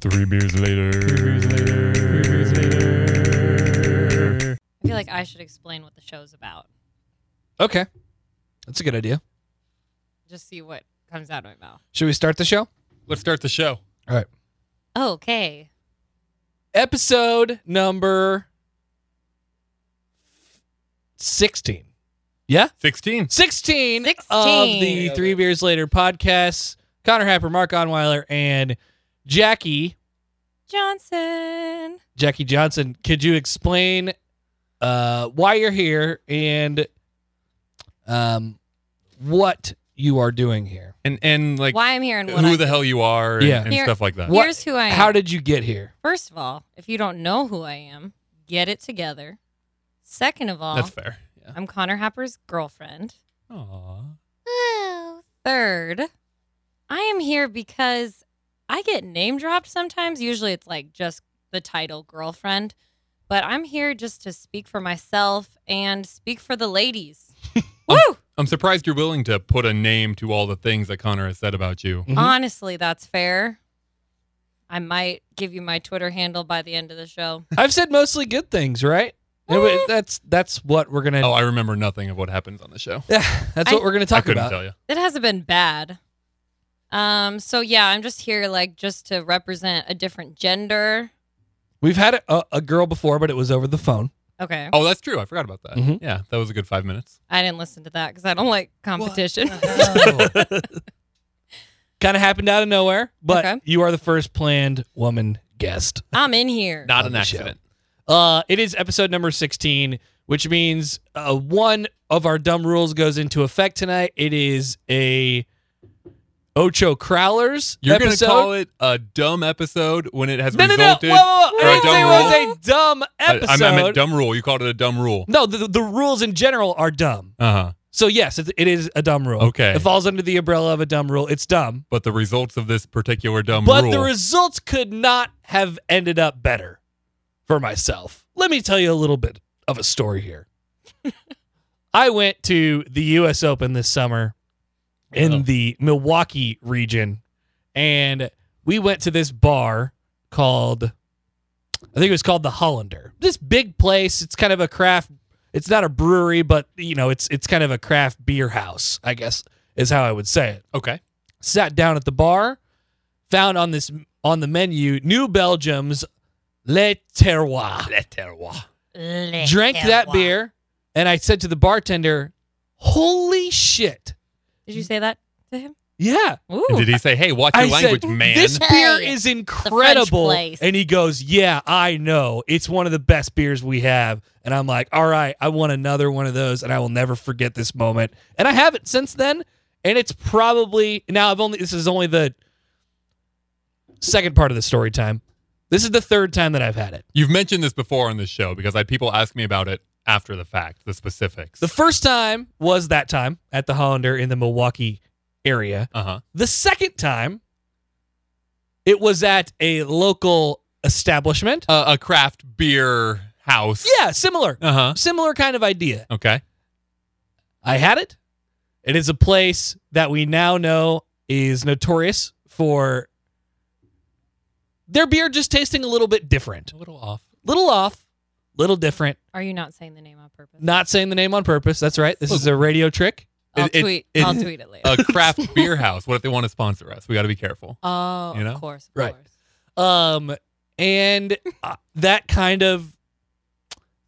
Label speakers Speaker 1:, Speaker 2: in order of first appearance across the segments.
Speaker 1: Three beers later.
Speaker 2: I feel like I should explain what the show's about.
Speaker 3: Okay. That's a good idea.
Speaker 2: Just see what comes out of my mouth.
Speaker 3: Should we start the show?
Speaker 1: Let's start the show.
Speaker 2: Okay.
Speaker 3: Episode number 16. Yeah?
Speaker 1: 16.
Speaker 3: 16, of
Speaker 2: 16.
Speaker 3: the Three Beers Later podcast. Connor Happer, Mark Onweiler, and Jackie.
Speaker 2: Johnson.
Speaker 3: Jackie Johnson, could you explain uh, why you're here and um, what you are doing here?
Speaker 1: And and like
Speaker 2: Why I'm here and what
Speaker 1: who
Speaker 2: I'm
Speaker 1: the hell you are and,
Speaker 3: Yeah.
Speaker 1: and
Speaker 2: Here-
Speaker 1: stuff like that.
Speaker 3: What-
Speaker 2: Here's who I am.
Speaker 3: How did you get here?
Speaker 2: First of all, if you don't know who I am, get it together. Second of all,
Speaker 1: That's fair. Yeah.
Speaker 2: I'm Connor Happer's girlfriend.
Speaker 1: Aww.
Speaker 2: Oh. Third, I am here because I get name dropped sometimes. Usually it's like just the title girlfriend, but I'm here just to speak for myself and speak for the ladies. Woo!
Speaker 1: I'm surprised you're willing to put a name to all the things that Connor has said about you.
Speaker 3: Mhm.
Speaker 2: Honestly, that's fair. I might give you my Twitter handle by the end of the show.
Speaker 3: I've said mostly good things, right? Yeah, but
Speaker 2: Eh.
Speaker 3: that's that's what we're gonna.
Speaker 1: Oh, I remember nothing of what happens on the show.
Speaker 3: Yeah, that's
Speaker 2: I-
Speaker 3: what we're gonna
Speaker 1: I
Speaker 3: talk
Speaker 1: couldn't
Speaker 3: about.
Speaker 1: tell you.
Speaker 2: It hasn't been bad. Um, so yeah, I'm just here like just to represent a different gender.
Speaker 3: We've had a- a, a girl before, but it was over the phone.
Speaker 2: Okay.
Speaker 1: Oh, that's true. I forgot about that.
Speaker 3: Mhm.
Speaker 1: Yeah, that was a good five minutes.
Speaker 2: I didn't listen to that because I don't like competition.
Speaker 3: kind of happened out of nowhere, but
Speaker 2: Okay.
Speaker 3: you are the first planned woman guest.
Speaker 2: I'm in here.
Speaker 1: Not
Speaker 3: On
Speaker 1: an
Speaker 3: the show.
Speaker 1: accident.
Speaker 3: Uh, it is episode number 16, which means uh, one of our dumb rules goes into effect tonight. It is a Ocho Crowlers
Speaker 1: You're going to
Speaker 3: episode.
Speaker 1: call it a dumb episode when it has
Speaker 3: no, no, no.
Speaker 1: resulted.
Speaker 3: Whoa, whoa, whoa.
Speaker 1: or a
Speaker 3: I didn't say
Speaker 1: dumb
Speaker 3: it was a dumb
Speaker 1: I,
Speaker 3: episode.
Speaker 1: I meant dumb rule. You called it a dumb rule.
Speaker 3: No, the, the rules in general are dumb.
Speaker 1: Uh huh.
Speaker 3: So, yes, it, it is a dumb rule.
Speaker 1: Okay.
Speaker 3: It falls under the umbrella of a dumb rule. It's dumb.
Speaker 1: But the results of this particular dumb
Speaker 3: but
Speaker 1: rule.
Speaker 3: the results could not have ended up better for myself. Let me tell you a little bit of a story here. I went to the US Open this summer in
Speaker 1: Oh.
Speaker 3: the Milwaukee region and we went to this bar called I think it was called the Hollander. This big place, it's kind of a craft it's not a brewery, but you know, it's it's kind of a craft beer house, I guess is how I would say it
Speaker 1: okay.
Speaker 3: sat down at the bar, found on this on the menu New Belgium's Le Terroir. Le Terroir. Drank that beer, and I said to the bartender, "Holy shit!
Speaker 2: Did you say that to him?
Speaker 3: Yeah,
Speaker 2: Ooh.
Speaker 1: And did he say, "Hey, watch your
Speaker 3: I
Speaker 1: language,
Speaker 3: said,
Speaker 1: man"?
Speaker 3: This beer
Speaker 2: Hey,
Speaker 3: is incredible.
Speaker 2: place.
Speaker 3: And he goes, Yeah, I know. It's one of the best beers we have. And I'm like, All right, I want another one of those, and I will never forget this moment. And I haven't since then. And it's probably now I've only this is only the second part of the story time. This is the third time that I've had it.
Speaker 1: You've mentioned this before on this show because I had people ask me about it after the fact, the specifics.
Speaker 3: The first time was that time at the Hollander in the Milwaukee area.
Speaker 1: uh huh.
Speaker 3: The second time, it was at a local establishment.
Speaker 1: Uh, a craft beer house.
Speaker 3: Yeah, similar.
Speaker 1: Uh huh.
Speaker 3: Similar kind of idea.
Speaker 1: Okay.
Speaker 3: I had it. It is a place that we now know is notorious for their beer just tasting a little bit different.
Speaker 1: A little off.
Speaker 3: Little off, little different.
Speaker 2: Are you not saying the name on purpose?
Speaker 3: Not saying the name on purpose. That's right. This is a radio trick.
Speaker 2: I'll
Speaker 1: It- it-
Speaker 2: tweet.
Speaker 1: it-
Speaker 2: I'll tweet it later.
Speaker 1: A craft beer house. What if they want to sponsor us? We got to be careful.
Speaker 2: oh,
Speaker 1: you know?
Speaker 2: of course, of
Speaker 3: Right.
Speaker 2: course.
Speaker 3: Um and uh, that kind of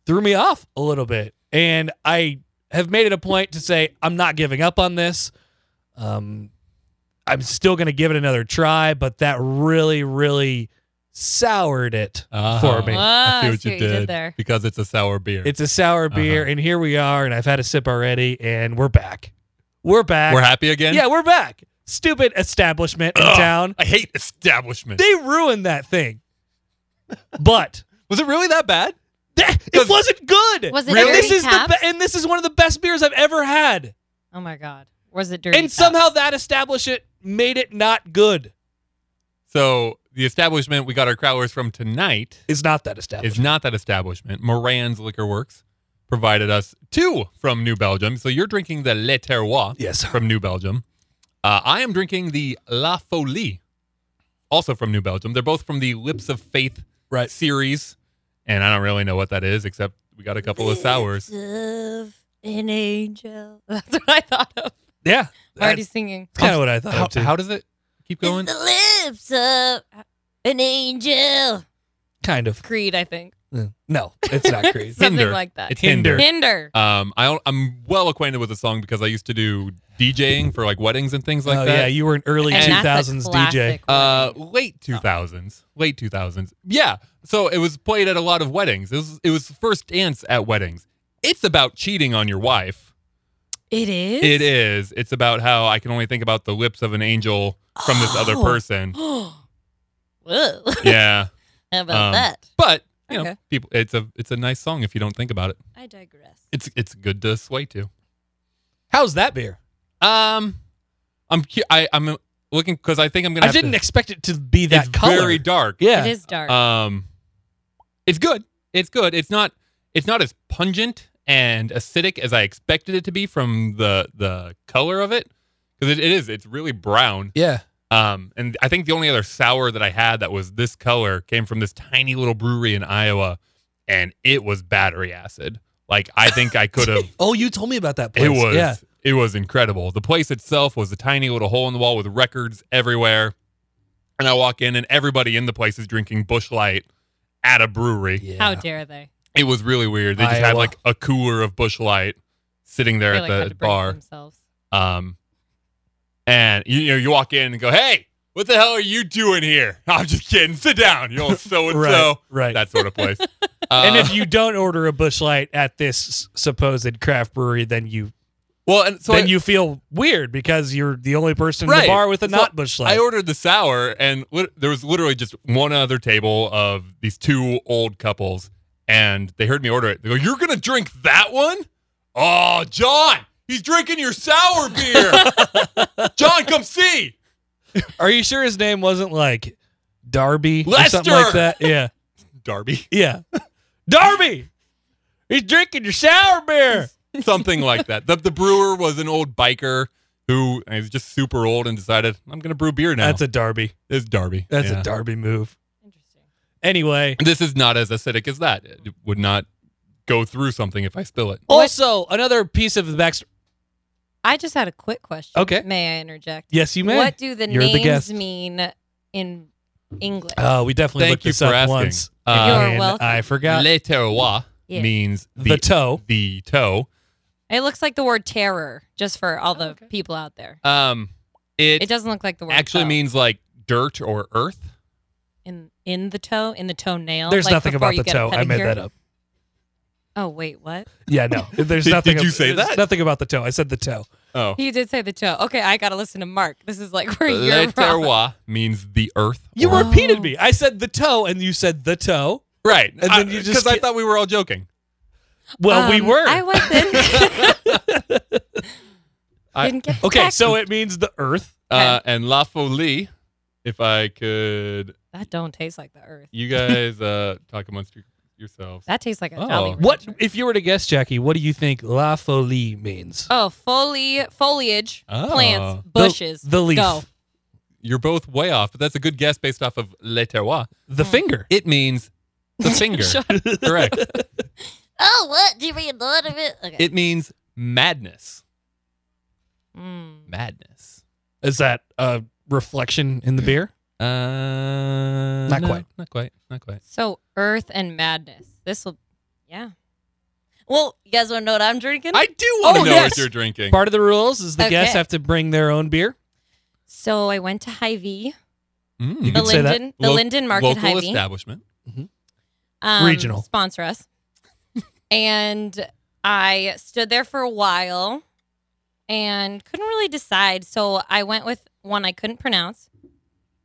Speaker 3: threw me off a little bit. And I have made it a point to say I'm not giving up on this. Um, I'm still going to give it another try, but that really, really soured it.
Speaker 1: Uh-huh.
Speaker 3: For me.
Speaker 1: I see
Speaker 2: Ah, I
Speaker 1: what
Speaker 2: see
Speaker 1: you
Speaker 2: what you did
Speaker 1: did
Speaker 2: there.
Speaker 1: Because it's a sour beer.
Speaker 3: It's a sour beer,
Speaker 1: Uh-huh.
Speaker 3: and here we are, and I've had a sip already, and we're back. We're back.
Speaker 1: We're happy again.
Speaker 3: Yeah, we're back. Stupid establishment in
Speaker 1: Ugh.
Speaker 3: town.
Speaker 1: I hate establishment.
Speaker 3: They ruined that thing. But
Speaker 1: Was it really that bad?
Speaker 3: that, it
Speaker 1: Does-
Speaker 3: wasn't good.
Speaker 2: Was it
Speaker 3: And this
Speaker 2: dirty
Speaker 3: is the
Speaker 2: taps?
Speaker 3: be- and this is one of the best beers I've ever had.
Speaker 2: Oh my God, was it dirty?
Speaker 3: And somehow that establishment made it not good.
Speaker 1: So the establishment we got our crowlers from tonight
Speaker 3: It's not that establishment.
Speaker 1: is not that establishment. Moran's Liquor Works provided us two from New Belgium. So you're drinking the Le Terroir
Speaker 3: yes.
Speaker 1: from New Belgium. Uh, I am drinking the La Folie, also from New Belgium. They're both from the Lips of Faith
Speaker 3: Right.
Speaker 1: series, and I don't really know what that is except we got a couple of sours.
Speaker 2: Of an angel. That's what I thought of.
Speaker 3: Yeah.
Speaker 2: I'm already singing.
Speaker 3: That's kind of what I thought.
Speaker 1: How,
Speaker 3: of too.
Speaker 1: how does it keep going?
Speaker 2: It's the lips of an angel.
Speaker 3: kind of.
Speaker 2: Creed, I think.
Speaker 3: Yeah. No, it's not crazy.
Speaker 2: Something
Speaker 1: Hinder.
Speaker 2: like that.
Speaker 1: It's Hinder.
Speaker 2: Hinder.
Speaker 1: Um, I don't, I'm well acquainted with the song because I used to do DJing for like weddings and things like
Speaker 3: oh, yeah.
Speaker 1: that.
Speaker 3: You were an early
Speaker 2: And that's a
Speaker 3: 2000s DJ.
Speaker 2: classic
Speaker 1: Uh,
Speaker 2: one.
Speaker 1: late 2000s, late 2000s. Yeah, so it was played at a lot of weddings. It was it was first dance at weddings. It's about cheating on your wife.
Speaker 2: it is.
Speaker 1: It is. It's about how I can only think about the lips of an angel from this other
Speaker 2: Oh.
Speaker 1: person.
Speaker 2: Whoa.
Speaker 1: Yeah,
Speaker 2: How about
Speaker 1: Um,
Speaker 2: that?
Speaker 1: but you know,
Speaker 2: Okay.
Speaker 1: people. It's a it's a nice song if you don't think about it.
Speaker 2: I digress.
Speaker 1: It's it's good to sway to.
Speaker 3: How's that beer?
Speaker 1: Um, I'm cu- I I'm looking because I think I'm gonna.
Speaker 3: I
Speaker 1: have to-
Speaker 3: didn't expect it to be that
Speaker 1: it's
Speaker 3: color.
Speaker 1: very dark.
Speaker 3: yeah.
Speaker 2: It is dark.
Speaker 1: Um, it's good. It's good. It's not. It's not as pungent and acidic as I expected it to be from the the color of it, because it, it is. It's really brown.
Speaker 3: Yeah.
Speaker 1: Um, and I think the only other sour that I had that was this color came from this tiny little brewery in Iowa, and it was battery acid. Like I think I could have.
Speaker 3: Oh, you told me about that place.
Speaker 1: It was.
Speaker 3: Yeah.
Speaker 1: It was incredible. The place itself was a tiny little hole in the wall with records everywhere. And I walk in, and everybody in the place is drinking Bush Light at a brewery.
Speaker 3: yeah.
Speaker 2: How dare they?
Speaker 1: It was really weird. They just had
Speaker 3: Iowa.
Speaker 1: like a cooler of Bush Light sitting there
Speaker 2: They,
Speaker 1: at
Speaker 2: like, had
Speaker 1: the
Speaker 2: to break
Speaker 1: bar.
Speaker 2: Themselves.
Speaker 1: Um, and you, you know, you walk in and go, "Hey, what the hell are you doing here?" I'm just kidding. Sit down, you old so and
Speaker 3: Right.
Speaker 1: so.
Speaker 3: Right.
Speaker 1: That sort of place.
Speaker 3: and
Speaker 1: Uh,
Speaker 3: if you don't order a bush light at this s- supposed craft brewery, then you
Speaker 1: well, and so
Speaker 3: then
Speaker 1: I-
Speaker 3: you feel weird because you're the only person in
Speaker 1: Right.
Speaker 3: the bar with a
Speaker 1: So
Speaker 3: not bush light.
Speaker 1: I ordered the sour, and lit- there was literally just one other table of these two old couples, and they heard me order it. They go, "You're gonna drink that one? Oh, John, he's drinking your sour beer. John, come see."
Speaker 3: Are you sure his name wasn't like Darby or
Speaker 1: Lester!
Speaker 3: something like that? Yeah.
Speaker 1: Darby,
Speaker 3: Yeah. Darby! He's drinking your sour beer.
Speaker 1: something like that. The, the brewer was an old biker who he was just super old and decided, "I'm gonna brew beer now."
Speaker 3: That's a Darby.
Speaker 1: it's Darby.
Speaker 3: That's
Speaker 1: Yeah.
Speaker 3: a Darby move.
Speaker 2: Interesting.
Speaker 3: Anyway,
Speaker 1: This is not as acidic as that. It would not go through something if I spill it.
Speaker 3: Oh,
Speaker 2: What-
Speaker 3: also another piece of the backstory.
Speaker 2: I just had a quick question.
Speaker 3: Okay.
Speaker 2: May I interject?
Speaker 3: Yes, you may.
Speaker 2: What do the
Speaker 3: You're the
Speaker 2: names
Speaker 3: guest.
Speaker 2: mean in English?
Speaker 3: Uh, we definitely
Speaker 1: Thank
Speaker 3: looked
Speaker 1: you
Speaker 3: this
Speaker 1: for
Speaker 3: up
Speaker 1: asking.
Speaker 3: once.
Speaker 1: Uh,
Speaker 2: You're
Speaker 3: and
Speaker 2: welcome.
Speaker 3: I forgot
Speaker 1: Le terroir
Speaker 2: Yeah.
Speaker 1: means
Speaker 3: the, toe.
Speaker 1: the toe.
Speaker 2: it looks like the word terror, just for all the
Speaker 1: Oh, okay.
Speaker 2: people out there.
Speaker 1: Um, it,
Speaker 2: It doesn't look like the word
Speaker 1: actually
Speaker 2: toe.
Speaker 1: means like dirt or earth.
Speaker 2: in in the toe, in the toenail.
Speaker 3: There's
Speaker 2: like
Speaker 3: nothing
Speaker 2: before
Speaker 3: about
Speaker 2: you
Speaker 3: the
Speaker 2: get a
Speaker 3: toe. I made
Speaker 2: pedicure?
Speaker 3: that up.
Speaker 2: Oh wait, what?
Speaker 3: Yeah, no. There's
Speaker 1: Did-
Speaker 3: nothing.
Speaker 1: did you
Speaker 3: ab-
Speaker 1: say
Speaker 3: there's
Speaker 1: that?
Speaker 3: Nothing about the toe. I said the toe.
Speaker 1: Oh,
Speaker 2: He did say the toe. Okay, I gotta listen to Mark. This is like where you're
Speaker 1: le
Speaker 2: wrong.
Speaker 1: Uh, terroir means the earth.
Speaker 3: You
Speaker 1: or-
Speaker 2: were-
Speaker 3: repeated me. I said the toe, and you said the toe.
Speaker 1: right,
Speaker 3: then
Speaker 1: I-
Speaker 3: you just
Speaker 1: I
Speaker 3: get-
Speaker 1: thought we were all joking.
Speaker 3: Well, we
Speaker 2: Um,
Speaker 3: were.
Speaker 2: I was in.
Speaker 1: I-
Speaker 2: Didn't get the
Speaker 3: okay,
Speaker 2: text.
Speaker 3: so it means the earth.
Speaker 1: Uh, and la folie. If I could,
Speaker 2: that don't taste like the earth.
Speaker 1: you guys uh, talk amongst your, yourselves.
Speaker 2: That tastes like a
Speaker 1: Oh.
Speaker 2: jolly. Rancher.
Speaker 3: What if you were to guess, Jackie? What do you think La Folie means?
Speaker 2: Oh, foli- foliage,
Speaker 1: Oh.
Speaker 2: plants,
Speaker 1: The-
Speaker 2: bushes.
Speaker 3: the leaf,
Speaker 2: Go.
Speaker 1: You're both way off, but that's a good guess based off of le terroir.
Speaker 2: Mm.
Speaker 3: the finger.
Speaker 1: It means the finger.
Speaker 2: Shut
Speaker 1: Correct.
Speaker 2: Oh, what? Do you mean none of it? Okay.
Speaker 1: It means madness.
Speaker 2: Mm.
Speaker 1: Madness.
Speaker 3: Is that a reflection in the beer?
Speaker 1: Uh,
Speaker 3: Not
Speaker 1: no,
Speaker 3: quite.
Speaker 1: Not quite. Not quite.
Speaker 2: So, Earth and Madness. This will, yeah. Well, you guys want to know what I'm drinking?
Speaker 1: I do want to
Speaker 3: Oh,
Speaker 1: know
Speaker 3: yes.
Speaker 1: what you're drinking.
Speaker 3: Part of the rules is the guests
Speaker 2: Okay.
Speaker 3: have to bring their own beer.
Speaker 2: so, I went to Hy-Vee,
Speaker 1: Mm.
Speaker 3: You
Speaker 2: the
Speaker 3: could say that.
Speaker 2: Linden, the
Speaker 1: Lo-
Speaker 2: Linden Market
Speaker 1: Local
Speaker 2: Hy-Vee.
Speaker 1: establishment.
Speaker 2: um,
Speaker 3: Regional.
Speaker 2: sponsor us. and I stood there for a while and couldn't really decide, so I went with one I couldn't pronounce.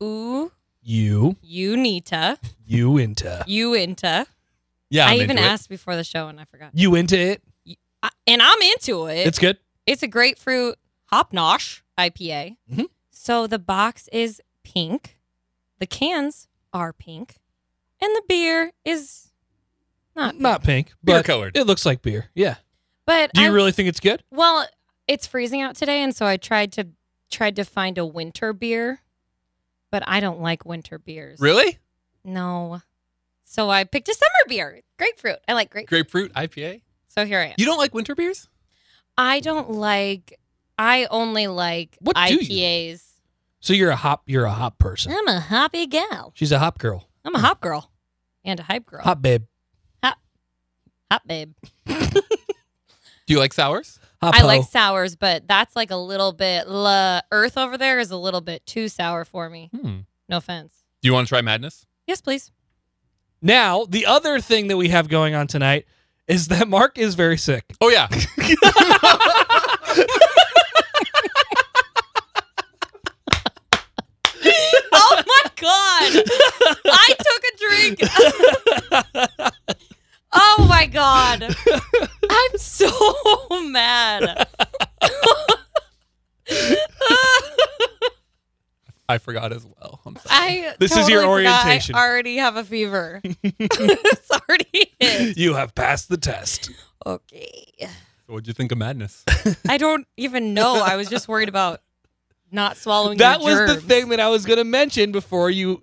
Speaker 2: Ooh,
Speaker 3: You,
Speaker 2: Unita,
Speaker 3: you into,
Speaker 2: Uinta.
Speaker 1: Yeah,
Speaker 2: I
Speaker 1: I'm
Speaker 2: even
Speaker 1: into it.
Speaker 2: asked before the show and I forgot.
Speaker 3: you into it.
Speaker 2: I, and I'm into it.
Speaker 3: It's good.
Speaker 2: It's a grapefruit hopnosh IPA.
Speaker 3: Mhm.
Speaker 2: So the box is pink, the cans are pink, and the beer is not. pink.
Speaker 3: Not pink,
Speaker 1: Beer
Speaker 3: but
Speaker 1: colored.
Speaker 3: it looks like beer. Yeah.
Speaker 2: But
Speaker 3: Do you
Speaker 2: I-
Speaker 3: really think it's good?
Speaker 2: well, it's freezing out today, and so I tried to tried to find a winter beer, but I don't like winter beers.
Speaker 1: Really?
Speaker 2: No. So I picked a summer beer, grapefruit. I like grapefruit.
Speaker 1: Grapefruit IPA?
Speaker 2: So here I am.
Speaker 1: You don't like winter beers?
Speaker 2: I don't like. I only like
Speaker 3: What do you
Speaker 2: IPAs.
Speaker 3: So you're a hop. You're a hop person.
Speaker 2: I'm a hoppy gal.
Speaker 3: She's a hop girl.
Speaker 2: I'm a hop girl and a hype girl.
Speaker 3: Hop babe.
Speaker 2: hop babe.
Speaker 1: Do you like sours?
Speaker 3: Hop
Speaker 2: I like
Speaker 3: hoe.
Speaker 2: sours, but that's like a little bit. La Earth over there is a little bit too sour for me.
Speaker 1: Hmm.
Speaker 2: No offense.
Speaker 1: Do you want to try Madness?
Speaker 2: Yes, please.
Speaker 3: Now the other thing that we have going on tonight is that Mark is very sick.
Speaker 1: Oh yeah.
Speaker 2: oh my god! I took a drink. oh my god! I'm so mad.
Speaker 1: I forgot as well. I'm sorry.
Speaker 2: I
Speaker 3: This is your
Speaker 2: totally forgot
Speaker 3: orientation.
Speaker 2: I already have a fever. it's already hit.
Speaker 3: you have passed the test.
Speaker 2: Okay.
Speaker 1: So what'd you think of Madness?
Speaker 2: I don't even know. I was just worried about not swallowing.
Speaker 3: that
Speaker 2: your
Speaker 3: was the
Speaker 2: germs.
Speaker 3: thing that I was going to mention before you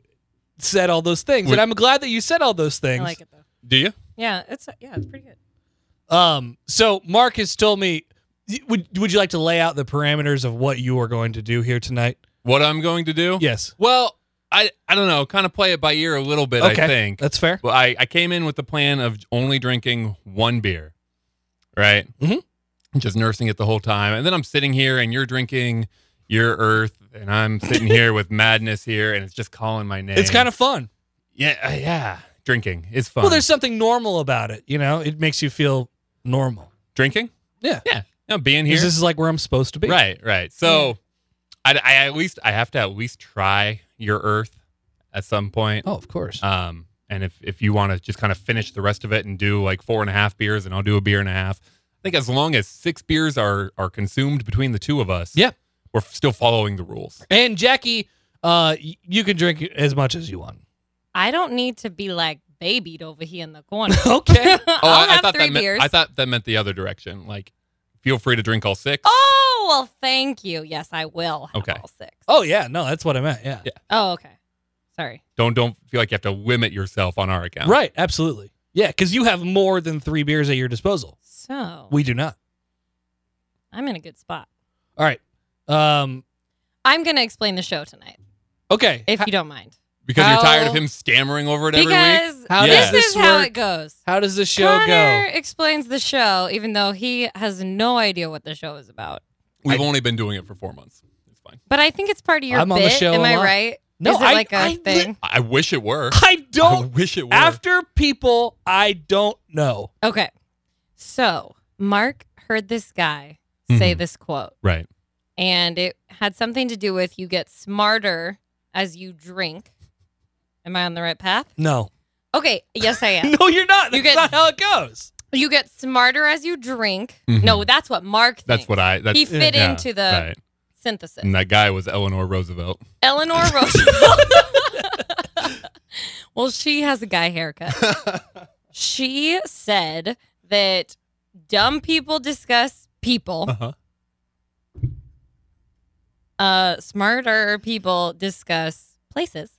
Speaker 3: said all those things,
Speaker 1: Would-
Speaker 3: and I'm glad that you said all those
Speaker 2: I
Speaker 3: things.
Speaker 2: like it though.
Speaker 1: Do you?
Speaker 2: Yeah, it's yeah, it's pretty good.
Speaker 3: Um, so Mark has told me. Would Would you like to lay out the parameters of what you are going to do here tonight?
Speaker 1: What I'm going to do?
Speaker 3: Yes,
Speaker 1: Well, I I don't know. Kind of play it by ear a little bit.
Speaker 3: Okay.
Speaker 1: I think.
Speaker 3: that's fair.
Speaker 1: Well, I, I came in with the plan of only drinking one beer, right?
Speaker 3: Mhm.
Speaker 1: Just nursing it the whole time. And then I'm sitting here and you're drinking your earth and I'm sitting here with madness here and it's just calling my name.
Speaker 3: It's kind of fun.
Speaker 1: yeah, uh, yeah. Drinking is fun.
Speaker 3: Well, there's something normal about it. You know, it makes you feel normal.
Speaker 1: drinking?
Speaker 3: Yeah.
Speaker 1: Yeah. No, being here.
Speaker 3: Because this is like where I'm supposed to be.
Speaker 1: Right, right. So I, I at least I have to at least try your earth at some point.
Speaker 3: Oh, of course.
Speaker 1: Um, and if, if you want to just kind of finish the rest of it and do like four and a half beers, and I'll do a beer and a half. I think as long as six beers are are consumed between the two of us,
Speaker 3: Yeah.
Speaker 1: we're still following the rules.
Speaker 3: and Jackie, uh, y- you can drink as much as you want.
Speaker 2: I don't need to be like babied over here in the corner.
Speaker 3: Okay.
Speaker 2: I'll
Speaker 1: Oh, I, I
Speaker 2: have
Speaker 1: thought
Speaker 2: three
Speaker 1: that
Speaker 2: beers.
Speaker 1: meant I thought that meant the other direction. Like, feel free to drink all six.
Speaker 2: oh well, thank you. Yes, I will. Have
Speaker 1: Okay.
Speaker 2: All six.
Speaker 3: Oh yeah, no, that's what I meant. Yeah.
Speaker 1: Yeah.
Speaker 2: Oh, okay. Sorry.
Speaker 1: Don't don't feel like you have to limit yourself on our account.
Speaker 3: Right. Absolutely. Yeah, because you have more than three beers at your disposal.
Speaker 2: So
Speaker 3: We do not.
Speaker 2: I'm in a good spot.
Speaker 3: All right. Um.
Speaker 2: I'm gonna explain the show tonight,
Speaker 3: Okay.
Speaker 2: if you don't mind,
Speaker 1: Because you're tired of
Speaker 3: How-
Speaker 1: him stammering over it every week.
Speaker 2: Oh. because
Speaker 3: How
Speaker 2: this
Speaker 1: does
Speaker 2: is
Speaker 3: this
Speaker 2: how
Speaker 3: work?
Speaker 2: it goes.
Speaker 3: How does the show
Speaker 2: Connor
Speaker 3: go?
Speaker 2: explains the show, even though he has no idea what the show is about.
Speaker 1: We've
Speaker 3: I-
Speaker 1: only been doing it for four months. It's fine.
Speaker 2: But I think it's part of your
Speaker 3: I'm
Speaker 2: bit.
Speaker 3: on the show
Speaker 2: Am
Speaker 3: a
Speaker 2: I
Speaker 3: lot.
Speaker 2: right? is it
Speaker 3: I,
Speaker 2: like a
Speaker 3: I li-
Speaker 2: thing?
Speaker 1: I I wish it were.
Speaker 3: I
Speaker 1: I
Speaker 3: don't.
Speaker 1: wish it were.
Speaker 3: After people, I don't know.
Speaker 2: Okay. So Mark heard this guy say
Speaker 1: Mm-hmm.
Speaker 2: this quote,
Speaker 1: right.
Speaker 2: and it had something to do with you get smarter as you drink. Am I on the right path?
Speaker 3: No.
Speaker 2: Okay. Yes, I am.
Speaker 3: No, you're not. That's
Speaker 2: You get-
Speaker 3: not how it goes.
Speaker 2: you get smarter as you drink.
Speaker 1: Mhm.
Speaker 2: No, that's what Mark thinks.
Speaker 1: That's what I. That's,
Speaker 2: he fit
Speaker 1: yeah,
Speaker 2: into the
Speaker 1: right. Mm.
Speaker 2: synthesis.
Speaker 1: And that guy was Eleanor Roosevelt.
Speaker 2: Eleanor Roosevelt. well, she has a guy haircut. she said that dumb people discuss people,
Speaker 3: Uh-huh.
Speaker 1: huh.
Speaker 2: uh, smarter people discuss places,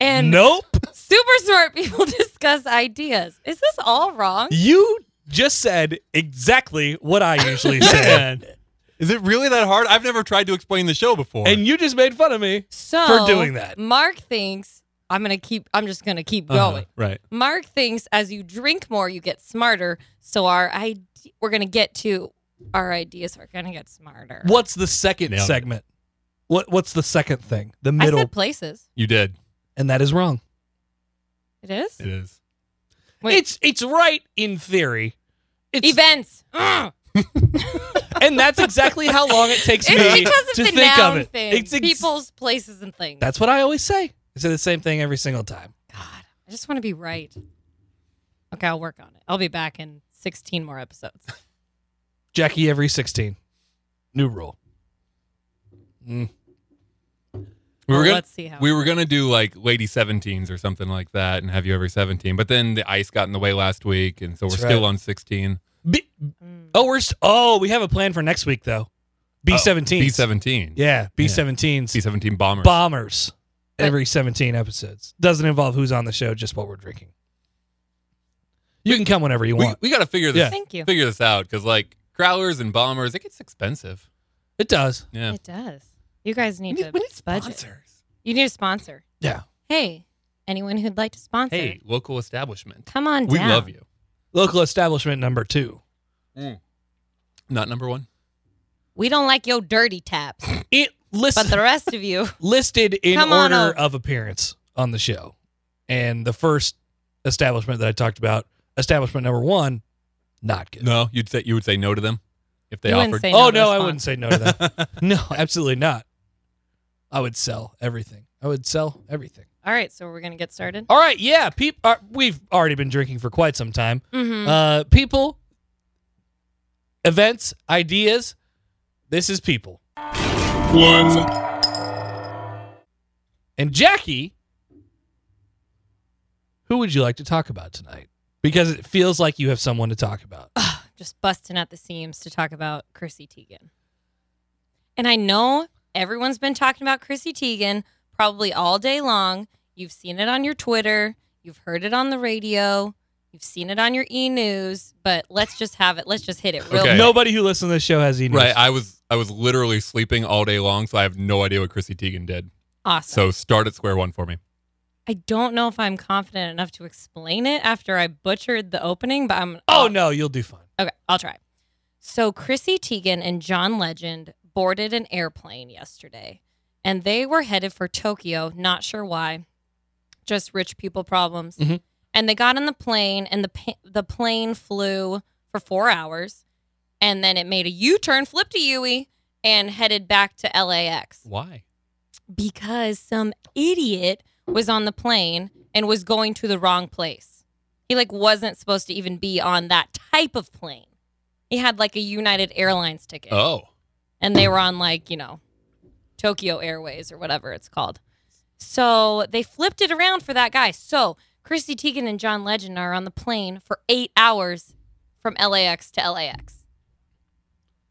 Speaker 2: and
Speaker 3: nope.
Speaker 2: super smart people discuss ideas. Is this all wrong?
Speaker 3: You just said exactly what I usually said,
Speaker 1: Is it really that hard? I've never tried to explain the show before.
Speaker 3: and you just made fun of me.
Speaker 2: So
Speaker 3: For doing that.
Speaker 2: Mark thinks I'm gonna keep. I'm just gonna keep
Speaker 1: Uh-huh,
Speaker 2: going.
Speaker 1: Right.
Speaker 2: Mark thinks as you drink more, you get smarter. So our ide- we're gonna get to our ideas are gonna get smarter.
Speaker 3: What's the second
Speaker 1: Nailed it.
Speaker 3: segment? What What's the second thing? The
Speaker 2: I
Speaker 3: middle,
Speaker 2: said places.
Speaker 1: You did.
Speaker 3: and that is wrong.
Speaker 2: It is
Speaker 1: It is.
Speaker 2: Wait.
Speaker 3: It's it's right in theory. It's,
Speaker 2: events. Ugh.
Speaker 3: and that's exactly how long it takes me
Speaker 2: It's because of
Speaker 3: to
Speaker 2: the
Speaker 3: think
Speaker 2: noun
Speaker 3: of it.
Speaker 2: thing.
Speaker 3: It's ex-
Speaker 2: People's places and things.
Speaker 3: That's what I always say. I say the same thing every single time.
Speaker 2: God, I just want to be right. Okay, I'll work on it. I'll be back in 16 more episodes.
Speaker 3: Jackie every sixteen. New rule.
Speaker 1: We
Speaker 2: Well,
Speaker 1: were gonna.
Speaker 2: Oh, let's see how.
Speaker 1: We were gonna do like Lady Seventeens or something like that, and have you ever seventeen? But then the ice got in the way last week, and so we're
Speaker 3: That's
Speaker 1: still
Speaker 3: right.
Speaker 1: on sixteen.
Speaker 3: Be-
Speaker 2: Mm.
Speaker 3: oh, we're s oh we have a plan for next week though. B seventeen.
Speaker 1: B seventeen.
Speaker 3: Yeah, B
Speaker 1: Yeah.
Speaker 3: seventeens.
Speaker 1: B seventeen bombers.
Speaker 3: Bombers.
Speaker 2: But-
Speaker 3: Every seventeen episodes. Doesn't involve who's on the show, just what we're drinking. You can come whenever you
Speaker 1: we
Speaker 3: want.
Speaker 1: we got to figure this
Speaker 3: Yeah.
Speaker 2: Thank you.
Speaker 1: figure this out because like growlers and bombers, it gets expensive.
Speaker 3: It does.
Speaker 1: Yeah.
Speaker 2: It does. You guys need, to budget.
Speaker 1: sponsors.
Speaker 2: You need a sponsor.
Speaker 3: Yeah.
Speaker 2: Hey, anyone who'd like to sponsor,
Speaker 1: Hey, local establishment.
Speaker 2: come on
Speaker 1: We
Speaker 2: down.
Speaker 1: love you.
Speaker 3: Local establishment number two. Mm.
Speaker 1: Not number one.
Speaker 2: We don't like your dirty taps,
Speaker 3: It
Speaker 2: but
Speaker 3: listed
Speaker 2: the rest of you.
Speaker 3: listed in
Speaker 2: Come on
Speaker 3: order
Speaker 2: up.
Speaker 3: of appearance on the show. And the first establishment that I talked about, establishment number one, not good.
Speaker 1: No, you'd say you would say no to them if they
Speaker 2: You wouldn't
Speaker 1: offered.
Speaker 2: say
Speaker 3: Oh
Speaker 2: to
Speaker 3: no, I
Speaker 2: respond.
Speaker 3: wouldn't say no to that. No, absolutely not. I would sell everything. I would sell everything.
Speaker 2: All right, so we're gonna get started.
Speaker 3: All right, yeah, peop- uh, we've already been drinking for quite some time.
Speaker 2: Mm-hmm.
Speaker 3: Uh, people, events, ideas. This is people. And Jackie, who would you like to talk about tonight? Because it feels like you have someone to talk about.
Speaker 2: Just busting at the seams to talk about Chrissy Teigen. And I know everyone's been talking about Chrissy Teigen probably all day long. You've seen it on your Twitter. You've heard it on the radio. You've seen it on your e news. But let's just have it. Let's just hit it real.
Speaker 1: Okay.
Speaker 3: Nobody who listens to this show has emails.
Speaker 1: Right. I was I was literally sleeping all day long, so I have no idea what Chrissy Teigen did.
Speaker 2: Awesome.
Speaker 1: So start at square one for me.
Speaker 2: I don't know if I'm confident enough to explain it after I butchered the opening, but I'm.
Speaker 3: oh no, you'll do fine.
Speaker 2: Okay, I'll try. So Chrissy Teigen and John Legend boarded an airplane yesterday, and they were headed for Tokyo. Not sure why, just rich people problems.
Speaker 3: Mhm.
Speaker 2: And they got on the plane, and the pa- the plane flew for four hours, and then it made a U turn, flipped a Yui, and headed back to LAX
Speaker 1: Why?
Speaker 2: because some idiot was on the plane and was going to the wrong place. He like wasn't supposed to even be on that type of plane. He had like a United Airlines ticket
Speaker 1: Oh.
Speaker 2: and they were on like, you know, Tokyo Airways or whatever it's called. So they flipped it around for that guy. So Chrissy Teigen and John Legend are on the plane for 8 hours from LAX to LAX.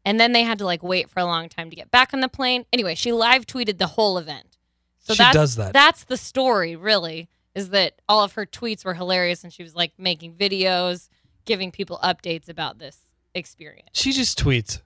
Speaker 2: And then they had to like wait for a long time to get back on the plane. Anyway, she live tweeted the whole event. So
Speaker 3: she
Speaker 2: that's
Speaker 3: does that.
Speaker 2: that's the story, really, is that all of her tweets were hilarious and she was like making videos, giving people updates about this experience.
Speaker 3: She just tweets.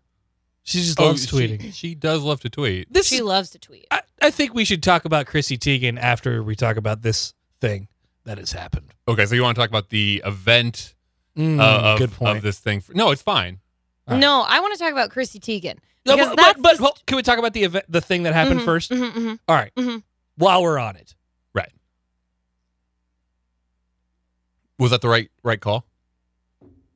Speaker 3: She just
Speaker 1: oh,
Speaker 3: loves
Speaker 1: she-
Speaker 3: tweeting.
Speaker 1: She does love to tweet.
Speaker 3: This
Speaker 2: She
Speaker 3: is,
Speaker 2: loves to tweet.
Speaker 3: I, I think we should talk about Chrissy Teigen after we talk about this thing that has happened.
Speaker 1: Okay, so you want to talk about the event
Speaker 3: Mm,
Speaker 1: uh, of,
Speaker 3: good point.
Speaker 1: of this thing? No, it's fine.
Speaker 3: All right.
Speaker 2: No, I want to talk about Chrissy Teigen.
Speaker 3: No,
Speaker 2: because
Speaker 3: but
Speaker 2: that's
Speaker 3: but, but
Speaker 2: the
Speaker 3: hold- can we talk about the event, the thing that happened
Speaker 1: Mm-hmm.
Speaker 2: Mhm,
Speaker 3: first?
Speaker 2: mhm, mhm.
Speaker 3: All right.
Speaker 2: Mhm.
Speaker 3: While we're on it,
Speaker 1: Was that the right right call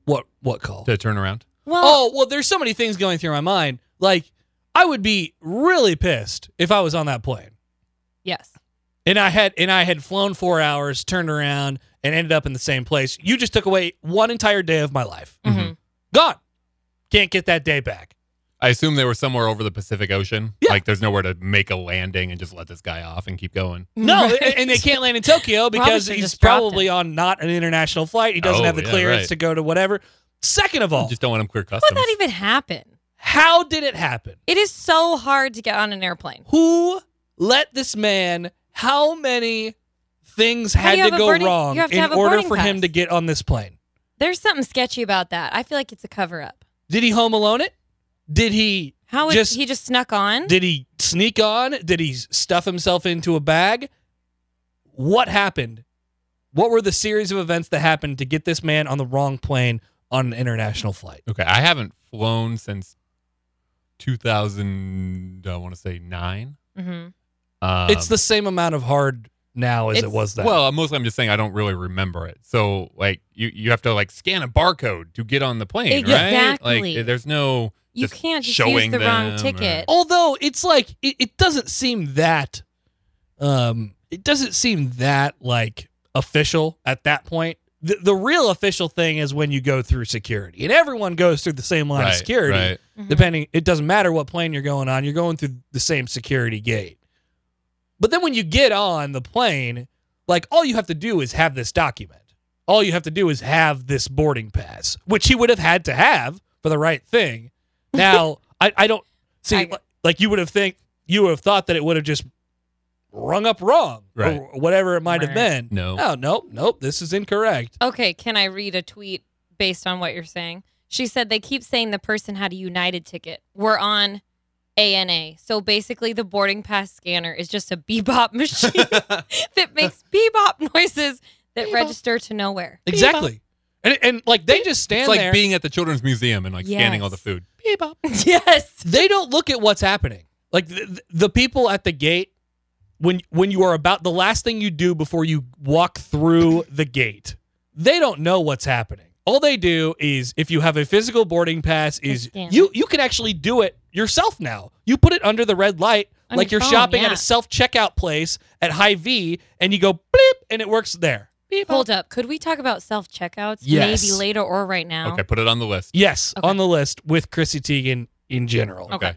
Speaker 3: what what call?
Speaker 1: to turn around?
Speaker 2: Well,
Speaker 3: Oh well, there's so many things going through my mind. Like I would be really pissed if I was on that plane
Speaker 2: yes.
Speaker 3: and I had and I had flown four hours, turned around, and ended up in the same place. You just took away one entire day of my life.
Speaker 2: Mhm.
Speaker 1: Mm-hmm.
Speaker 3: Gone. Can't get that day back.
Speaker 1: I assume they were somewhere over the Pacific Ocean.
Speaker 3: Yeah.
Speaker 1: Like there's nowhere to make a landing and just let this guy off and keep going.
Speaker 3: No,
Speaker 2: Right.
Speaker 3: and they can't land in Tokyo because
Speaker 2: should've
Speaker 3: he's
Speaker 2: just dropped
Speaker 3: probably on not an international flight. He doesn't
Speaker 1: Oh,
Speaker 3: have the
Speaker 1: yeah,
Speaker 3: clearance
Speaker 1: right.
Speaker 3: to go to whatever. Second of all,
Speaker 1: Just don't want him clear
Speaker 2: How
Speaker 1: customs.
Speaker 2: would that even happen?
Speaker 3: how did it happen?
Speaker 2: It is so hard to get on an airplane.
Speaker 3: Who let this man? How many things
Speaker 2: How do you have
Speaker 3: had to
Speaker 2: a
Speaker 3: go
Speaker 2: boarding-
Speaker 3: wrong
Speaker 2: you have to
Speaker 3: in
Speaker 2: have a
Speaker 3: order
Speaker 2: boarding
Speaker 3: for him
Speaker 2: pass.
Speaker 3: to get on this plane?
Speaker 2: There's something sketchy about that. I feel like it's a cover up.
Speaker 3: Did he home alone it? Did he
Speaker 2: How is
Speaker 3: Just-
Speaker 2: he just snuck on?
Speaker 3: did he sneak on? Did he stuff himself into a bag? What happened? What were the series of events that happened to get this man on the wrong plane on an international flight?
Speaker 1: Okay, I haven't flown since 2000. I want to say nine.
Speaker 2: hmm
Speaker 1: Um,
Speaker 3: it's the same amount of hard now as it
Speaker 2: It's-
Speaker 3: was then.
Speaker 1: Well, mostly I'm just saying I don't really remember it. So like you, you have to like scan a barcode to get on the plane, right?
Speaker 2: Exactly.
Speaker 1: Like eh, there's no
Speaker 2: You
Speaker 1: Just
Speaker 2: can't just
Speaker 1: showing
Speaker 2: use the
Speaker 1: them
Speaker 2: wrong
Speaker 1: or-
Speaker 2: ticket.
Speaker 3: although it's like it, it doesn't seem that um it doesn't seem that like official at that point the, the real official thing is when you go through security and everyone goes through the same line
Speaker 1: right,
Speaker 3: of security
Speaker 1: Right.
Speaker 2: Mhm.
Speaker 3: depending it doesn't matter what plane you're going on you're going through the same security gate but then when you get on the plane like all you have to do is have this document all you have to do is have this boarding pass which he would have had to have for the right thing now I, I don't See,
Speaker 2: I-
Speaker 3: like you would have think you would have thought that it would have just rung up wrong
Speaker 1: Right.
Speaker 3: or whatever it might have
Speaker 2: Right.
Speaker 3: been.
Speaker 1: No.
Speaker 3: Oh, nope, nope. This is incorrect.
Speaker 2: Okay, can I read a tweet based on what you're saying? She said they keep saying the person had a United ticket. We're on ANA. So basically, the boarding pass scanner is just a bebop machine that makes bebop noises that
Speaker 3: Bebop.
Speaker 2: register to nowhere.
Speaker 3: Exactly. And, and like they just stand
Speaker 1: It's like
Speaker 3: there.
Speaker 1: being at the children's museum and like scanning all the
Speaker 2: Yes.
Speaker 1: food.
Speaker 3: Beep-bop.
Speaker 2: Yes.
Speaker 3: they don't look at what's happening. Like the, the people at the gate, when when you are about the last thing you do before you walk through the gate, they don't know what's happening. All they do is if you have a physical boarding pass, is
Speaker 2: scan
Speaker 3: you you can actually do it yourself now. You put it under the red light,
Speaker 2: On
Speaker 3: like
Speaker 2: your
Speaker 3: you're
Speaker 2: phone,
Speaker 3: shopping at
Speaker 2: yeah.
Speaker 3: a self checkout place at High V, and you go blip, and it works there.
Speaker 2: Hold up. Could we talk about self checkouts?
Speaker 3: Yes.
Speaker 2: Maybe later or right now.
Speaker 1: Okay, put it on the list.
Speaker 3: Yes,
Speaker 2: Okay.
Speaker 3: on the list with Chrissy Teigen in general.
Speaker 2: Okay.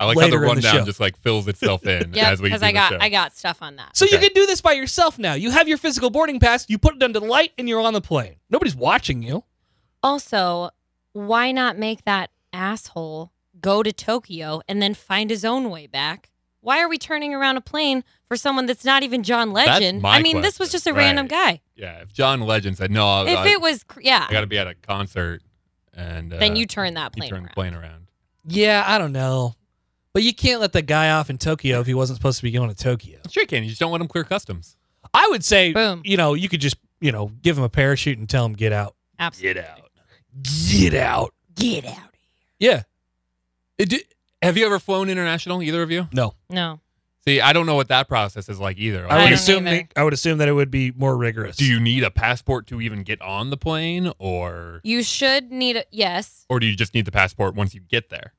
Speaker 1: I like how
Speaker 3: Later
Speaker 1: the
Speaker 3: in the
Speaker 1: rundown
Speaker 3: show.
Speaker 1: just like fills itself in
Speaker 2: Yeah,
Speaker 1: as we
Speaker 2: because
Speaker 1: do
Speaker 2: I
Speaker 1: the
Speaker 2: got
Speaker 1: show.
Speaker 2: I got stuff on that.
Speaker 3: So you
Speaker 1: Okay.
Speaker 3: can do this by yourself now. You have your physical boarding pass, you put it under the light, and you're on the plane. Nobody's watching you.
Speaker 2: Also, why not make that asshole go to Tokyo and then find his own way back? Why are we turning around a plane for someone that's not even John
Speaker 1: That's
Speaker 2: Legend?
Speaker 1: my
Speaker 2: I mean, this
Speaker 1: question.
Speaker 2: was
Speaker 1: Uh,
Speaker 2: just a
Speaker 1: Right.
Speaker 2: random guy.
Speaker 1: yeah, if John Legend said no, I,
Speaker 2: if
Speaker 1: I,
Speaker 2: it was, cr- yeah,
Speaker 1: I got to be at a concert, and uh,
Speaker 2: then you turn that
Speaker 1: you
Speaker 2: plane
Speaker 1: turn
Speaker 2: around.
Speaker 1: the plane around.
Speaker 3: Yeah, I don't know. But you can't let the guy off in Tokyo if he wasn't supposed to be going to Tokyo.
Speaker 1: Sure, you can. You just don't let them clear customs.
Speaker 3: I would say,
Speaker 2: Boom.
Speaker 3: you know, you could just, you know, give him a parachute and tell him get out.
Speaker 2: Absolutely.
Speaker 3: Get out.
Speaker 2: Get out.
Speaker 3: Yeah.
Speaker 1: It do- have you ever flown international? Either of you?
Speaker 3: No.
Speaker 2: No.
Speaker 1: See, I don't know what that process is like either.
Speaker 2: I
Speaker 3: I would
Speaker 2: don't
Speaker 1: Like,
Speaker 3: assume
Speaker 2: either.
Speaker 3: that, I would assume that it would be more rigorous.
Speaker 1: do you need a passport to even get on the plane, or
Speaker 2: You should need a, yes.
Speaker 1: or do you just need the passport once you get there?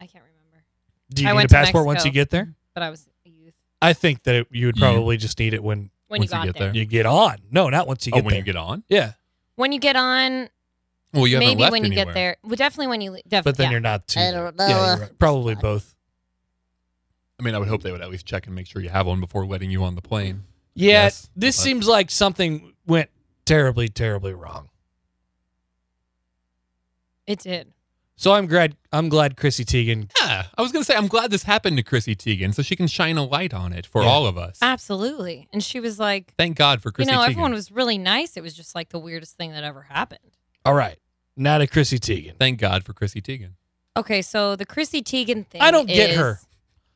Speaker 2: I can't remember,
Speaker 3: do you
Speaker 2: I
Speaker 3: need a
Speaker 2: went to
Speaker 3: passport once
Speaker 2: Mexico.
Speaker 3: you get there? Mm.
Speaker 2: but I was a youth
Speaker 3: I think that it, you would
Speaker 1: You-
Speaker 3: probably just need it when
Speaker 2: when
Speaker 1: Once
Speaker 2: you got there.
Speaker 3: you get on. No, not once you
Speaker 1: Oh,
Speaker 3: get
Speaker 1: when
Speaker 3: there.
Speaker 1: you get on?
Speaker 3: yeah.
Speaker 2: When you get on,
Speaker 1: Well, you haven't
Speaker 2: maybe
Speaker 1: left
Speaker 2: when you
Speaker 1: anywhere.
Speaker 2: get there. Well, definitely when you, le- definitely.
Speaker 3: But then
Speaker 2: yeah.
Speaker 3: you're not too.
Speaker 2: I don't know.
Speaker 3: Yeah, you're right. Probably
Speaker 2: Fine.
Speaker 3: both.
Speaker 1: I mean, I would hope they would at least check and make sure you have one before letting you on the plane.
Speaker 3: Yeah,
Speaker 1: Yes,
Speaker 3: this
Speaker 1: but-
Speaker 3: seems like something went terribly, terribly wrong.
Speaker 2: it did.
Speaker 3: So I'm glad. I'm glad Chrissy Teigen.
Speaker 1: Yeah, I was gonna say I'm glad this happened to Chrissy Teigen, so she can shine a light on it for
Speaker 3: Yeah.
Speaker 1: all of us.
Speaker 2: Absolutely. And she was like,
Speaker 1: Thank God for Chrissy
Speaker 2: you know,
Speaker 1: Teigen.
Speaker 2: everyone was really nice. It was just like the weirdest thing that ever happened.
Speaker 3: All right, now to Chrissy Teigen.
Speaker 1: Thank God for Chrissy Teigen.
Speaker 2: Okay, so the Chrissy Teigen thing.
Speaker 3: I don't get
Speaker 2: is-
Speaker 3: her.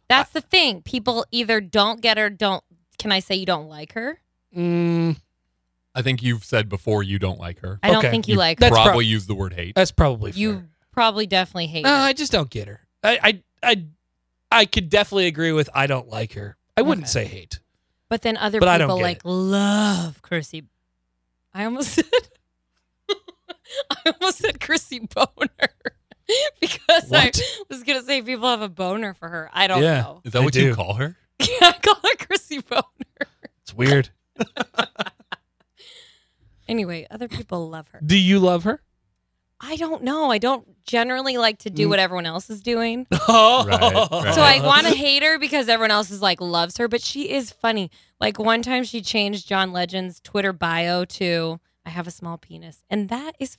Speaker 2: That's the thing. People either don't get her, don't. Can I say you don't like her?
Speaker 3: Mm,
Speaker 1: I think you've said before you don't like her.
Speaker 2: I don't
Speaker 3: Okay,
Speaker 2: think you,
Speaker 1: you-
Speaker 2: like her.
Speaker 3: That's
Speaker 1: probably
Speaker 3: prob-
Speaker 1: used the word hate.
Speaker 3: that's probably fair. Uh,
Speaker 2: You probably definitely hate
Speaker 3: No,
Speaker 2: her.
Speaker 3: I just don't get her. I, I, I, I could definitely agree with. I don't like her. I wouldn't
Speaker 2: Okay.
Speaker 3: say hate.
Speaker 2: but then other
Speaker 3: but I don't
Speaker 2: people
Speaker 3: get
Speaker 2: like
Speaker 3: it.
Speaker 2: love Chrissy. I almost said. I almost said Chrissy boner because
Speaker 3: What?
Speaker 2: I was gonna say people have a boner for her. I don't
Speaker 3: Yeah.
Speaker 2: know.
Speaker 1: Is that
Speaker 3: I
Speaker 1: what you
Speaker 3: do.
Speaker 1: call her?
Speaker 2: Yeah, I call her Chrissy boner.
Speaker 3: It's weird.
Speaker 2: Anyway, other people love her.
Speaker 3: Do you love her?
Speaker 2: I don't know. I don't generally like to do
Speaker 3: Mm.
Speaker 2: what everyone else is doing.
Speaker 3: Oh,
Speaker 1: right.
Speaker 2: So I want to hate her because everyone else is like loves her, but she is funny. Like one time she changed John Legend's Twitter bio to I have a small penis. And that is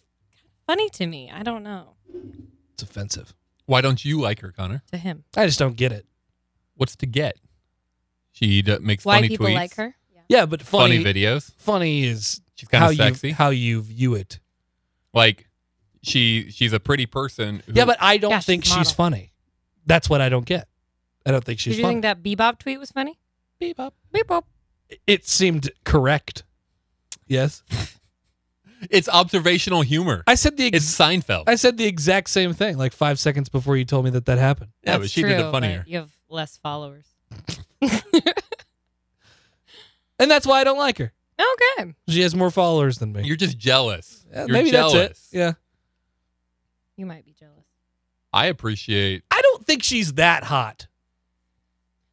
Speaker 2: funny to me. I don't know.
Speaker 3: It's offensive.
Speaker 1: Why don't you like her, Connor?
Speaker 2: To him.
Speaker 3: I just don't get it.
Speaker 1: What's to get? She d- makes
Speaker 2: Why
Speaker 1: funny
Speaker 2: people
Speaker 1: tweets,
Speaker 2: like her? Yeah.
Speaker 3: Yeah, but
Speaker 1: funny
Speaker 3: funny.
Speaker 1: videos.
Speaker 3: funny is
Speaker 1: She's kind
Speaker 3: how
Speaker 1: of sexy.
Speaker 3: you how you view it.
Speaker 1: like she she's a pretty person. who-
Speaker 3: Yeah, but I don't
Speaker 2: Yeah, she's
Speaker 3: think
Speaker 2: a
Speaker 3: she's,
Speaker 2: model.
Speaker 3: funny. That's what I don't get. I don't think she's
Speaker 2: Did you think
Speaker 3: funny.
Speaker 2: that Bebop tweet was funny?
Speaker 3: Bebop.
Speaker 2: Bebop.
Speaker 3: It seemed correct. Yes.
Speaker 1: it's observational humor.
Speaker 3: I said the
Speaker 1: it's
Speaker 3: ex-
Speaker 1: Seinfeld.
Speaker 3: I said the exact same thing like 5 seconds before you told me that that happened.
Speaker 1: yeah, but
Speaker 2: That's
Speaker 1: she did
Speaker 2: true,
Speaker 1: it
Speaker 2: but
Speaker 1: funnier.
Speaker 2: You have less followers.
Speaker 3: And that's why I don't like her.
Speaker 2: Okay.
Speaker 3: She has more followers than me.
Speaker 1: You're just jealous.
Speaker 3: Yeah,
Speaker 1: You're
Speaker 3: maybe
Speaker 1: jealous.
Speaker 3: that's it. Yeah.
Speaker 2: You might be jealous.
Speaker 1: I appreciate
Speaker 3: I don't think she's that hot.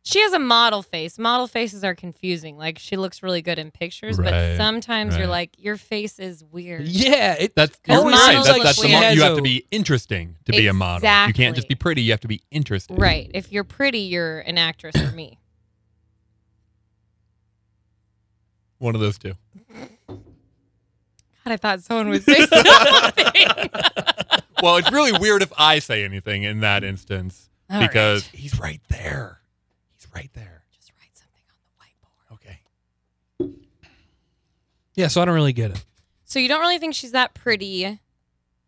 Speaker 2: She has a model face. Model faces are confusing. Like she looks really good in pictures,
Speaker 1: Right,
Speaker 2: but sometimes
Speaker 1: right.
Speaker 2: you're like, your face is weird.
Speaker 3: Yeah, it,
Speaker 1: That's
Speaker 2: Your
Speaker 1: you're
Speaker 2: model
Speaker 1: right.
Speaker 2: looks
Speaker 1: That's,
Speaker 2: like
Speaker 1: that's the
Speaker 2: she
Speaker 1: mo-
Speaker 3: has
Speaker 1: you have
Speaker 3: a-
Speaker 1: to be interesting to be a model. You can't just
Speaker 2: Exactly.
Speaker 1: be pretty. You have to be interesting.
Speaker 2: Right. If you're pretty, you're an actress for me.
Speaker 1: One of those two.
Speaker 2: God, I thought someone would say something.
Speaker 1: well, it's really weird if I say anything in that instance
Speaker 2: All right.
Speaker 1: because he's right there. He's right there.
Speaker 2: just write something on the whiteboard.
Speaker 1: Okay.
Speaker 3: Yeah, so I don't really get it.
Speaker 2: So you don't really think she's that pretty.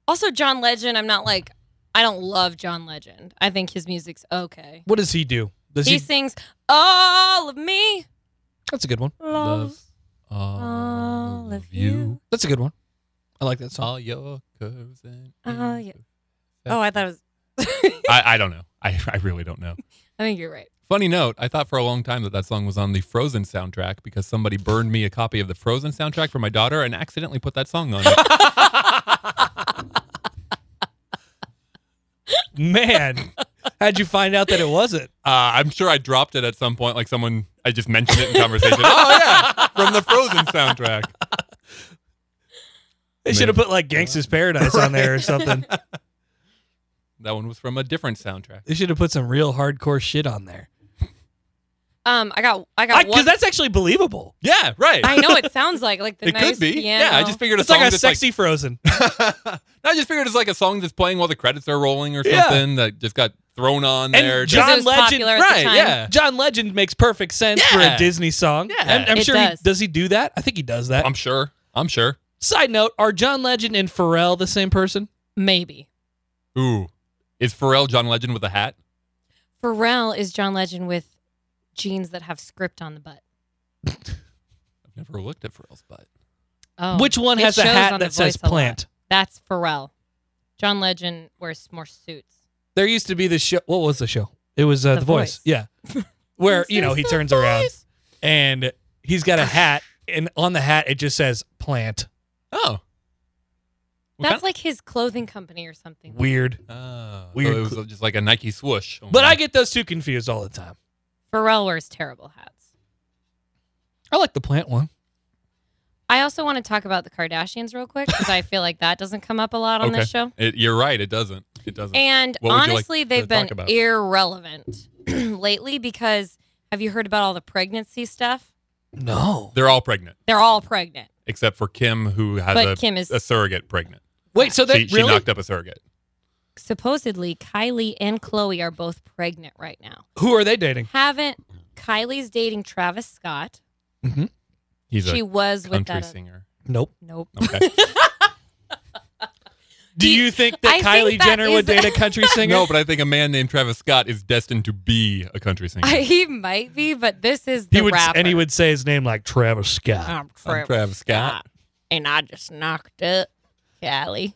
Speaker 2: Also, John Legend, I'm not like I don't love John Legend. I think his music's okay.
Speaker 3: What does he do? Does
Speaker 2: He
Speaker 3: he?
Speaker 2: sings all of me.
Speaker 3: That's a good one.
Speaker 2: Love
Speaker 1: All,
Speaker 2: all of you.
Speaker 3: That's a good one. I like that song.
Speaker 1: all your curves and.
Speaker 2: All your- Oh, I thought it was
Speaker 1: I, I don't know. I, I really don't know.
Speaker 2: I think you're right.
Speaker 1: Funny note, I thought for a long time that that song was on the Frozen soundtrack because somebody burned me a copy of the Frozen soundtrack for my daughter and accidentally put that song on it. Uh,
Speaker 3: Man, how'd you find out that it wasn't?
Speaker 1: Uh, I'm sure I dropped it at some point, like someone, I just mentioned it in conversation. oh, yeah, from the Frozen soundtrack.
Speaker 3: They should have put like Gangsta's Paradise on there or something.
Speaker 1: That one was from a different soundtrack.
Speaker 3: They should have put some real hardcore shit on there.
Speaker 2: Um, I got I got
Speaker 3: Because
Speaker 2: one.
Speaker 3: that's actually believable.
Speaker 1: Yeah, right.
Speaker 2: I know it sounds like like the
Speaker 1: it
Speaker 2: nice
Speaker 1: could be.
Speaker 2: piano.
Speaker 1: Yeah, I just figured a
Speaker 3: It's
Speaker 1: song
Speaker 3: like a
Speaker 1: that's
Speaker 3: sexy Frozen.
Speaker 1: like. I just figured it's like a song that's playing while the credits are rolling or
Speaker 3: Yeah.
Speaker 1: something that just got thrown on
Speaker 3: And
Speaker 1: there.
Speaker 3: John
Speaker 2: Because it was
Speaker 3: Legend-
Speaker 2: popular at the
Speaker 1: right,
Speaker 2: time.
Speaker 1: yeah.
Speaker 3: John Legend makes perfect sense for
Speaker 1: Yeah.
Speaker 3: a Disney song.
Speaker 1: Yeah.
Speaker 3: I'm, I'm
Speaker 2: It
Speaker 3: sure he-
Speaker 2: does. Um,
Speaker 3: does he do that? I think he does that.
Speaker 1: I'm sure. I'm sure.
Speaker 3: Side note: Are John Legend and Pharrell the same person?
Speaker 2: Maybe.
Speaker 1: Ooh. Is Pharrell John Legend with a hat?
Speaker 2: Pharrell is John Legend with jeans that have script on the butt.
Speaker 1: I've never looked at Pharrell's butt.
Speaker 2: Oh,
Speaker 3: Which one
Speaker 2: it
Speaker 3: has a
Speaker 2: shows
Speaker 3: hat
Speaker 2: on The
Speaker 3: that says
Speaker 2: Voice a lot.
Speaker 3: plant?
Speaker 2: That's Pharrell. John Legend wears more suits.
Speaker 3: There used to be this show. What was the show? It was uh, the,
Speaker 2: The
Speaker 3: Voice.
Speaker 2: Voice.
Speaker 3: Yeah, where you know
Speaker 2: says
Speaker 3: he
Speaker 2: The
Speaker 3: turns around and he's got a hat, and on the hat it just says plant.
Speaker 1: Oh. What
Speaker 2: That's like his clothing company or something.
Speaker 3: Weird.
Speaker 1: kind oh.
Speaker 3: Weird
Speaker 1: So it was just like a Nike swoosh.
Speaker 3: But I get those two confused all the time.
Speaker 2: Pharrell wears terrible hats.
Speaker 3: I like the plant one.
Speaker 2: I also want to talk about the Kardashians real quick because I feel like that doesn't come up a lot on this show.
Speaker 1: It, you're right. It doesn't. It doesn't.
Speaker 2: And
Speaker 1: What would you like
Speaker 2: honestly,
Speaker 1: to
Speaker 2: they've been
Speaker 1: talk about?
Speaker 2: irrelevant lately because have you heard about all the pregnancy stuff?
Speaker 3: No.
Speaker 1: They're all pregnant
Speaker 2: They're all pregnant,
Speaker 1: except for Kim, who has
Speaker 2: but
Speaker 1: a,
Speaker 2: Kim is
Speaker 1: a surrogate pregnant.
Speaker 3: Wait. So that
Speaker 1: she, she
Speaker 3: really?
Speaker 1: knocked up a surrogate.
Speaker 2: supposedly Kylie and Chloe are both pregnant right now.
Speaker 3: who are they dating?
Speaker 2: Haven't Kylie's dating Travis Scott?
Speaker 1: He's
Speaker 2: she
Speaker 1: a
Speaker 2: was with
Speaker 1: country
Speaker 2: that. uh,
Speaker 1: singer.
Speaker 3: Nope.
Speaker 2: nope.
Speaker 1: Okay.
Speaker 3: Do you think that
Speaker 2: I
Speaker 3: Kylie
Speaker 2: think that
Speaker 3: Jenner would
Speaker 2: is-
Speaker 3: date a country singer?
Speaker 1: no, but I think a man named Travis Scott is destined to be a country singer.
Speaker 2: I, he might be, but this is the
Speaker 3: He would,
Speaker 2: rapper. Oh.
Speaker 3: and he would say his name like Travis Scott.
Speaker 2: I'm Travis,
Speaker 1: I'm Travis Scott.
Speaker 2: Scott, and I just knocked up Kylie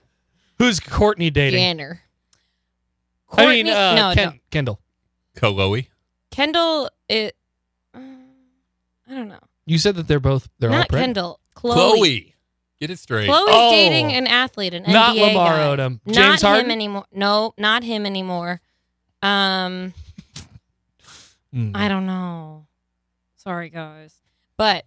Speaker 3: Who's Courtney dating?
Speaker 2: Jenner.
Speaker 3: I mean,
Speaker 2: Kourtney-
Speaker 3: uh,
Speaker 2: no,
Speaker 3: Ken-
Speaker 2: no,
Speaker 3: Kendall.
Speaker 1: Chloe.
Speaker 2: Kendall. It. um, I don't know.
Speaker 3: You said that they're both they're all
Speaker 2: Not
Speaker 3: pregnant.
Speaker 2: Kendall. Chloe.
Speaker 1: Get it straight.
Speaker 2: Chloe's
Speaker 3: Oh.
Speaker 2: dating an athlete, an
Speaker 3: Not
Speaker 2: NBA
Speaker 3: Lamar
Speaker 2: guy.
Speaker 3: Odom.
Speaker 2: Not
Speaker 3: James
Speaker 2: him
Speaker 3: Harden.
Speaker 2: anymore. No, not him anymore. Um,
Speaker 3: Mm.
Speaker 2: I don't know. Sorry, guys. But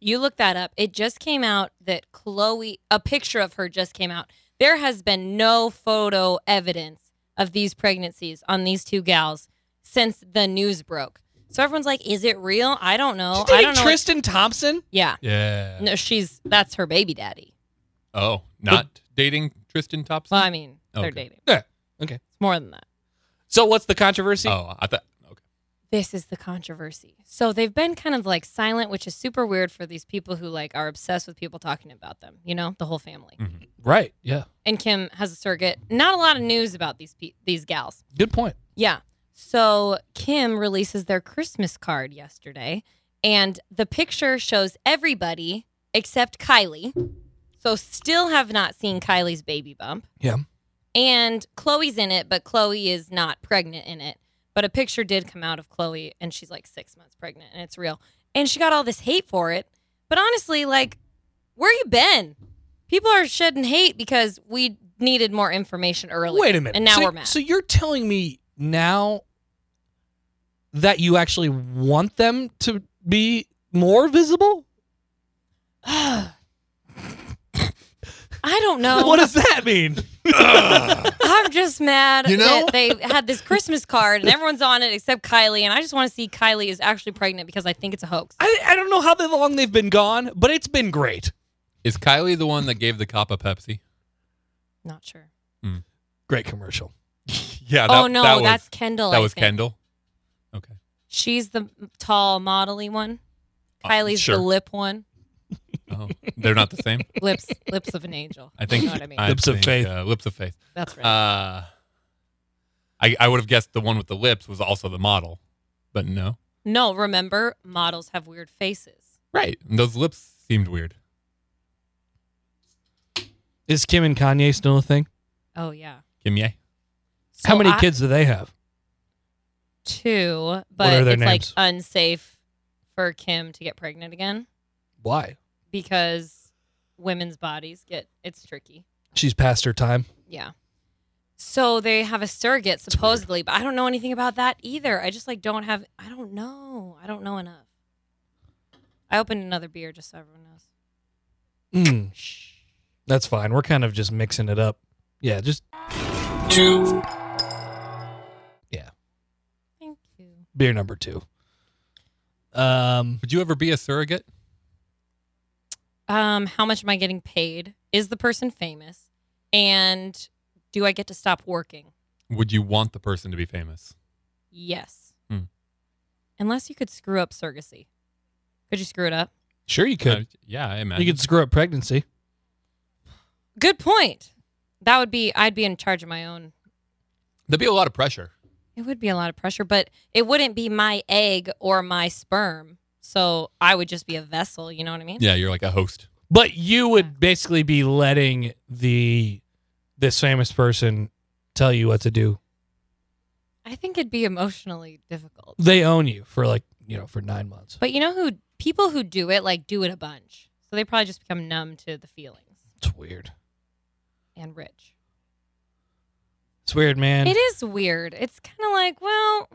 Speaker 2: you look that up. It just came out that Chloe, a picture of her just came out. There has been no photo evidence of these pregnancies on these two gals since the news broke. So everyone's like, is it real? I don't know.
Speaker 3: She's
Speaker 2: I
Speaker 3: dating
Speaker 2: don't know.
Speaker 3: Tristan Thompson.
Speaker 2: yeah.
Speaker 1: Yeah.
Speaker 2: No, she's, that's her baby daddy.
Speaker 1: Oh, not dating Tristan Thompson.
Speaker 2: Well, I mean, they're
Speaker 1: Okay.
Speaker 2: dating.
Speaker 3: Yeah. Okay.
Speaker 2: It's more than that.
Speaker 3: So what's the controversy?
Speaker 1: oh, I thought. Okay.
Speaker 2: this is the controversy. So they've been kind of like silent, which is super weird for these people who like are obsessed with people talking about them, you know, the whole family.
Speaker 3: Mm. Right. Yeah.
Speaker 2: And Kim has a surrogate. Not a lot of news about these pe- these gals.
Speaker 3: Good point.
Speaker 2: Yeah. So Kim releases their Christmas card yesterday, and the picture shows everybody except Kylie. So still have not seen Kylie's baby bump.
Speaker 3: Yeah.
Speaker 2: And Chloe's in it, but Chloe is not pregnant in it. But a picture did come out of Chloe, and she's like six months pregnant, and it's real. And she got all this hate for it. But honestly, like, where you been? People are shedding hate because we needed more information earlier.
Speaker 3: Wait a minute.
Speaker 2: And now
Speaker 3: so,
Speaker 2: we're mad.
Speaker 3: So you're telling me now that you actually want them to be more visible?
Speaker 2: I don't know.
Speaker 3: What does that mean?
Speaker 2: I'm just mad
Speaker 1: You know?
Speaker 2: that they had this Christmas card and everyone's on it except Kylie. And I just want to see Kylie is actually pregnant because I think it's a hoax.
Speaker 3: I, I don't know how long they've been gone, but it's been great.
Speaker 1: Is Kylie the one that gave the cop a Pepsi?
Speaker 2: Not sure.
Speaker 1: Mm.
Speaker 3: Great commercial.
Speaker 1: yeah. Uh, That,
Speaker 2: oh no,
Speaker 1: that was,
Speaker 2: that's Kendall.
Speaker 1: that
Speaker 2: I
Speaker 1: was
Speaker 2: think.
Speaker 1: Kendall. Okay.
Speaker 2: She's the tall, modelly one.
Speaker 1: Uh,
Speaker 2: Kylie's
Speaker 1: sure.
Speaker 2: the lip one.
Speaker 1: Oh, they're not the same.
Speaker 2: Lips, lips of an angel.
Speaker 1: I think.
Speaker 2: You know what I mean?
Speaker 3: Lips of
Speaker 1: think,
Speaker 3: Faith.
Speaker 1: Uh, lips of faith.
Speaker 2: that's right.
Speaker 1: Uh, I I would have guessed the one with the lips was also the model, but no.
Speaker 2: no, remember, models have weird faces.
Speaker 1: Right. And those lips seemed weird.
Speaker 3: Is Kim and Kanye still a thing?
Speaker 2: Oh yeah.
Speaker 1: Kim Ye.
Speaker 2: So
Speaker 3: How many
Speaker 2: I-
Speaker 3: kids do they have?
Speaker 2: Two,
Speaker 3: What are
Speaker 2: but
Speaker 3: their
Speaker 2: it's like
Speaker 3: names?
Speaker 2: unsafe for Kim to get pregnant again
Speaker 3: Why?
Speaker 2: because women's bodies get it's tricky.
Speaker 3: She's past her time.
Speaker 2: Yeah. So they have a surrogate supposedly, but I don't know anything about that either. I just like don't have I don't know. I don't know enough. I opened another beer just so everyone knows.
Speaker 3: Mm, that's fine. We're kind of just mixing it up. Yeah, just
Speaker 4: two,
Speaker 2: Thank you.
Speaker 3: beer number two. Um,
Speaker 1: Would you ever be a surrogate?
Speaker 2: Um, how much am I getting paid? Is the person famous? And do I get to stop working?
Speaker 1: Would you want the person to be famous?
Speaker 2: Yes.
Speaker 1: Hmm.
Speaker 2: Unless you could screw up surrogacy. Could you screw it up?
Speaker 3: sure you could.
Speaker 1: Uh, yeah, I
Speaker 3: you
Speaker 1: imagine.
Speaker 3: could screw up pregnancy.
Speaker 2: Good point. That would be I'd be in charge of my own
Speaker 1: There'd be a lot of pressure.
Speaker 2: It would be a lot of pressure, but it wouldn't be my egg or my sperm. So I would just be a vessel. You know what I mean?
Speaker 1: Yeah, you're like a host.
Speaker 3: But you would basically be letting the this famous person tell you what to do.
Speaker 2: I think it'd be emotionally difficult.
Speaker 3: They own you for like you know for nine months.
Speaker 2: But you know who? People who do it, like, do it a bunch. So they probably just become numb to the feelings
Speaker 3: It's weird.
Speaker 2: and rich.
Speaker 3: It's weird, man.
Speaker 2: it is weird. It's kind of like, well,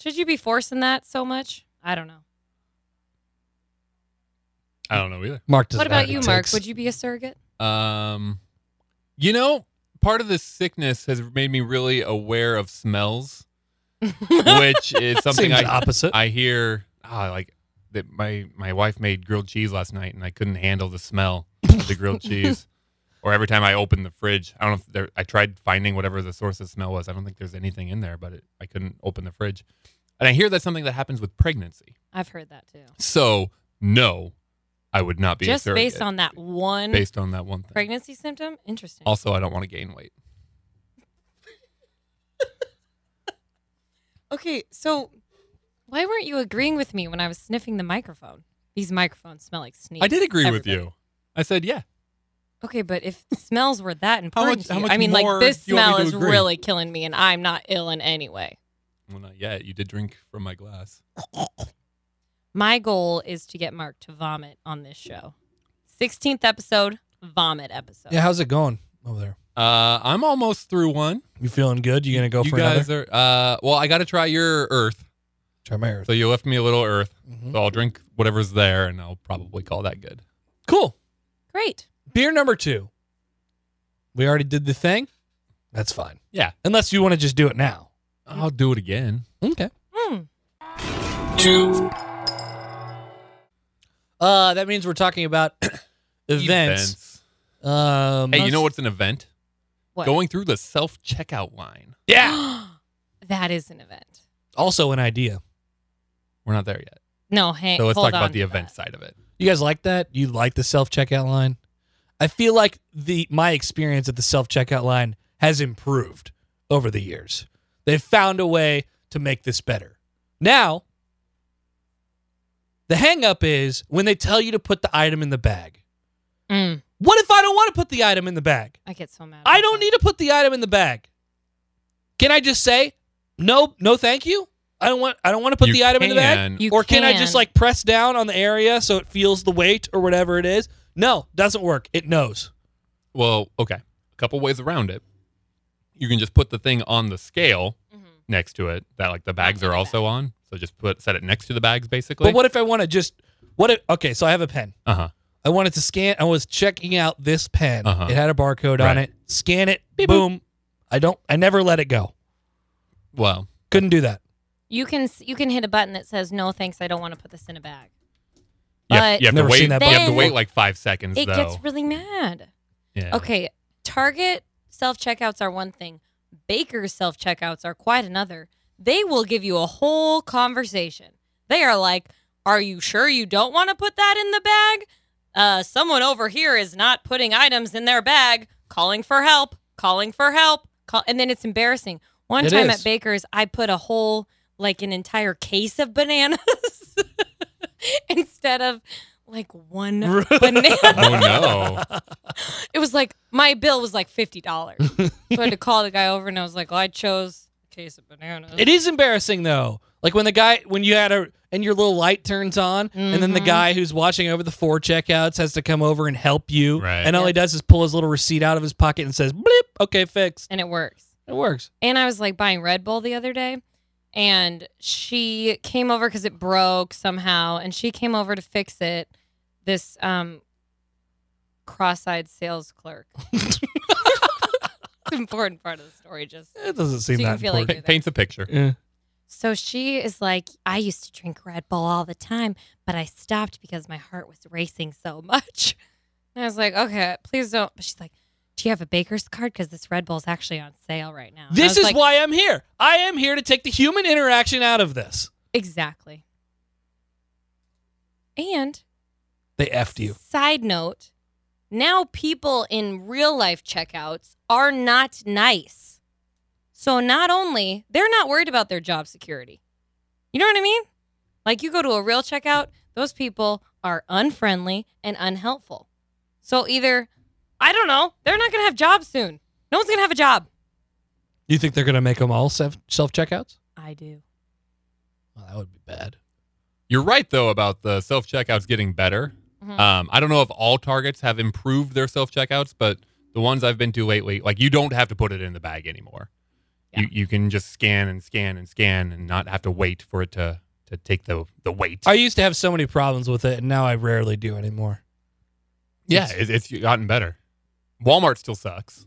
Speaker 2: should you be forcing that so much? I don't know.
Speaker 1: I don't know either.
Speaker 3: Mark doesn't
Speaker 2: what about
Speaker 3: have
Speaker 2: you,
Speaker 3: any
Speaker 2: Mark?
Speaker 3: ticks.
Speaker 2: Would you be a surrogate?
Speaker 1: Um, you know, part of this sickness has made me really aware of smells, which is something I
Speaker 3: Seems opposite.
Speaker 1: I hear. ah, like that my my wife made grilled cheese last night, and I couldn't handle the smell of the grilled cheese. Or every time I open the fridge, I don't know if there. I tried finding whatever the source of smell was. I don't think there's anything in there, but it, I couldn't open the fridge. And I hear that's something that happens with pregnancy.
Speaker 2: I've heard that too.
Speaker 1: So no, I would not be a
Speaker 2: just based
Speaker 1: surrogate
Speaker 2: on that one
Speaker 1: based on that one thing.
Speaker 2: pregnancy symptom? Interesting.
Speaker 1: Also, I don't want to gain weight.
Speaker 2: Okay, so why weren't you agreeing with me when I was sniffing the microphone? These microphones smell like sneak.
Speaker 1: I did agree with
Speaker 2: Everybody.
Speaker 1: you. I said yeah.
Speaker 2: Okay, but if smells were that important,
Speaker 1: much-
Speaker 2: to
Speaker 1: how
Speaker 2: you-
Speaker 1: much
Speaker 2: I mean, like
Speaker 1: more
Speaker 2: this
Speaker 1: do you want me
Speaker 2: smell
Speaker 1: to
Speaker 2: is
Speaker 1: agree?
Speaker 2: really killing me, and I'm not ill in any way.
Speaker 1: Well, not yet. You did drink from my glass.
Speaker 2: My goal is to get Mark to vomit on this show. Sixteenth episode, vomit episode.
Speaker 3: yeah, how's it going over there?
Speaker 1: Uh, I'm almost through one.
Speaker 3: You feeling good? You gonna go
Speaker 1: you
Speaker 3: for
Speaker 1: guys
Speaker 3: another?
Speaker 1: are. Uh, well, I got to try your Earth.
Speaker 3: Try my earth.
Speaker 1: So you left me a little Earth.
Speaker 3: Mhm.
Speaker 1: So I'll drink whatever's there, and I'll probably call that good.
Speaker 3: Cool.
Speaker 2: Great.
Speaker 3: Beer number two. We already did the thing. That's fine.
Speaker 1: Yeah.
Speaker 3: Unless you want to just do it now.
Speaker 1: I'll do it again.
Speaker 3: Okay.
Speaker 2: Hmm.
Speaker 4: two,
Speaker 3: Uh, that means we're talking about events. Um,
Speaker 1: Hey, you know what's an event?
Speaker 2: What?
Speaker 1: Going through the self checkout line.
Speaker 3: Yeah.
Speaker 2: that is an event.
Speaker 3: Also, an idea.
Speaker 1: We're not there yet.
Speaker 2: No, hang.
Speaker 1: So let's
Speaker 2: hold
Speaker 1: talk
Speaker 2: on
Speaker 1: about the
Speaker 2: to
Speaker 1: event
Speaker 2: that.
Speaker 1: side of it.
Speaker 3: You guys like that? You like the self checkout line? I feel like the my experience at the self checkout line has improved over the years. They've found a way to make this better. Now, the hang up is when they tell you to put the item in the bag.
Speaker 2: Mm,
Speaker 3: What if I don't want to put the item in the bag?
Speaker 2: I get so mad.
Speaker 3: I
Speaker 2: about
Speaker 3: don't
Speaker 2: that.
Speaker 3: need to put the item in the bag. Can I just say no? No, thank you. I don't want. I don't want to put
Speaker 1: You
Speaker 3: the item in the bag.
Speaker 1: can-
Speaker 2: You
Speaker 3: or can, I just
Speaker 2: can.
Speaker 3: like press down on the area so it feels the weight or whatever it is? No, doesn't work. It knows.
Speaker 1: Well, okay. A couple ways around it. You can just put the thing on the scale
Speaker 2: Mhm.
Speaker 1: next to it that like the bags are also on. So just put set it next to the bags basically.
Speaker 3: But what if I want to just what if okay, so I have a pen.
Speaker 1: Uh huh.
Speaker 3: I wanted to scan I was checking out this pen.
Speaker 1: Uh-huh.
Speaker 3: It had a barcode on
Speaker 1: Right.
Speaker 3: it. Scan it.
Speaker 1: Beep,
Speaker 3: boom. I don't I never let it go.
Speaker 1: Well,
Speaker 3: Couldn't do that.
Speaker 2: You can s- you can hit a button that says no thanks. I don't want to put this in a bag.
Speaker 1: you have,
Speaker 2: But
Speaker 1: you have to
Speaker 3: Never
Speaker 1: wait.
Speaker 3: seen that
Speaker 1: you have to
Speaker 2: before.
Speaker 1: wait like five seconds
Speaker 2: It
Speaker 1: though.
Speaker 2: gets really mad.
Speaker 1: yeah.
Speaker 2: Okay, Target self checkouts are one thing, Baker's self checkouts are quite another. They will give you a whole conversation. They are like, Are you sure you don't want to put that in the bag? Uh, someone over here is not putting items in their bag, calling for help, calling for help. Call- and then it's embarrassing. One
Speaker 3: It
Speaker 2: time
Speaker 3: is.
Speaker 2: at Baker's, I put a whole, like an entire case of bananas instead of like one banana.
Speaker 1: Oh no.
Speaker 2: It was like my bill was like fifty dollars. so I had to call the guy over, and I was like, well, "I chose a case of bananas."
Speaker 3: It is embarrassing though. Like when the guy when you had a and your little light turns on, and then the
Speaker 2: Mhm.
Speaker 3: guy who's watching over the four checkouts has to come over and help you,
Speaker 1: Right.
Speaker 3: and all he does is pull his little receipt out of his pocket and says, "Blip, okay, fixed."
Speaker 2: and it works.
Speaker 3: It works.
Speaker 2: And I was like buying Red Bull the other day, and she came over because it broke somehow, and she came over to fix it. This um, cross-eyed sales clerk. important part of the story, just
Speaker 3: It doesn't seem
Speaker 2: So you
Speaker 3: that
Speaker 2: can feel like
Speaker 3: important.
Speaker 1: Pa- paints a picture.
Speaker 3: Yeah.
Speaker 2: So she is like, I used to drink Red Bull all the time, but I stopped because my heart was racing so much. And I was like, okay, please don't. But she's like, do you have a baker's card? Because this Red Bull's actually on sale right now. And I
Speaker 3: This
Speaker 2: was
Speaker 3: is
Speaker 2: like,
Speaker 3: why I'm here. I am here to take the human interaction out of this.
Speaker 2: Exactly. And
Speaker 3: They effed you.
Speaker 2: side note, now people in real life checkouts are not nice. So not only they're not worried about their job security. You know what I mean? Like you go to a real checkout, those people are unfriendly and unhelpful. So either I don't know, they're not going to have jobs soon. No one's going to have a job.
Speaker 3: You think they're gonna make them all self self checkouts?
Speaker 2: I do.
Speaker 3: Well, that would be bad.
Speaker 1: You're right though about the self checkouts getting better.
Speaker 2: Mhm.
Speaker 3: Mm-hmm.
Speaker 1: Um, I don't know if all targets have improved their self checkouts, but the ones I've been to lately, like you don't have to put it in the bag anymore. You you can just scan and scan and scan and not have to wait for it to to take the the weight.
Speaker 3: I used to have so many problems with it, and now I rarely do anymore.
Speaker 1: yeah, it's, it's gotten better. Walmart still sucks.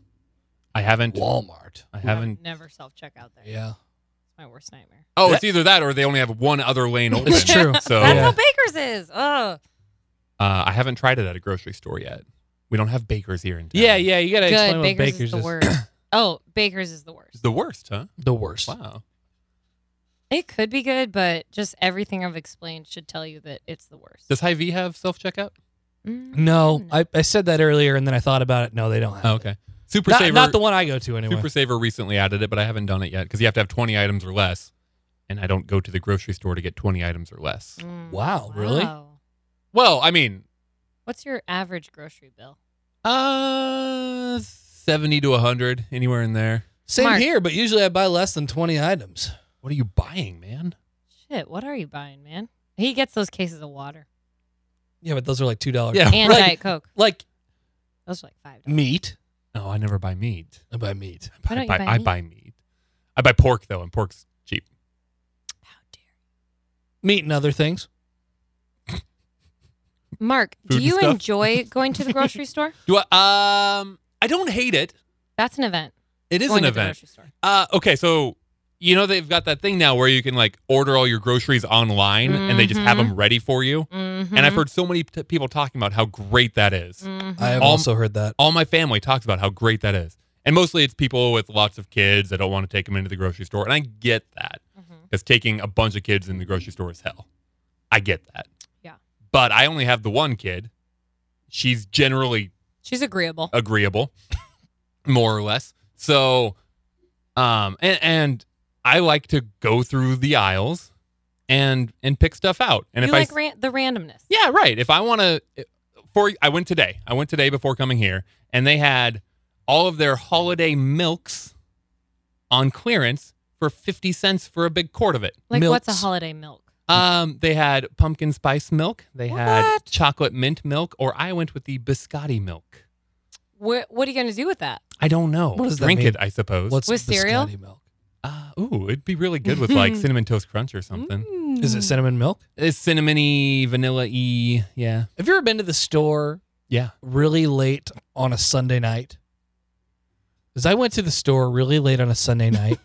Speaker 1: I haven't.
Speaker 3: Walmart.
Speaker 1: I haven't.
Speaker 2: never self checkout there.
Speaker 3: Um, Yeah.
Speaker 2: It's my worst nightmare.
Speaker 1: Oh, it's either that or they only have one other lane open.
Speaker 3: It's true.
Speaker 1: So
Speaker 2: That's
Speaker 3: Yeah.
Speaker 2: how Baker's is. Oh,
Speaker 1: uh, I haven't tried it at a grocery store yet. We don't have bakers here in town.
Speaker 3: Yeah, yeah. You gotta
Speaker 2: good.
Speaker 3: explain
Speaker 2: Baker's,
Speaker 3: what
Speaker 2: is
Speaker 3: Baker's
Speaker 2: the worst. oh, Baker's is the worst.
Speaker 1: It's the worst, huh?
Speaker 3: The worst.
Speaker 1: Wow.
Speaker 2: It could be good, but just everything I've explained should tell you that it's the worst.
Speaker 1: Does Hy-Vee have self checkout?
Speaker 2: Mm.
Speaker 3: No, I, I said that earlier, and then I thought about it. No, they don't have.
Speaker 1: Oh,
Speaker 3: it.
Speaker 1: okay. Super
Speaker 3: Not,
Speaker 1: Saver.
Speaker 3: not the one I go to anyway.
Speaker 1: Super Saver recently added it, but I haven't done it yet because you have to have 20 items or less, and I don't go to the grocery store to get 20 items or less.
Speaker 2: Mm.
Speaker 3: Wow, really?
Speaker 2: Wow.
Speaker 1: Well, I mean,
Speaker 2: What's your average grocery bill?
Speaker 1: uh, 70 to 100, anywhere in there.
Speaker 3: Same
Speaker 2: Mark.
Speaker 3: here, but usually I buy less than twenty items.
Speaker 1: What are you buying, man?
Speaker 2: Shit, what are you buying, man? He gets those cases of water
Speaker 3: Yeah, but those are like two dollars.
Speaker 1: Yeah.
Speaker 2: and
Speaker 3: Right.
Speaker 2: Diet Coke.
Speaker 3: like
Speaker 2: Those are like five. dollars.
Speaker 3: meat.
Speaker 1: No, I never buy meat.
Speaker 3: I buy meat.
Speaker 2: Why don't you
Speaker 1: Mm, I,
Speaker 2: buy
Speaker 1: I
Speaker 2: meat?
Speaker 1: buy meat. I buy pork though, and pork's cheap.
Speaker 2: How dare
Speaker 3: Meat and other things.
Speaker 2: you. Mark,
Speaker 1: Food
Speaker 2: do
Speaker 1: and
Speaker 2: you
Speaker 1: stuff.
Speaker 2: enjoy going to the grocery store?
Speaker 1: Do I? Um, I don't hate it.
Speaker 2: That's an event.
Speaker 1: It is
Speaker 2: going
Speaker 1: an
Speaker 2: to
Speaker 1: event.
Speaker 2: The grocery store.
Speaker 1: Uh, okay, so you know they've got that thing now where you can like order all your groceries online, and they just have
Speaker 2: Mhm.
Speaker 1: them ready for you.
Speaker 2: Mm-hmm. Mm.
Speaker 1: And I've heard so many t- people talking about how great that is.
Speaker 3: I have
Speaker 1: Um,
Speaker 3: also heard that.
Speaker 1: All my family talks about how great that is. And mostly it's people with lots of kids that don't want to take them into the grocery store. And I get that
Speaker 2: Mm-hmm.
Speaker 1: because taking a bunch of kids in the grocery store is hell. I get that.
Speaker 2: Yeah.
Speaker 1: But I only have the one kid. She's generally
Speaker 2: She's agreeable.
Speaker 1: agreeable, more or less. So, um, and, and I like to go through the aisles and and pick stuff out. And
Speaker 2: you
Speaker 1: if I
Speaker 2: like
Speaker 1: s-
Speaker 2: ran- the randomness.
Speaker 1: yeah, right. If I want to, for I went today. I went today before coming here, and they had all of their holiday milks on clearance for fifty cents for a big quart of it.
Speaker 2: Like what's a
Speaker 3: Milks.
Speaker 2: holiday milk?
Speaker 1: Um, they had pumpkin spice milk. They had
Speaker 2: What?
Speaker 1: chocolate mint milk, or I went with the biscotti milk.
Speaker 2: What What are you going to do with that?
Speaker 1: I don't know.
Speaker 3: What does that
Speaker 1: Drink
Speaker 3: mean?
Speaker 1: it, I suppose.
Speaker 3: What's
Speaker 2: With cereal?
Speaker 3: biscotti milk?
Speaker 1: Uh, ooh, it'd be really good with like cinnamon toast crunch or
Speaker 2: Mm.
Speaker 1: something.
Speaker 2: Hmm.
Speaker 3: Is it cinnamon milk?
Speaker 1: It's cinnamony, vanilla
Speaker 2: E,
Speaker 1: y. Yeah,
Speaker 3: Have you ever been to the store
Speaker 1: yeah.
Speaker 3: really late on a Sunday night. Because I went to the store really late on a Sunday night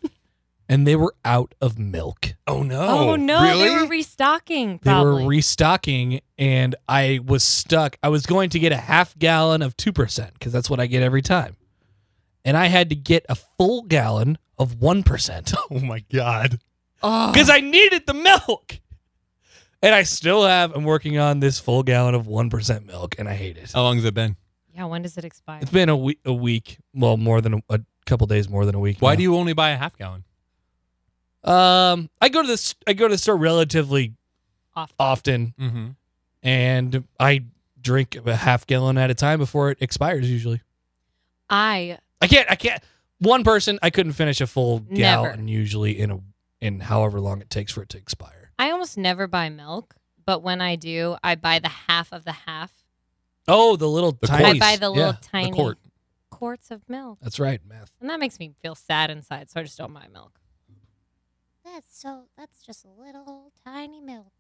Speaker 3: and they were out of milk.
Speaker 1: Oh no!
Speaker 2: Oh, no, they were
Speaker 1: Really?
Speaker 2: restocking.
Speaker 3: They
Speaker 2: Probably.
Speaker 3: were restocking and I was stuck. I was going to get a half gallon of 2% because that's what I get every time. and I had to get a full gallon of 1%
Speaker 1: Oh my god.
Speaker 2: Oh,
Speaker 3: because I needed the milk. And I still have, I'm working on this full gallon of 1% milk, and I hate it.
Speaker 1: How long has it been?
Speaker 2: yeah. When does it expire?
Speaker 3: It's been a week, a week, well, more than a, a couple days, more than a week.
Speaker 1: Why
Speaker 3: now.
Speaker 1: do you only buy a half gallon?
Speaker 3: Um, I go to this. I go to the store relatively
Speaker 2: Off.
Speaker 3: often,
Speaker 1: Mm-hmm.
Speaker 3: and I drink a half gallon at a time before it expires. Usually,
Speaker 2: I
Speaker 3: I can't. I can't. One person, I couldn't finish a full
Speaker 2: Never.
Speaker 3: gallon usually in a in however long it takes for it to expire.
Speaker 2: I almost never buy milk, but when I do, I buy the half of the half.
Speaker 3: Oh, the little
Speaker 1: The
Speaker 3: tiny.
Speaker 1: Nice.
Speaker 2: I buy the little
Speaker 3: Yeah,
Speaker 2: tiny
Speaker 1: quart.
Speaker 2: quarts of milk,
Speaker 3: That's right, math.
Speaker 2: and that makes me feel sad inside. So I just don't buy milk.
Speaker 5: That's so. That's just a little tiny milk.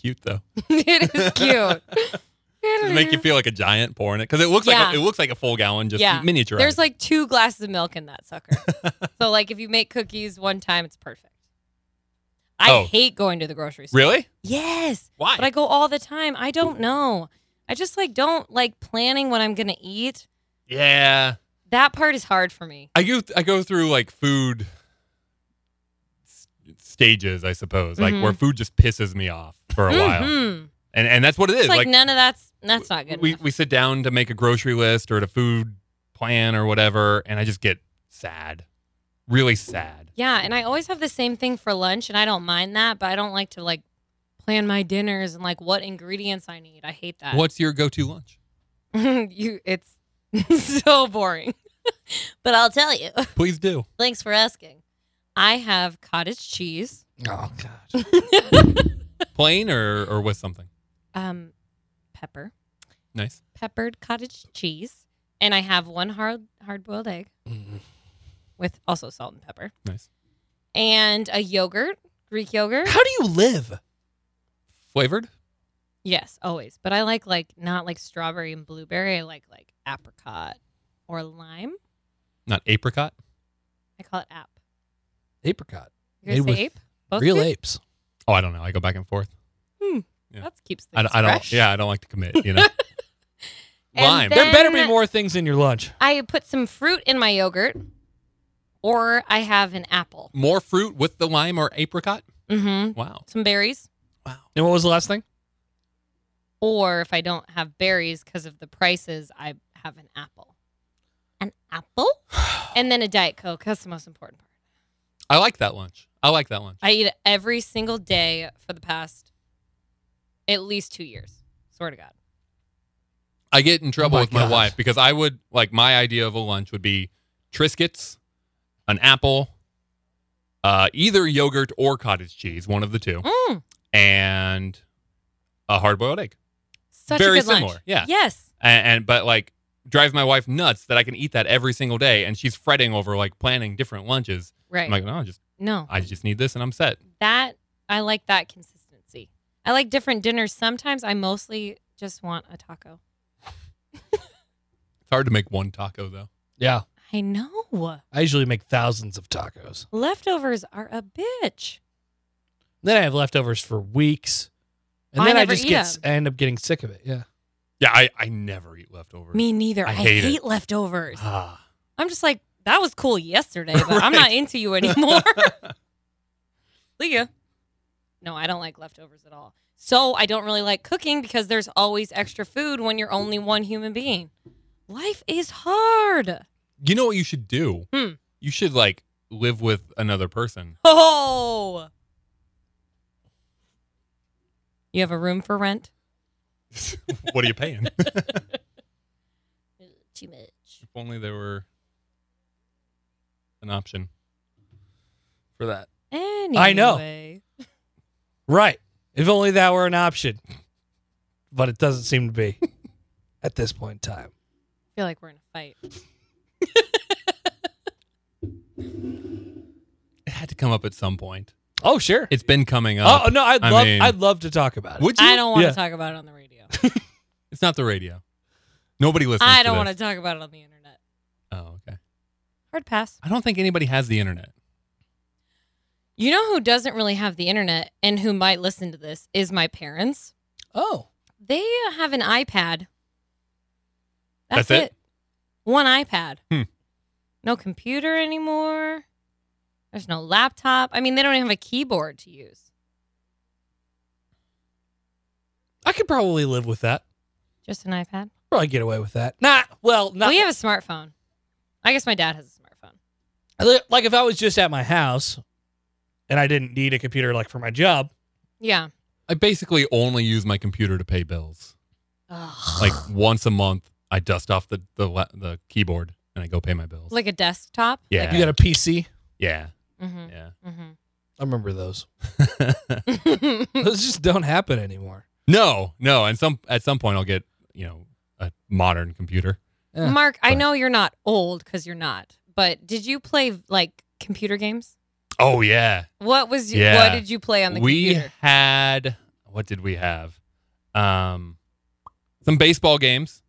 Speaker 1: Cute though.
Speaker 2: it is cute.
Speaker 1: Does it make you feel like a giant pouring it because it looks like
Speaker 2: Yeah.
Speaker 1: a, it looks like a full gallon, just
Speaker 2: Yeah.
Speaker 1: miniature.
Speaker 2: There's like two glasses of milk in that sucker. so like if you make cookies one time, it's perfect. I
Speaker 1: Oh.
Speaker 2: hate going to the grocery store.
Speaker 1: really
Speaker 2: Yes.
Speaker 1: why?
Speaker 2: But I go all the time. I don't know. I just like don't like planning what I'm gonna eat.
Speaker 1: yeah,
Speaker 2: That part is hard for me.
Speaker 1: I go I go through like food s- stages, I suppose, like
Speaker 2: Mhm.
Speaker 1: where food just pisses me off for a while,
Speaker 2: Mhm.
Speaker 1: and and that's what it is.
Speaker 2: It's like, none of that's that's not good.
Speaker 1: we
Speaker 2: enough.
Speaker 1: we sit down to make a grocery list or to food plan or whatever, and I just get sad, really sad.
Speaker 2: Yeah, and I always have the same thing for lunch, and I don't mind that, but I don't like to like plan my dinners and like what ingredients I need. I hate that.
Speaker 1: What's your go-to lunch?
Speaker 2: you? It's so boring. but I'll tell you.
Speaker 1: Please do.
Speaker 2: Thanks for asking. I have cottage cheese.
Speaker 3: Oh god.
Speaker 1: Plain or or with something
Speaker 2: um, pepper,
Speaker 1: nice.
Speaker 2: peppered cottage cheese, and I have one hard hard boiled egg
Speaker 3: Mm.
Speaker 2: with also salt and pepper,
Speaker 1: Nice.
Speaker 2: and a yogurt, Greek yogurt.
Speaker 3: How do you live?
Speaker 1: Flavored?
Speaker 2: Yes, always. But I like like not like strawberry and blueberry. I like like apricot or lime.
Speaker 1: Not apricot?
Speaker 2: I call it app.
Speaker 3: Apricot.
Speaker 2: You guys
Speaker 3: Made
Speaker 2: say
Speaker 3: with
Speaker 2: ape? Both
Speaker 3: Real
Speaker 2: of you?
Speaker 3: apes.
Speaker 1: Oh, I don't know. I go back and forth. yeah.
Speaker 2: That keeps
Speaker 1: I,
Speaker 2: things
Speaker 1: I don't.
Speaker 2: fresh.
Speaker 1: Yeah, I don't like to commit. You know,
Speaker 2: And
Speaker 1: lime.
Speaker 2: then-
Speaker 3: there better be more things in your lunch.
Speaker 2: I put some fruit in my yogurt, or I have an apple.
Speaker 1: more fruit with the lime or apricot.
Speaker 2: Mm-hmm.
Speaker 1: Wow.
Speaker 2: Some berries.
Speaker 1: Wow.
Speaker 3: And what was the last thing?
Speaker 2: Or if I don't have berries because of the prices, I have an apple. An apple? and then a Diet Coke. That's the most important part.
Speaker 1: I like that lunch. I like that lunch.
Speaker 2: I eat it every single day for the past at least two years. Swear to God.
Speaker 1: I get in
Speaker 2: Oh
Speaker 1: trouble
Speaker 3: my
Speaker 1: with my
Speaker 3: gosh.
Speaker 1: wife because I would like my idea of a lunch would be Triscuits, an apple, uh, either yogurt or cottage cheese, one of the two,
Speaker 2: Mm,
Speaker 1: and a hard boiled egg.
Speaker 2: such
Speaker 1: Very
Speaker 2: a good
Speaker 1: similar,
Speaker 2: lunch.
Speaker 1: yeah.
Speaker 2: Yes.
Speaker 1: And, and but like drives my wife nuts that I can eat that every single day, and she's fretting over like planning different lunches.
Speaker 2: Right.
Speaker 1: I'm like, no, just
Speaker 2: no.
Speaker 1: I just need this and I'm set.
Speaker 2: that I like that consistency. I like different dinners. Sometimes I mostly just want a taco.
Speaker 1: It's hard to make one taco though.
Speaker 3: Yeah.
Speaker 2: I know.
Speaker 3: I usually make thousands of tacos.
Speaker 2: Leftovers are a bitch.
Speaker 3: Then I have leftovers for weeks. And
Speaker 2: Oh, I
Speaker 3: then I,
Speaker 2: never
Speaker 3: just
Speaker 2: eat
Speaker 3: get
Speaker 2: 'em.
Speaker 3: s- I end up getting sick of it. Yeah.
Speaker 1: Yeah, I, I never eat leftovers.
Speaker 2: Me neither.
Speaker 1: I
Speaker 2: I,
Speaker 1: hate
Speaker 2: hate,
Speaker 1: it.
Speaker 2: leftovers.
Speaker 1: Ah.
Speaker 2: I'm just like, that was cool yesterday, but I'm not into you anymore. See ya. No, I don't like leftovers at all. So I don't really like cooking because there's always extra food when you're only one human being. Life is hard.
Speaker 1: You know what you should do?
Speaker 2: Hmm.
Speaker 1: You should like live with another person.
Speaker 2: Oh. You have a room for rent?
Speaker 1: what are you paying? if
Speaker 5: Too much.
Speaker 1: only there were an option for that.
Speaker 2: Anyway.
Speaker 3: know. Right. If only that were an option. But it doesn't seem to be at this point in time.
Speaker 2: feel like we're in a fight.
Speaker 1: It had to come up at some point.
Speaker 3: Oh, sure.
Speaker 1: It's been coming up.
Speaker 3: oh, no, I'd
Speaker 1: I
Speaker 3: love
Speaker 1: mean-
Speaker 3: I'd love to talk about it.
Speaker 1: Would you?
Speaker 2: I don't want to
Speaker 3: Yeah.
Speaker 2: talk about it on the radio.
Speaker 1: It's not the radio. Nobody listens.
Speaker 2: I don't want
Speaker 1: want
Speaker 2: to talk about it on the internet.
Speaker 1: Oh, okay.
Speaker 2: Hard pass.
Speaker 1: I don't think anybody has the internet.
Speaker 2: You know who doesn't really have the internet and who might listen to this is my parents.
Speaker 3: Oh.
Speaker 2: They have an iPad. That's,
Speaker 1: That's it?
Speaker 2: One iPad.
Speaker 1: Hmm.
Speaker 2: No computer anymore. There's no laptop. I mean, they don't even have a keyboard to use.
Speaker 3: I could probably live with that.
Speaker 2: Just an iPad.
Speaker 3: Probably get away with that. Nah, well, not
Speaker 2: we have a smartphone. I guess my dad has a smartphone.
Speaker 3: li- like if I was just at my house and I didn't need a computer like for my job.
Speaker 2: Yeah.
Speaker 1: I basically only use my computer to pay bills.
Speaker 2: Ugh.
Speaker 1: Like once a month, I dust off the the, la- the keyboard and I go pay my bills.
Speaker 2: like a desktop.
Speaker 1: yeah,
Speaker 3: You got a PC?
Speaker 1: yeah,
Speaker 2: Mm-hmm. Mm-hmm.
Speaker 1: yeah.
Speaker 3: I remember those. Those just don't happen anymore.
Speaker 1: No, no. And some at some point, I'll get you know a modern computer.
Speaker 3: Yeah,
Speaker 2: Mark, I
Speaker 1: but-
Speaker 2: know you're not old because you're not, but did you play like computer games?
Speaker 1: Oh yeah,
Speaker 2: What was you,
Speaker 1: Yeah.
Speaker 2: what did you play on the
Speaker 1: we
Speaker 2: computer?
Speaker 1: had what did we have? Um, some baseball games.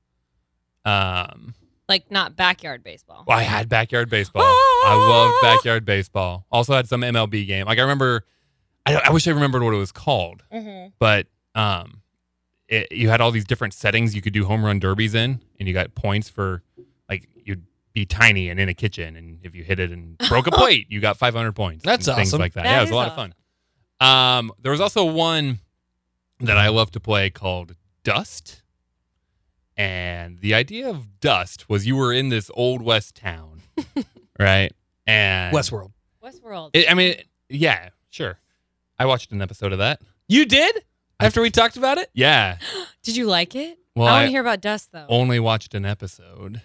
Speaker 1: Um,
Speaker 2: Like not backyard baseball.
Speaker 1: I had backyard baseball. I loved backyard baseball. Also had some MLB game. Like I remember, I, I wish I remembered what it was called,
Speaker 2: Mhm.
Speaker 1: but um, it, you had all these different settings you could do home run derbies in, and you got points for like you'd be tiny and in a kitchen, and if you hit it and broke a plate, you got 500 points.
Speaker 3: That's
Speaker 1: and Things
Speaker 3: awesome.
Speaker 1: like that.
Speaker 2: That
Speaker 1: yeah, it was
Speaker 2: is
Speaker 1: a lot of fun. Um, there was also one that I love to play called Dust. And the idea of dust was you were in this old west town, right? And
Speaker 3: Westworld.
Speaker 2: Westworld.
Speaker 1: It, I mean, yeah, sure. I watched an episode of that.
Speaker 3: You did?
Speaker 1: I-
Speaker 3: After we talked about it?
Speaker 1: Yeah.
Speaker 2: did you like it?
Speaker 1: Well,
Speaker 2: I want to
Speaker 1: I-
Speaker 2: hear about Dust though.
Speaker 1: Only watched an episode.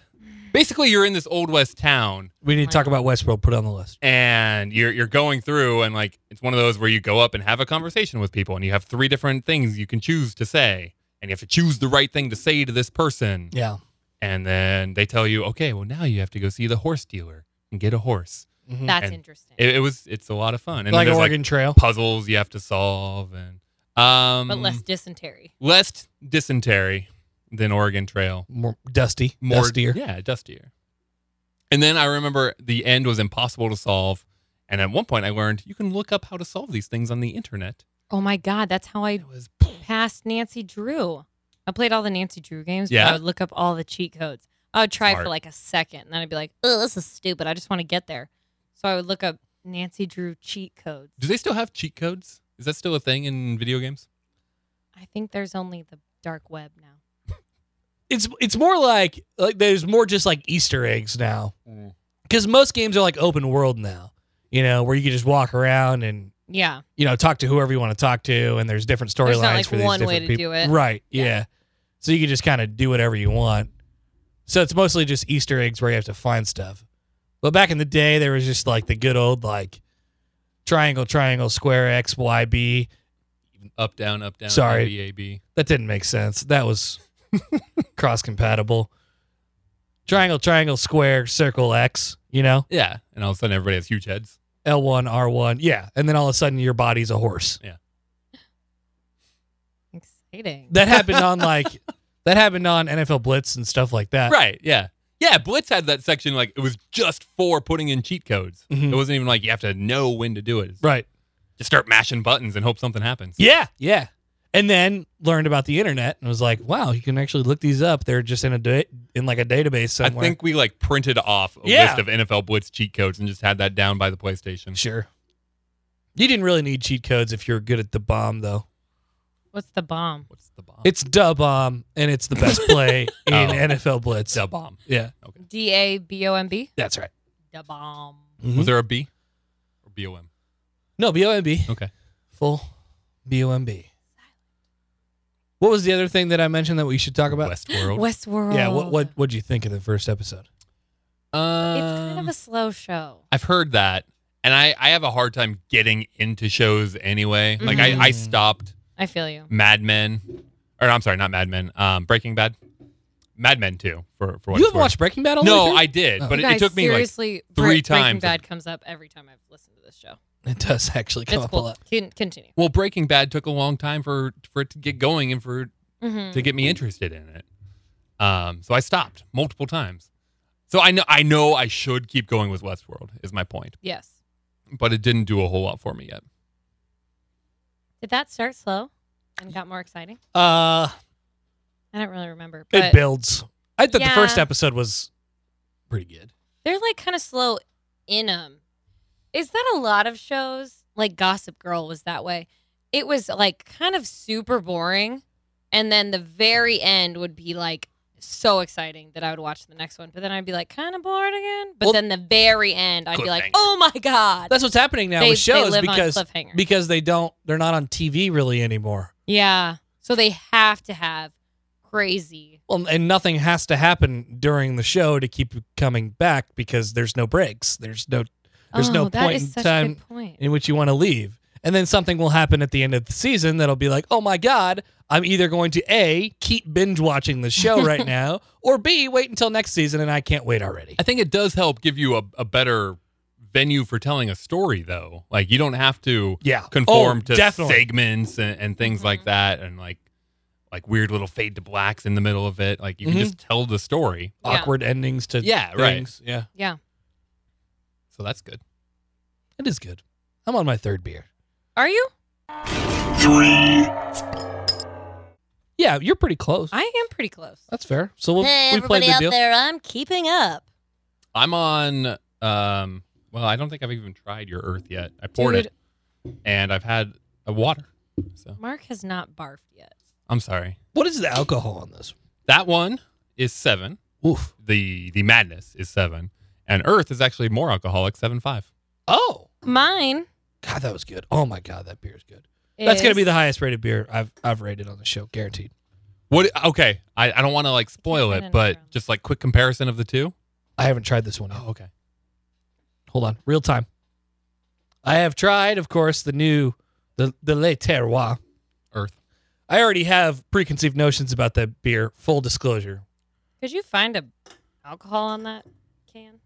Speaker 1: Basically, you're in this old west town
Speaker 3: We need to talk about Westworld. Put it on the list.
Speaker 1: and you're you're going through and like it's one of those where you go up and have a conversation with people and you have three different things you can choose to say and you have to choose the right thing to say to this person.
Speaker 3: Yeah.
Speaker 1: And then they tell you, "Okay, well now you have to go see the horse dealer and get a horse."
Speaker 2: That's
Speaker 1: and
Speaker 2: interesting.
Speaker 1: It, it was it's a lot of fun. And
Speaker 3: like
Speaker 1: then there's
Speaker 3: Oregon Trail.
Speaker 1: like puzzles you have to solve and um
Speaker 2: but less dysentery.
Speaker 1: less dysentery than Oregon Trail.
Speaker 3: More dusty.
Speaker 1: More
Speaker 3: dustier.
Speaker 1: Yeah, dustier. And then I remember the end was impossible to solve. And at one point I learned you can look up how to solve these things on the internet.
Speaker 2: Oh my god, that's how I
Speaker 1: It was
Speaker 2: passed Nancy Drew. I played all the Nancy Drew games, but
Speaker 1: Yeah?
Speaker 2: I would look up all the cheat codes. I would try
Speaker 1: Smart.
Speaker 2: for like a second, and then I'd be like, oh, this is stupid. I just want to get there. So I would look up Nancy Drew cheat codes.
Speaker 1: Do they still have cheat codes? Is that still a thing in video games?
Speaker 2: I think there's only the dark web now.
Speaker 3: It's it's more like like there's more just like Easter eggs now. Because most games are like open world now. You know, where you can just walk around and
Speaker 2: Yeah.
Speaker 3: you know, talk to whoever you want to talk to, and there's different
Speaker 2: There's
Speaker 3: storylines
Speaker 2: not, like,
Speaker 3: for these
Speaker 2: one
Speaker 3: different
Speaker 2: way to do
Speaker 3: people.
Speaker 2: it.
Speaker 3: Right? Yeah. So you can just kind of do whatever you want. So it's mostly just Easter eggs where you have to find stuff. But back in the day, there was just like the good old like triangle, triangle, square, X, Y, B.
Speaker 1: Up, down, up, down,
Speaker 3: Sorry.
Speaker 1: A, B, A, B.
Speaker 3: That didn't make sense. That was cross compatible. Triangle, triangle, square, circle, X. You know,
Speaker 1: Yeah. And all of a sudden everybody has huge heads.
Speaker 3: L one, R one. Yeah, and then all of a sudden your body's a horse.
Speaker 2: Exciting.
Speaker 3: That happened on like that happened on NFL Blitz and stuff like that.
Speaker 1: Right. Yeah. Yeah. Blitz had that section like it was just for putting in cheat codes.
Speaker 3: Mhm.
Speaker 1: It wasn't even like you have to know when to do it. It's
Speaker 3: Right.
Speaker 1: Just start mashing buttons and hope something happens.
Speaker 3: Yeah. Yeah. And then learned about the internet and was like, wow, you can actually look these up. They're just in a da- in like a database
Speaker 1: I
Speaker 3: somewhere.
Speaker 1: think we like printed off a
Speaker 3: Yeah.
Speaker 1: list of NFL Blitz cheat codes and just had that down by the PlayStation.
Speaker 3: sure. You didn't really need cheat codes if you're good at the bomb though.
Speaker 2: What's the bomb?
Speaker 1: What's the bomb?
Speaker 3: It's da bomb and it's the best play in
Speaker 1: Oh.
Speaker 3: NFL Blitz.
Speaker 1: Da bomb.
Speaker 3: Yeah,
Speaker 2: D A B O M B?
Speaker 3: that's right.
Speaker 2: The bomb.
Speaker 3: Mm-hmm.
Speaker 1: Was there a B or B O M?
Speaker 3: No B O M B.
Speaker 1: Okay.
Speaker 3: Full B O M B. What was the other thing that I mentioned that we should talk about?
Speaker 1: Westworld.
Speaker 2: Westworld.
Speaker 3: Yeah. What what what'd you think of the first episode?
Speaker 1: Um,
Speaker 2: It's kind of a slow show.
Speaker 1: I've heard that, and I I have a hard time getting into shows anyway. Like
Speaker 2: Mhm.
Speaker 3: Mm.
Speaker 1: I I stopped
Speaker 2: I feel you.
Speaker 1: Mad Men, or I'm sorry, not Mad Men. Um, Breaking Bad, Mad Men too. For for what
Speaker 3: you
Speaker 1: it's
Speaker 3: haven't watched Breaking Bad? All
Speaker 1: worth.
Speaker 3: the way
Speaker 1: No,
Speaker 3: through?
Speaker 1: I did,
Speaker 3: Oh.
Speaker 1: but
Speaker 2: You
Speaker 1: it, it
Speaker 2: guys,
Speaker 1: took me like
Speaker 2: seriously,
Speaker 1: three
Speaker 2: Breaking
Speaker 1: times.
Speaker 2: Bad comes up every time I've listened to this show.
Speaker 3: It does actually come
Speaker 2: It's
Speaker 3: up a
Speaker 2: cool.
Speaker 3: lot.
Speaker 2: Con- continue.
Speaker 1: well, Breaking Bad took a long time for for it to get going and for
Speaker 2: Mhm.
Speaker 1: to
Speaker 3: Mm-hmm.
Speaker 1: get me interested in it. Um, so I stopped multiple times. So I know I know I should keep going with Westworld is my point,
Speaker 2: Yes.
Speaker 1: but it didn't do a whole lot for me yet.
Speaker 2: Did that start slow and got more exciting?
Speaker 3: Uh,
Speaker 2: I don't really remember.
Speaker 3: it
Speaker 2: But
Speaker 3: builds. I thought the
Speaker 2: Yeah.
Speaker 3: first episode was pretty good.
Speaker 2: They're like kind of slow in them. Is that a lot of shows? Like Gossip Girl was that way. It was like kind of super boring. And then the very end would be like so exciting that I would watch the next one. But then I'd be like kind of bored again. But
Speaker 3: Well-
Speaker 2: then the very end, I'd be like,
Speaker 1: Cliffhanger.
Speaker 2: oh my God.
Speaker 3: That's what's happening now
Speaker 2: they,
Speaker 3: with
Speaker 2: they
Speaker 3: shows
Speaker 2: live
Speaker 3: because
Speaker 2: on a cliffhanger.
Speaker 3: because they don't they're not on TV really anymore.
Speaker 2: yeah. So they have to have crazy.
Speaker 3: Well, and nothing has to happen during the show to keep you coming back because there's no breaks. There's no There's
Speaker 2: oh,
Speaker 3: no
Speaker 2: that
Speaker 3: point
Speaker 2: is
Speaker 3: in
Speaker 2: such a
Speaker 3: time
Speaker 2: good point.
Speaker 3: in which you want to leave. And then something will happen at the end of the season that'll be like, "Oh my god, I'm either going to A, keep binge watching the show right now, or B, wait until next season and I can't wait already."
Speaker 1: I think it does help give you a, a better venue for telling a story, though. Like you don't have to
Speaker 3: Yeah.
Speaker 1: conform
Speaker 3: Oh,
Speaker 1: to
Speaker 3: definitely. Mm-hmm.
Speaker 1: segments and, and things like
Speaker 2: Mhm.
Speaker 1: that, and like like weird little fade to blacks in the middle of it. Like you
Speaker 3: Mhm.
Speaker 1: can just tell the story.
Speaker 2: Yeah.
Speaker 3: awkward endings to
Speaker 1: Yeah, right.
Speaker 3: things. Yeah.
Speaker 2: yeah.
Speaker 1: So that's good.
Speaker 3: It is good. I'm on my third beer.
Speaker 2: Are you?
Speaker 3: Yeah, you're pretty close.
Speaker 2: I am pretty close.
Speaker 3: That's fair. So we'll,
Speaker 5: Hey,
Speaker 3: we played
Speaker 5: everybody
Speaker 3: the
Speaker 5: out
Speaker 3: deal.
Speaker 5: there, I'm keeping up.
Speaker 1: I'm on. um Well, I don't think I've even tried your Earth yet. I poured
Speaker 2: Dude,
Speaker 1: it, and I've had a water. So
Speaker 2: Mark has not barfed yet.
Speaker 1: I'm sorry.
Speaker 3: What is the alcohol on this?
Speaker 1: That one is seven.
Speaker 3: Oof.
Speaker 1: The the madness is seven, and Earth is actually more alcoholic, seven five.
Speaker 3: Oh,
Speaker 2: Mine.
Speaker 3: God, that was good. Oh my God, that beer is good. That's gonna be the highest rated beer I've I've rated on the show, guaranteed.
Speaker 1: What? Okay, I, I don't want to like spoil
Speaker 2: Turn
Speaker 1: it,
Speaker 2: it
Speaker 1: but
Speaker 2: around.
Speaker 1: just like quick comparison of the two.
Speaker 3: I haven't tried this one. Yet.
Speaker 1: Oh, okay.
Speaker 3: Hold on, real time. I have tried, of course, the new the the Le Terroir.
Speaker 1: Earth.
Speaker 3: I already have preconceived notions about that beer. Full disclosure.
Speaker 2: Could you find a alcohol on that can?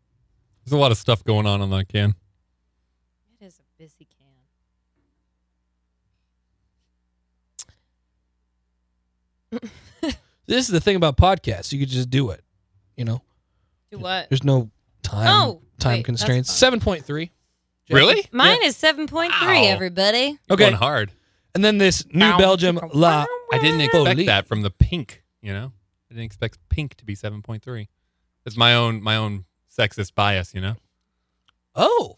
Speaker 1: There's a lot of stuff going on on that can.
Speaker 2: It is a busy can.
Speaker 3: This is the thing about podcasts. You could just do it. You know,
Speaker 2: Do what?
Speaker 3: there's no time
Speaker 2: Oh,
Speaker 3: time
Speaker 2: wait, that's
Speaker 3: constraints.
Speaker 2: fine.
Speaker 3: Seven point three.
Speaker 1: Really?
Speaker 2: Mine is 7.3,
Speaker 1: Wow.
Speaker 2: everybody.
Speaker 1: You're
Speaker 3: Okay.
Speaker 1: Going hard.
Speaker 3: And then this New
Speaker 2: Bow,
Speaker 3: Belgium
Speaker 2: chicka,
Speaker 3: La.
Speaker 2: wow,
Speaker 1: I didn't
Speaker 2: wow.
Speaker 1: expect
Speaker 3: Holy.
Speaker 1: that from the pink. You know, I didn't expect pink to be seven point three. That's my own my own sexist bias. You know.
Speaker 3: Oh,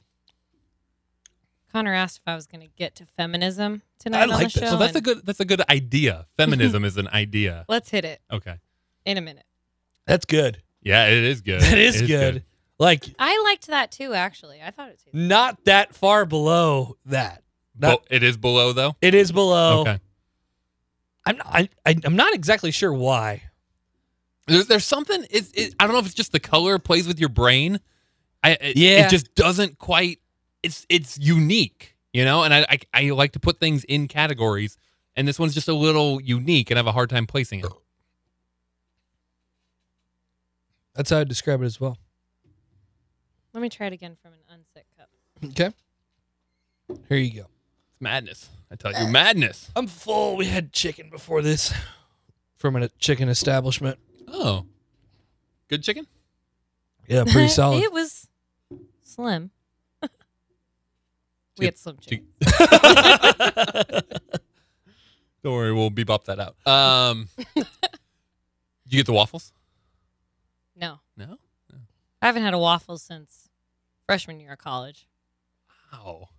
Speaker 2: Connor asked if I was going to get to feminism tonight
Speaker 3: I
Speaker 2: on
Speaker 3: like
Speaker 2: the
Speaker 3: this.
Speaker 2: show.
Speaker 3: Well,
Speaker 1: So that's a
Speaker 2: and
Speaker 1: good that's a good idea. Feminism is an idea.
Speaker 2: Let's hit it
Speaker 1: Okay.
Speaker 2: in a minute.
Speaker 3: that's good.
Speaker 1: Yeah, it is good.
Speaker 3: That is,
Speaker 1: It
Speaker 3: good. Like
Speaker 2: I liked that too, actually. I thought it tasted
Speaker 3: not that far below that. Oh. Not-
Speaker 1: Bo- it is below though.
Speaker 3: It is below.
Speaker 1: Okay.
Speaker 3: I'm not, I, I, I'm not exactly sure why.
Speaker 1: There's, there's something. It's, it, I don't know if it's just the color plays with your brain. I it,
Speaker 3: Yeah.
Speaker 1: It just doesn't quite. It's it's unique, you know. And I, I I like to put things in categories, and this one's just a little unique, and I have a hard time placing it.
Speaker 3: That's how I describe it as well.
Speaker 2: Let me try it again from an unset cup.
Speaker 3: Okay. Here you go.
Speaker 1: It's madness. I tell you, madness.
Speaker 3: I'm full. We had chicken before this from a chicken establishment.
Speaker 1: Oh, good chicken.
Speaker 3: Yeah, pretty solid.
Speaker 2: it was slim.
Speaker 1: Two-
Speaker 2: we had slim chicken.
Speaker 1: Don't worry, we'll bebop that out. Um, did you get the waffles?
Speaker 2: No.
Speaker 1: No.
Speaker 2: I haven't had a waffle since freshman year of college.
Speaker 1: Wow.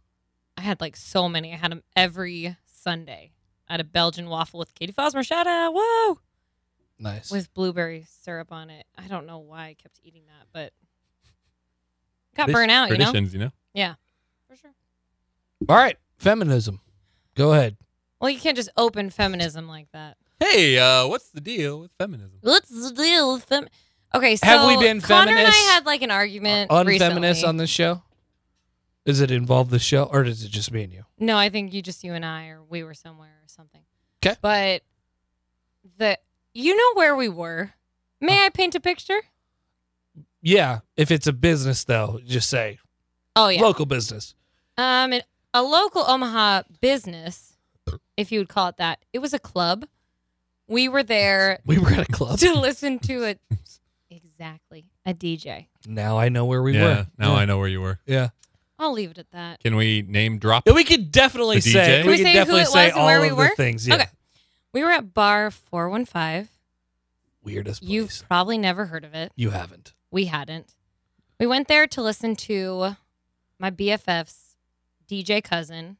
Speaker 2: I had like so many. I had them every Sunday. I had a Belgian waffle with Katie Fosmer. Shout out. Whoa.
Speaker 3: nice.
Speaker 2: With blueberry syrup on it. I don't know why I kept eating that, but got
Speaker 1: Tradi-
Speaker 2: burnt out, you know?
Speaker 1: Traditions, you know.
Speaker 2: For sure.
Speaker 3: All right. Feminism. Go ahead.
Speaker 2: Well, you can't just open feminism like that.
Speaker 1: Hey, uh, what's the deal with feminism?
Speaker 2: What's the deal with fem? Okay, so
Speaker 3: Have we been
Speaker 2: Connor and I
Speaker 3: feminists?
Speaker 2: had like an argument
Speaker 3: Unfeminist
Speaker 2: recently.
Speaker 3: on this show? Does it involve the show or does it just me and you?
Speaker 2: No, I think you just you and I or we were somewhere or something.
Speaker 3: 'Kay.
Speaker 2: But the you know where we were. May I paint a picture?
Speaker 3: Yeah. If it's a business, though, just say
Speaker 2: Oh yeah.
Speaker 3: local business.
Speaker 2: Um an- a local Omaha business, if you would call it that. It was a club. We were there
Speaker 3: We were at a club.
Speaker 2: to listen to it exactly. A DJ.
Speaker 3: now I know where we
Speaker 1: yeah,
Speaker 3: were.
Speaker 1: now
Speaker 3: yeah.
Speaker 1: I know where you were.
Speaker 3: Yeah.
Speaker 2: I'll leave it at that.
Speaker 1: Can we name drop?
Speaker 3: Yeah, we could definitely
Speaker 1: The DJ?
Speaker 3: say
Speaker 1: Can
Speaker 2: we
Speaker 3: we could
Speaker 2: say who
Speaker 3: definitely
Speaker 2: it was
Speaker 3: say
Speaker 2: and
Speaker 3: all
Speaker 2: where we
Speaker 3: of
Speaker 2: were?
Speaker 3: the things. Yeah.
Speaker 2: Okay. We were at bar 415.
Speaker 3: Weirdest place.
Speaker 2: You've probably never heard of it.
Speaker 3: You haven't.
Speaker 2: We hadn't. We went there to listen to my BFF's DJ cousin.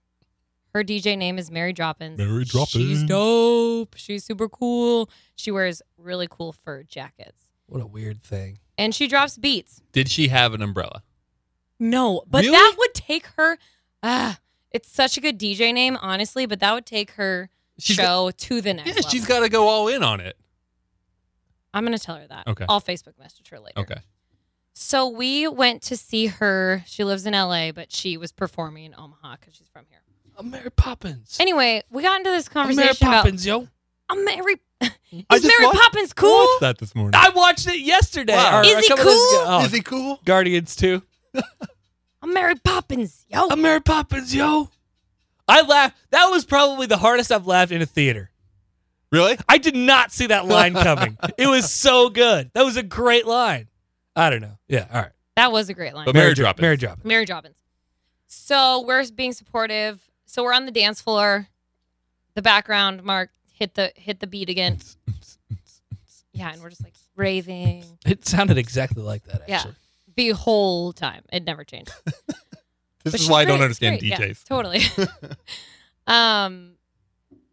Speaker 2: Her DJ name is Mary Droppins.
Speaker 6: Mary
Speaker 2: She's
Speaker 6: Droppins.
Speaker 2: dope. She's super cool. She wears really cool fur jackets.
Speaker 3: What a weird thing.
Speaker 2: And she drops beats.
Speaker 1: Did she have an umbrella?
Speaker 2: No, but
Speaker 6: Really?
Speaker 2: that would take her. Ah, it's such a good DJ name, honestly, but that would take her
Speaker 1: She's got-
Speaker 2: show to the next
Speaker 1: Yeah,
Speaker 2: level.
Speaker 1: she's got to go all in on it.
Speaker 2: I'm going to tell her that.
Speaker 1: Okay.
Speaker 2: I'll Facebook message her later.
Speaker 1: Okay.
Speaker 2: So we went to see her. She lives in LA, but she was performing in Omaha because she's from here.
Speaker 3: I'm Mary Poppins.
Speaker 2: Anyway, we got into this
Speaker 3: I'm
Speaker 2: conversation about
Speaker 3: yo.
Speaker 2: I'm Mary.
Speaker 6: I
Speaker 2: Is
Speaker 6: just
Speaker 2: Mary
Speaker 6: watched-
Speaker 2: Poppins cool?
Speaker 6: Watched that this morning.
Speaker 3: I watched it yesterday.
Speaker 1: Wow.
Speaker 3: or
Speaker 2: Is
Speaker 3: a
Speaker 2: he
Speaker 3: couple days ago.
Speaker 2: cool?
Speaker 3: Oh,
Speaker 1: he cool?
Speaker 3: Guardians too.
Speaker 2: I'm Mary Poppins, yo.
Speaker 3: I'm Mary Poppins, yo. I laughed. That was probably the hardest I've laughed in a theater.
Speaker 6: Really?
Speaker 3: I did not see that line coming. it was so good. That was a great line. I don't know. Yeah. All right.
Speaker 2: that was a great line.
Speaker 6: But Mary
Speaker 3: Dro-
Speaker 6: Droppins.
Speaker 3: Mary Droppins.
Speaker 2: Mary Jobbins. So we're being supportive. So we're on the dance floor. The background, Mark hit the hit the beat again. Yeah, and we're just like raving.
Speaker 3: It sounded exactly like that.
Speaker 2: Yeah.
Speaker 3: Actually.
Speaker 2: The whole time, it never changed.
Speaker 6: This
Speaker 2: But
Speaker 6: is
Speaker 2: she's
Speaker 6: why I don't
Speaker 2: great.
Speaker 6: understand
Speaker 2: She's great. Yeah,
Speaker 6: DJs.
Speaker 2: totally. um,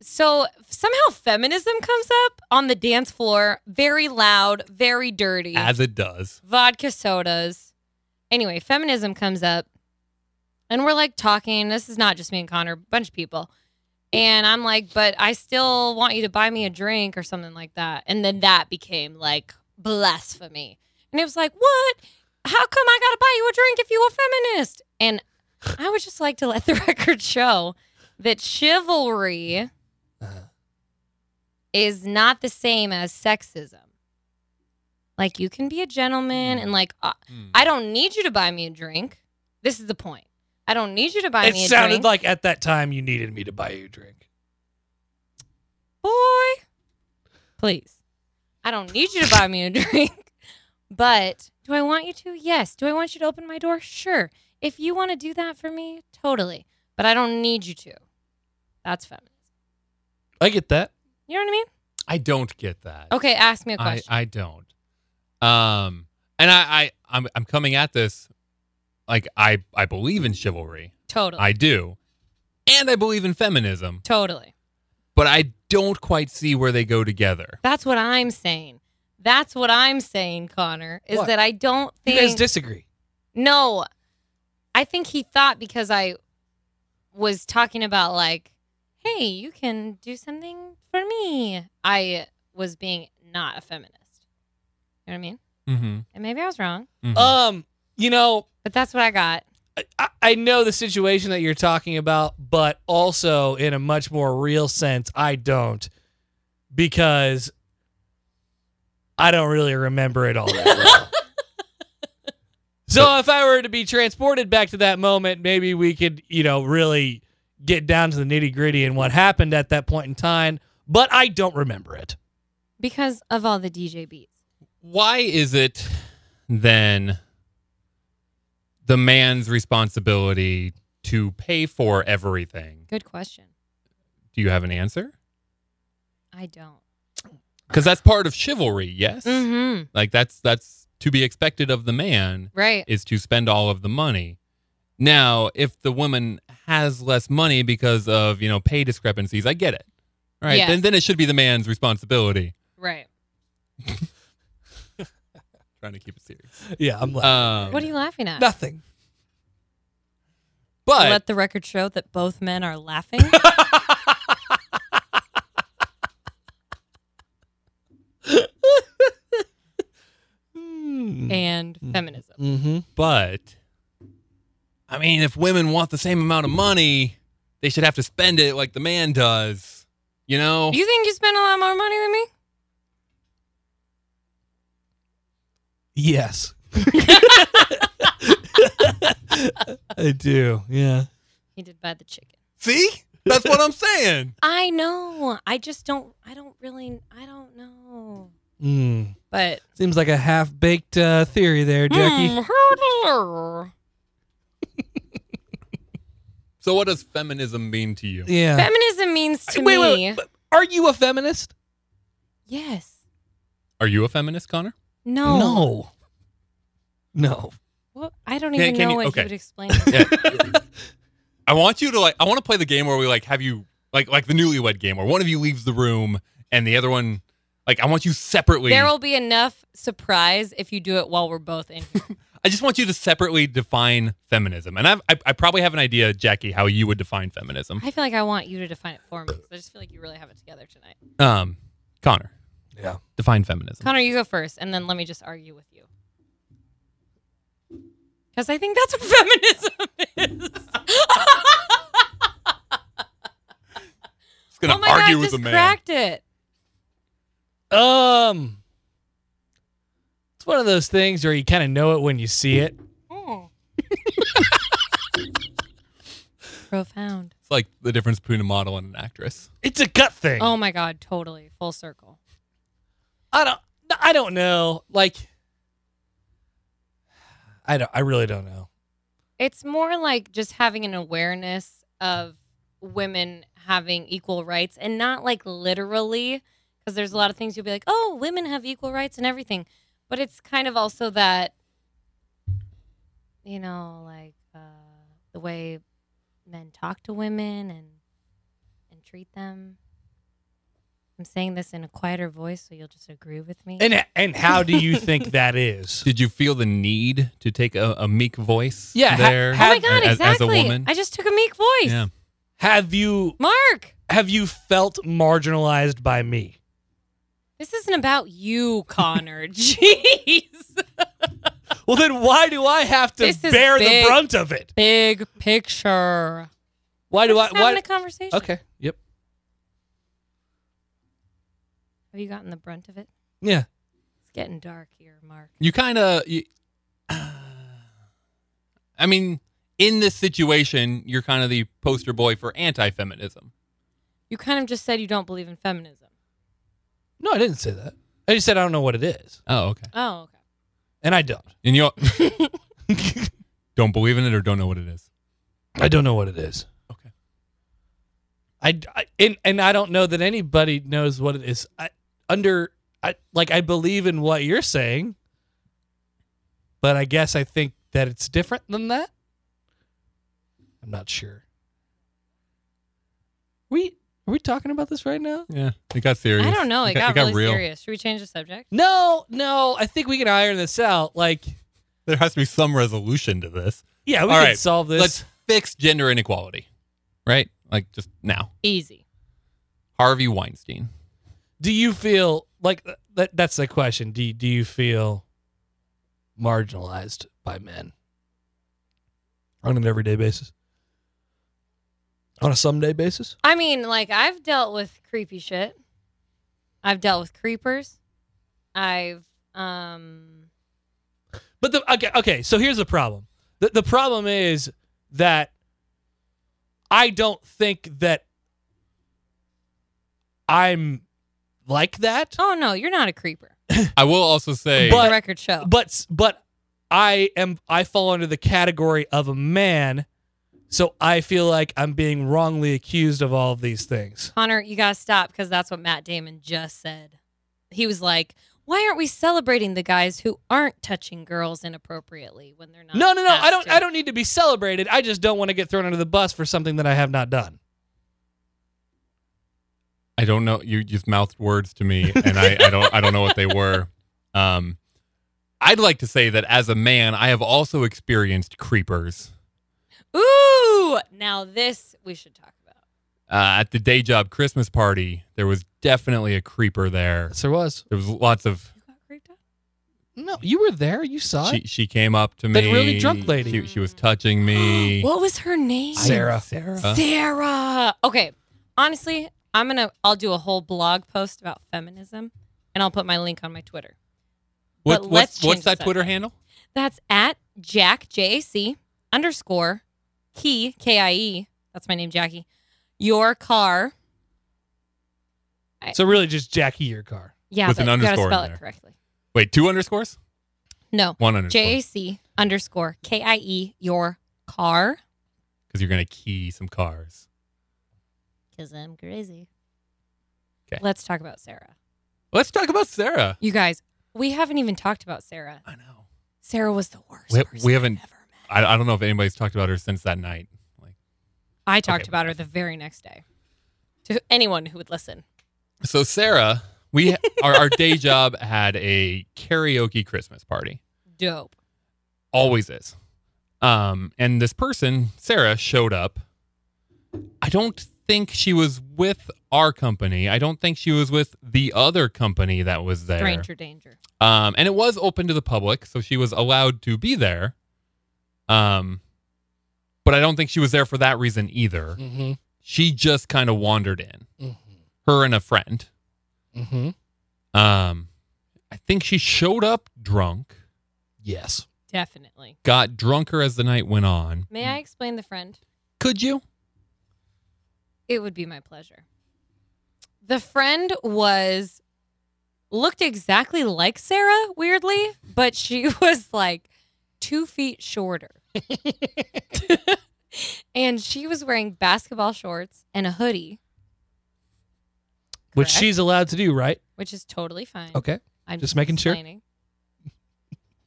Speaker 2: so somehow feminism comes up on the dance floor, very loud, very dirty.
Speaker 6: As it does.
Speaker 2: vodka sodas. Anyway, feminism comes up, and we're like talking. This is not just me and Connor, a bunch of people. And I'm like, but I still want you to buy me a drink or something like that. And then that became like blasphemy. And it was like, what? How come I gotta buy you a drink if you a feminist? And I would just like to let the record show that chivalry
Speaker 3: Uh-huh.
Speaker 2: is not the same as sexism. Like you can be a gentleman and like uh, I don't need you to buy me a drink. This is the point. I don't need you to buy
Speaker 3: It
Speaker 2: me a
Speaker 3: sounded
Speaker 2: drink.
Speaker 3: like at that time you needed me to buy you a drink.
Speaker 2: boy, please. I don't need you to buy me a drink, but do I want you to? Yes. Do I want you to open my door? Sure. If you want to do that for me, totally. But I don't need you to. That's feminist.
Speaker 3: I get that.
Speaker 2: You know what I mean?
Speaker 1: I don't get that.
Speaker 2: Okay, ask me a
Speaker 1: I,
Speaker 2: question.
Speaker 1: I don't. Um, and I, I I'm I'm coming at this like I I believe in chivalry.
Speaker 2: totally.
Speaker 1: I do, and I believe in feminism,
Speaker 2: totally.
Speaker 1: but I don't quite see where they go together.
Speaker 2: That's what I'm saying. That's what I'm saying, Connor, is
Speaker 3: What?
Speaker 2: that I don't
Speaker 3: You
Speaker 2: think
Speaker 3: guys disagree.
Speaker 2: No. I think he thought because I was talking about like, hey, you can do something for me. I was being not a feminist. You know what I mean?
Speaker 1: Mm-hmm.
Speaker 2: And maybe I was wrong,
Speaker 1: Uh,
Speaker 3: Um, you know,
Speaker 2: but that's what I got.
Speaker 3: I, I know the situation that you're talking about, but also in a much more real sense, I don't because I don't really remember it all that well. so if I were to be transported back to that moment, maybe we could, you know, really get down to the nitty gritty and what happened at that point in time. But I don't remember it.
Speaker 2: Because of all the DJ beats.
Speaker 1: Why is it then the man's responsibility to pay for everything?
Speaker 2: Good question.
Speaker 1: Do you have an answer?
Speaker 2: I don't.
Speaker 1: Because that's part of chivalry. Yes,
Speaker 2: Mm-hmm.
Speaker 1: like that's that's to be expected of the man.
Speaker 2: Right.
Speaker 1: is to spend all of the money. Now, if the woman has less money because of, you know, pay discrepancies, I get it. Right?
Speaker 2: Yes.
Speaker 1: Then then it should be the man's responsibility.
Speaker 2: Right.
Speaker 1: Trying to keep it serious.
Speaker 3: Yeah, I'm like
Speaker 1: Um,
Speaker 2: What are you laughing at?
Speaker 3: nothing.
Speaker 1: but
Speaker 2: Let the record show that both men are laughing. and feminism.
Speaker 3: hmm. Mm-hmm.
Speaker 1: but I mean, if women want the same amount of money, they should have to spend it like the man does. You know?
Speaker 2: You think you spend a lot more money than me?
Speaker 3: Yes. I do. Yeah.
Speaker 2: He did buy the chicken.
Speaker 1: See? That's what I'm saying.
Speaker 2: I know. I just don't. I don't really. I don't know.
Speaker 3: Mm.
Speaker 2: But
Speaker 3: Seems like a half baked uh, theory there, Jackie.
Speaker 2: Hmm, hurdler.
Speaker 1: So what does feminism mean to you?
Speaker 3: Yeah.
Speaker 2: feminism means to
Speaker 3: Wait,
Speaker 2: me.
Speaker 3: wait, wait. Are you a feminist?
Speaker 2: Yes.
Speaker 1: Are you a feminist, Connor?
Speaker 2: No.
Speaker 3: No.
Speaker 2: Well, I don't
Speaker 1: Can-
Speaker 2: even
Speaker 1: can
Speaker 2: know
Speaker 1: you-
Speaker 2: what
Speaker 1: okay.
Speaker 2: you would explain.
Speaker 1: Yeah. I want you to like. I want to play the game where we like have you like like the newlywed game where one of you leaves the room and the other one like I want you separately.
Speaker 2: there will be enough surprise if you do it while we're both in. here.
Speaker 1: I just want you to separately define feminism, and I've, I I probably have an idea, Jackie, how you would define feminism.
Speaker 2: I feel like I want you to define it for me. 'cause I just feel like you really have it together tonight.
Speaker 1: Um, Connor.
Speaker 3: Yeah.
Speaker 1: Define feminism.
Speaker 2: Connor, you go first, and then let me just argue with you. Because I think that's what feminism is.
Speaker 1: just gonna
Speaker 2: oh my
Speaker 1: argue
Speaker 2: God,
Speaker 1: with
Speaker 2: just
Speaker 1: the man.
Speaker 2: cracked it.
Speaker 3: Um, it's one of those things where you kind of know it when you see it.
Speaker 2: Profound.
Speaker 1: It's like the difference between a model and an actress.
Speaker 3: It's a gut thing.
Speaker 2: Oh my God, totally. Full circle.
Speaker 3: I don't. I don't know. Like, I don't. I really don't know.
Speaker 2: It's more like just having an awareness of women having equal rights and not like literally, because there's a lot of things you'll be like, oh, women have equal rights and everything. But it's kind of also that, you know, like uh, the way men talk to women and and treat them. I'm saying this in a quieter voice, so you'll just agree with me.
Speaker 3: And and how do you think that is?
Speaker 1: Did you feel the need to take a, a meek voice?
Speaker 3: Yeah, ha-
Speaker 1: There.
Speaker 3: ha-
Speaker 2: oh my God,
Speaker 1: as- as a
Speaker 2: exactly.
Speaker 1: woman?
Speaker 2: I just took a meek voice.
Speaker 1: Yeah.
Speaker 3: Have you
Speaker 2: Mark,
Speaker 3: have you felt marginalized by me?
Speaker 2: this isn't about you, Connor. Jeez.
Speaker 3: Well, then why do I have to
Speaker 2: This is
Speaker 3: bear
Speaker 2: big.
Speaker 3: the brunt of it?
Speaker 2: Big picture.
Speaker 3: Why
Speaker 2: We're
Speaker 3: do I?
Speaker 2: just having
Speaker 3: Why?
Speaker 2: a conversation.
Speaker 3: Okay. Yep.
Speaker 2: Have you gotten the brunt of it?
Speaker 3: Yeah.
Speaker 2: It's getting dark here, Mark.
Speaker 1: you kind of you i mean in this situation you're kind of the poster boy for anti-feminism
Speaker 2: You kind of just said you don't believe in feminism.
Speaker 3: No, I didn't say that. I just said I don't know what it is,
Speaker 1: oh okay
Speaker 2: Oh, okay.
Speaker 3: and I don't.
Speaker 1: and you don't believe in it or don't know what it is
Speaker 3: I don't know what it is.
Speaker 1: Okay.
Speaker 3: I, I- and and I don't know that anybody knows what it is. I under I like I believe in what you're saying, but I guess I think that it's different than that. I'm not sure. We are we talking about this right now?
Speaker 1: yeah it got serious
Speaker 2: I don't know. It, got, really
Speaker 1: real
Speaker 2: serious. Should we change the subject?
Speaker 3: No, no. I think we can iron this out. Like,
Speaker 1: there has to be some resolution to this
Speaker 3: yeah, we
Speaker 1: All
Speaker 3: can
Speaker 1: right,
Speaker 3: solve this.
Speaker 1: let's fix gender inequality right like just now
Speaker 2: Easy.
Speaker 1: harvey weinstein
Speaker 3: do you feel like th- that that's the question do you, do you feel marginalized by men on an everyday basis on a someday basis
Speaker 2: I mean, like I've dealt with creepy shit. I've dealt with creepers. I've um
Speaker 3: but the okay okay so here's the problem the, the problem is that i don't think that i'm like that
Speaker 2: Oh no, you're not a creeper.
Speaker 1: i will also say
Speaker 3: But-
Speaker 2: the record show.
Speaker 3: Oh. but but I am I fall under the category of a man, so I feel like I'm being wrongly accused of all of these things.
Speaker 2: Connor, you gotta stop because that's what Matt Damon just said. He was like, "Why aren't we celebrating the guys who aren't touching girls inappropriately when they're not?"
Speaker 3: No, no, no. I
Speaker 2: asked
Speaker 3: don't
Speaker 2: to?"
Speaker 3: I don't need to be celebrated. I just don't want to get thrown under the bus for something that I have not done.
Speaker 1: I don't know. You just mouthed words to me, and I, I don't I don't know what they were. Um, I'd like to say that as a man, I have also experienced creepers
Speaker 2: Ooh, now this we should talk about.
Speaker 1: uh, at the day job Christmas party. There was definitely a creeper there.
Speaker 3: Yes, there was.
Speaker 1: There was lots of.
Speaker 2: You got creeped out?
Speaker 3: No, you were there. You saw
Speaker 1: She
Speaker 3: it.
Speaker 1: she came up to me.
Speaker 3: That really drunk lady.
Speaker 1: She, she was touching me.
Speaker 2: What was her name?
Speaker 3: Sarah. Uh,
Speaker 1: Sarah.
Speaker 2: Sarah. Okay. Honestly, I'm gonna. I'll do a whole blog post about feminism, and I'll put my link on my Twitter.
Speaker 1: What,
Speaker 2: But let's
Speaker 1: what's
Speaker 2: change
Speaker 1: what's
Speaker 2: the
Speaker 1: that Twitter
Speaker 2: subject.
Speaker 1: handle?
Speaker 2: That's at Jack J A C underscore Key K I E. That's my name, Jackie. Your car.
Speaker 3: So really, just Jackie your car.
Speaker 2: Yeah,
Speaker 1: With
Speaker 2: but
Speaker 1: an
Speaker 2: you gotta
Speaker 1: underscore in
Speaker 2: spell it
Speaker 1: there.
Speaker 2: correctly.
Speaker 1: Wait, two underscores?
Speaker 2: No,
Speaker 1: One underscore.
Speaker 2: J A C underscore K I E. Your car.
Speaker 1: Because you're gonna key some cars.
Speaker 5: Because I'm crazy.
Speaker 1: Okay.
Speaker 2: Let's talk about Sarah.
Speaker 1: Let's talk about Sarah.
Speaker 2: You guys, we haven't even talked about Sarah.
Speaker 1: I know.
Speaker 2: Sarah was the worst.
Speaker 1: We-
Speaker 2: person
Speaker 1: we
Speaker 2: I've
Speaker 1: haven't-
Speaker 2: ever met.
Speaker 1: I, I don't know if anybody's talked about her since that night. Like,
Speaker 2: I talked
Speaker 1: okay.
Speaker 2: about her the very next day to anyone who would listen.
Speaker 1: so Sarah, we our, our day job had a karaoke Christmas party.
Speaker 2: Dope.
Speaker 1: Always is. Um, and this person, Sarah, showed up. I don't think she was with our company. I don't think she was with the other company that was there.
Speaker 2: Stranger danger.
Speaker 1: Um, and it was open to the public, so she was allowed to be there. Um, but I don't think she was there for that reason either.
Speaker 3: Mm-hmm.
Speaker 1: She just kind of wandered in,
Speaker 3: Mm-hmm.
Speaker 1: her and a friend.
Speaker 3: Mm-hmm.
Speaker 1: Um, I think she showed up drunk,
Speaker 3: Yes.
Speaker 2: Definitely.
Speaker 1: got drunker as the night went on.
Speaker 2: May I explain the friend?
Speaker 1: Could you?
Speaker 2: It would be my pleasure. The friend was looked exactly like Sarah, weirdly, but she was like two feet shorter. and she was wearing basketball shorts and a hoodie.
Speaker 3: Which
Speaker 2: Correct.
Speaker 3: she's allowed to do, right?
Speaker 2: which is totally fine.
Speaker 3: Okay.
Speaker 2: I'm
Speaker 3: just making sure.
Speaker 2: explaining.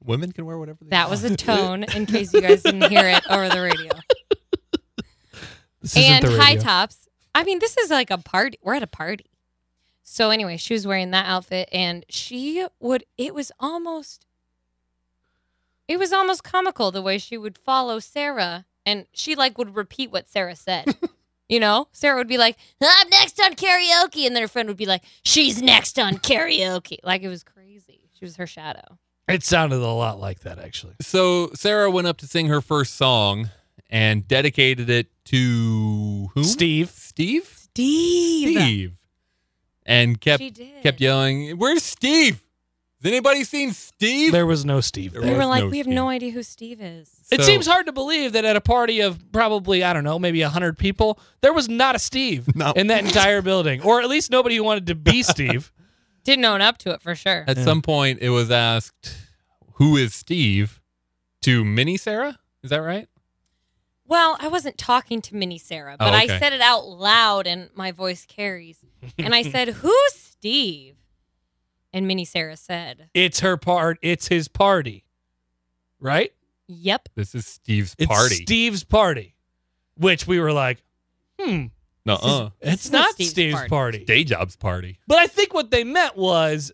Speaker 1: Women can wear whatever they
Speaker 2: That was a tone in case you guys didn't hear it over the radio.
Speaker 3: This
Speaker 2: and
Speaker 3: isn't the
Speaker 2: high
Speaker 3: radio.
Speaker 2: tops. I mean, this is like a party. We're at a party. So anyway, she was wearing that outfit and she would it was almost it was almost comical the way she would follow Sarah and she like would repeat what Sarah said. you know? Sarah would be like, "I'm next on karaoke." And then her friend would be like, "She's next on karaoke." Like it was crazy. She was her shadow.
Speaker 3: It sounded a lot like that, actually.
Speaker 1: So Sarah went up to sing her first song and dedicated it to who?
Speaker 3: Steve.
Speaker 1: Steve?
Speaker 2: Steve.
Speaker 1: Steve. And kept
Speaker 2: she did.
Speaker 1: kept yelling, "Where's Steve? Has anybody seen Steve?"
Speaker 3: There was no Steve.
Speaker 1: There
Speaker 2: We
Speaker 3: there.
Speaker 2: were
Speaker 1: was
Speaker 2: like,
Speaker 1: no
Speaker 2: we have
Speaker 1: Steve.
Speaker 2: no idea who Steve is.
Speaker 3: It
Speaker 1: So-
Speaker 3: seems hard to believe that at a party of probably, I don't know, maybe 100 people, there was not a Steve
Speaker 1: No.
Speaker 3: in that entire building, or at least nobody who wanted to be Steve.
Speaker 2: Didn't own up to it for sure.
Speaker 1: At
Speaker 3: Yeah.
Speaker 1: some point, it was asked, "Who is Steve?" To Mini Sarah, is that right?
Speaker 2: Well, I wasn't talking to Minnie Sarah, but
Speaker 1: Oh, okay.
Speaker 2: I said it out loud and my voice carries. And I said, Who's Steve? And Minnie Sarah said,
Speaker 3: It's her part. It's his party, right?
Speaker 2: Yep.
Speaker 1: This is Steve's
Speaker 3: It's
Speaker 1: party.
Speaker 3: Steve's party, which we were like, hmm,
Speaker 1: no,
Speaker 3: this is-
Speaker 1: uh,
Speaker 3: it's,
Speaker 2: It's not
Speaker 3: not,
Speaker 2: Steve's
Speaker 3: Steve's,
Speaker 2: party.
Speaker 3: party.
Speaker 1: day job's party.
Speaker 3: But I think what they meant was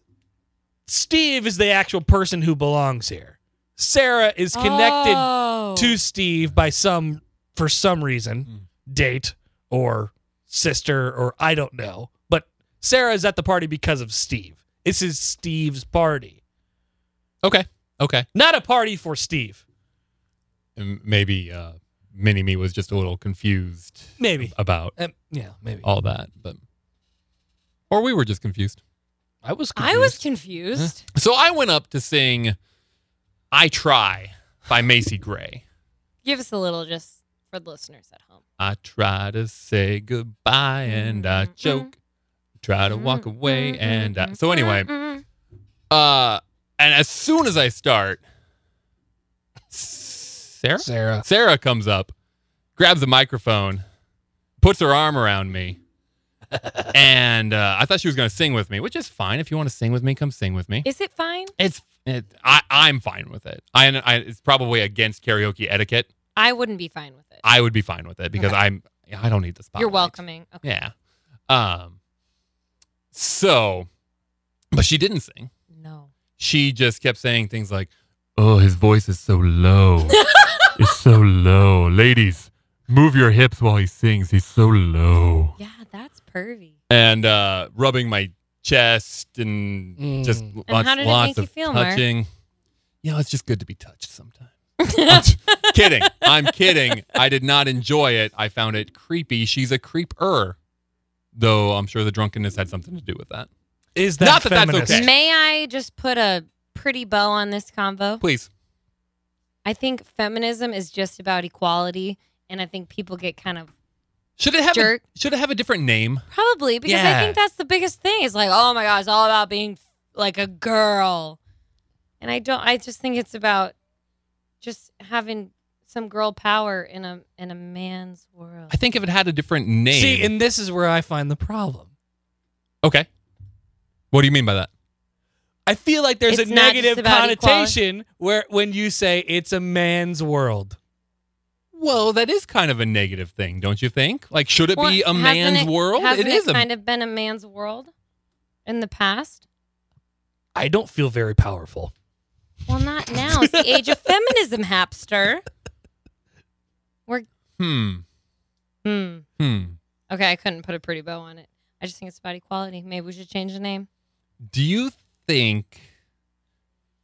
Speaker 3: Steve is the actual person who belongs here. Sarah is connected
Speaker 2: Oh.
Speaker 3: to Steve by some for some reason, date or sister or I don't know. But Sarah is at the party because of Steve. This is Steve's party,
Speaker 1: Okay, okay.
Speaker 3: not a party for Steve.
Speaker 1: And maybe uh, Mini Me was just a little confused
Speaker 3: Maybe.
Speaker 1: about
Speaker 2: Uh,
Speaker 3: Um, yeah, maybe.
Speaker 1: all that, but or we were just confused.
Speaker 3: I was. Confused.
Speaker 2: I was confused.
Speaker 1: So I went up to sing "I Try" by Macy Gray.
Speaker 2: Give us a little just for the listeners at home.
Speaker 1: I try to say goodbye and
Speaker 3: Mm-hmm.
Speaker 1: I
Speaker 2: Mm,
Speaker 1: choke. Try
Speaker 2: Mm-hmm,
Speaker 1: to walk away and I... so anyway,
Speaker 2: Mm-mm.
Speaker 1: uh and as soon as I start Sarah
Speaker 3: Sarah.
Speaker 1: Sarah comes up, grabs the microphone, puts her arm around me. and uh, I thought she was going to sing with me, which is fine. If you want to sing with me, come sing with me.
Speaker 2: Is it fine?
Speaker 1: It's it, I, I'm fine with it. I, I it's probably against karaoke etiquette.
Speaker 2: I wouldn't be fine with it.
Speaker 1: I would be fine with it because
Speaker 2: Okay.
Speaker 1: I'm I don't need the spotlight.
Speaker 2: You're welcoming. Okay.
Speaker 1: Yeah. Um so but she didn't sing.
Speaker 2: No.
Speaker 1: She just kept saying things like, "Oh, his voice is so low. it's so low. Ladies, move your hips while he sings. He's so low."
Speaker 2: Yeah, that's pervy.
Speaker 1: And uh rubbing my chest and
Speaker 3: Mm.
Speaker 1: just
Speaker 3: And
Speaker 1: lots,
Speaker 2: how did it
Speaker 1: lots
Speaker 2: make you
Speaker 1: of
Speaker 2: feel, Mark?
Speaker 1: touching. You know, it's just good to be touched sometimes. I'm j- kidding. I'm kidding. I did not enjoy it. I found it creepy. She's a creeper. Though I'm sure the drunkenness had something to do with that.
Speaker 3: Is that
Speaker 1: Not that that's
Speaker 3: feminist?
Speaker 1: okay.
Speaker 2: May I just put a pretty bow on this convo?
Speaker 1: Please.
Speaker 2: I think feminism is just about equality, and I think people get kind of
Speaker 1: Should it have
Speaker 2: Jerk.
Speaker 1: A, should it have a different name?
Speaker 2: probably because I
Speaker 1: Yeah.
Speaker 2: think that's the biggest thing. It's like, oh my god, it's all about being like a girl, and I don't. I just think it's about just having some girl power in a in a man's world.
Speaker 1: I think if it had a different name.
Speaker 3: See, and this is where I find the problem.
Speaker 1: okay. What do you mean by that?
Speaker 3: I feel like there's
Speaker 2: It's
Speaker 3: a
Speaker 2: not just
Speaker 3: negative
Speaker 2: about
Speaker 3: connotation where when you say it's a man's world.
Speaker 1: Well, that is kind of a negative thing, don't you think? Like, should it
Speaker 2: Well,
Speaker 1: be a
Speaker 2: hasn't
Speaker 1: man's
Speaker 2: it-
Speaker 1: world?
Speaker 2: Hasn't
Speaker 1: it is a
Speaker 2: kind of been a man's world in the past.
Speaker 3: I don't feel very powerful.
Speaker 2: Well, not now. It's the age of feminism, Hapster.
Speaker 1: hmm,
Speaker 2: Hmm.
Speaker 1: hmm.
Speaker 2: Okay, I couldn't put a pretty bow on it. I just think it's about equality. Maybe we should change the name.
Speaker 1: Do you think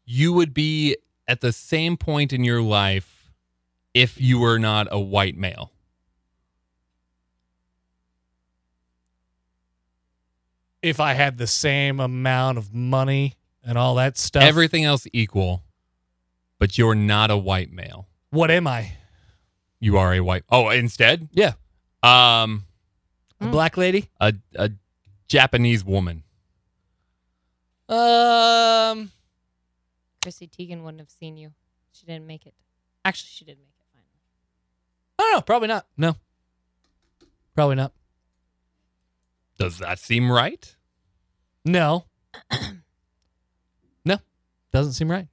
Speaker 1: you would be at the same point in your life if you were not a white male?
Speaker 3: If I had the same amount of money and all that stuff,
Speaker 1: Everything else equal, but you're not a white male.
Speaker 3: what am I?
Speaker 1: You are a white. Oh, instead,
Speaker 3: Yeah,
Speaker 1: um,
Speaker 3: a
Speaker 2: Mm.
Speaker 3: black lady.
Speaker 1: a a Japanese woman.
Speaker 3: Um,
Speaker 2: Chrissy Teigen wouldn't have seen you. She didn't make it. Actually, she did make it finally.
Speaker 3: I don't know. Probably not. No. Probably not.
Speaker 1: Does that seem right?
Speaker 3: No. no. Doesn't seem right.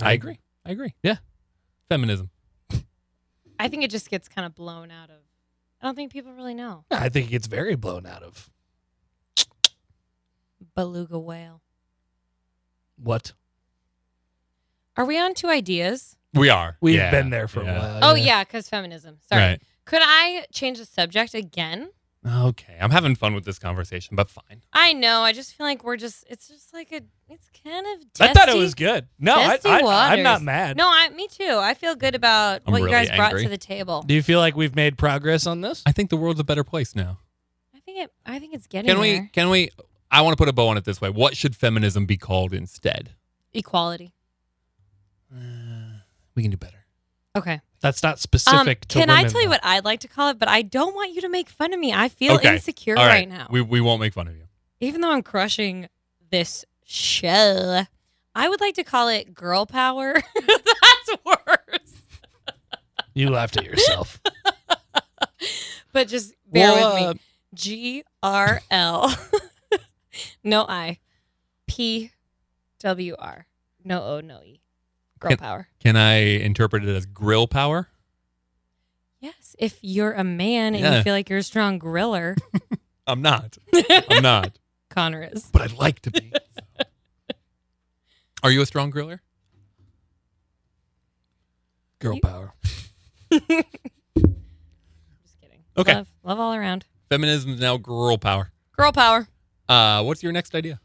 Speaker 1: I agree. I agree.
Speaker 3: Yeah.
Speaker 1: Feminism.
Speaker 2: I think it just gets kind of blown out of. I don't think people really know.
Speaker 3: No, I think it gets very blown out of
Speaker 2: Beluga whale.
Speaker 3: what
Speaker 2: Are we on two ideas?
Speaker 1: We are.
Speaker 3: we've
Speaker 1: Yeah.
Speaker 3: been there for
Speaker 1: Yeah.
Speaker 3: a while.
Speaker 2: oh, yeah, because feminism. Sorry.
Speaker 1: Right.
Speaker 2: Could I change the subject again?
Speaker 1: Okay. I'm having fun with this conversation, but fine.
Speaker 2: I know. I just feel like we're just. It's just like a. It's kind of.
Speaker 3: I thought it
Speaker 2: testy.
Speaker 3: was good. No, I,
Speaker 2: Testy
Speaker 3: I, I'm
Speaker 2: waters.
Speaker 3: not mad.
Speaker 2: No, I. Me too. I feel good about
Speaker 1: I'm
Speaker 2: what you
Speaker 1: really
Speaker 2: guys brought
Speaker 1: angry.
Speaker 2: to the table.
Speaker 3: Do you feel like we've made progress on this?
Speaker 1: I think the world's a better place now.
Speaker 2: I think it. I think it's getting
Speaker 1: Can we
Speaker 2: there.
Speaker 1: can we I want to put a bow on it this way. What should feminism be called instead?
Speaker 2: Equality.
Speaker 1: Uh, We can do better.
Speaker 2: Okay.
Speaker 3: That's not
Speaker 2: Um,
Speaker 3: specific to
Speaker 2: can I
Speaker 3: women,
Speaker 2: tell you
Speaker 3: though.
Speaker 2: what I'd like to call it? But I don't want you to make fun of me. I feel
Speaker 1: Okay.
Speaker 2: insecure
Speaker 1: All
Speaker 2: right.
Speaker 1: right.
Speaker 2: now.
Speaker 1: We we won't make fun of you.
Speaker 2: Even though I'm crushing this show, I would like to call it girl power. That's worse.
Speaker 3: You laughed at yourself.
Speaker 2: But just bear
Speaker 1: Well,
Speaker 2: with
Speaker 1: uh,
Speaker 2: me. G R L. No I. P W R. No O, no E. Girl
Speaker 1: Can-
Speaker 2: power.
Speaker 1: Can I interpret it as grill power?
Speaker 2: Yes. If you're a man and
Speaker 1: Yeah.
Speaker 2: you feel like you're a strong griller,
Speaker 1: I'm not. I'm not.
Speaker 2: Connor is.
Speaker 1: but I'd like to be. Are you a strong griller?
Speaker 3: Girl
Speaker 2: You-
Speaker 3: power.
Speaker 2: Just kidding.
Speaker 1: Okay.
Speaker 2: Love, love all around.
Speaker 1: Feminism is now girl power.
Speaker 2: Girl power.
Speaker 1: Uh, what's your next idea?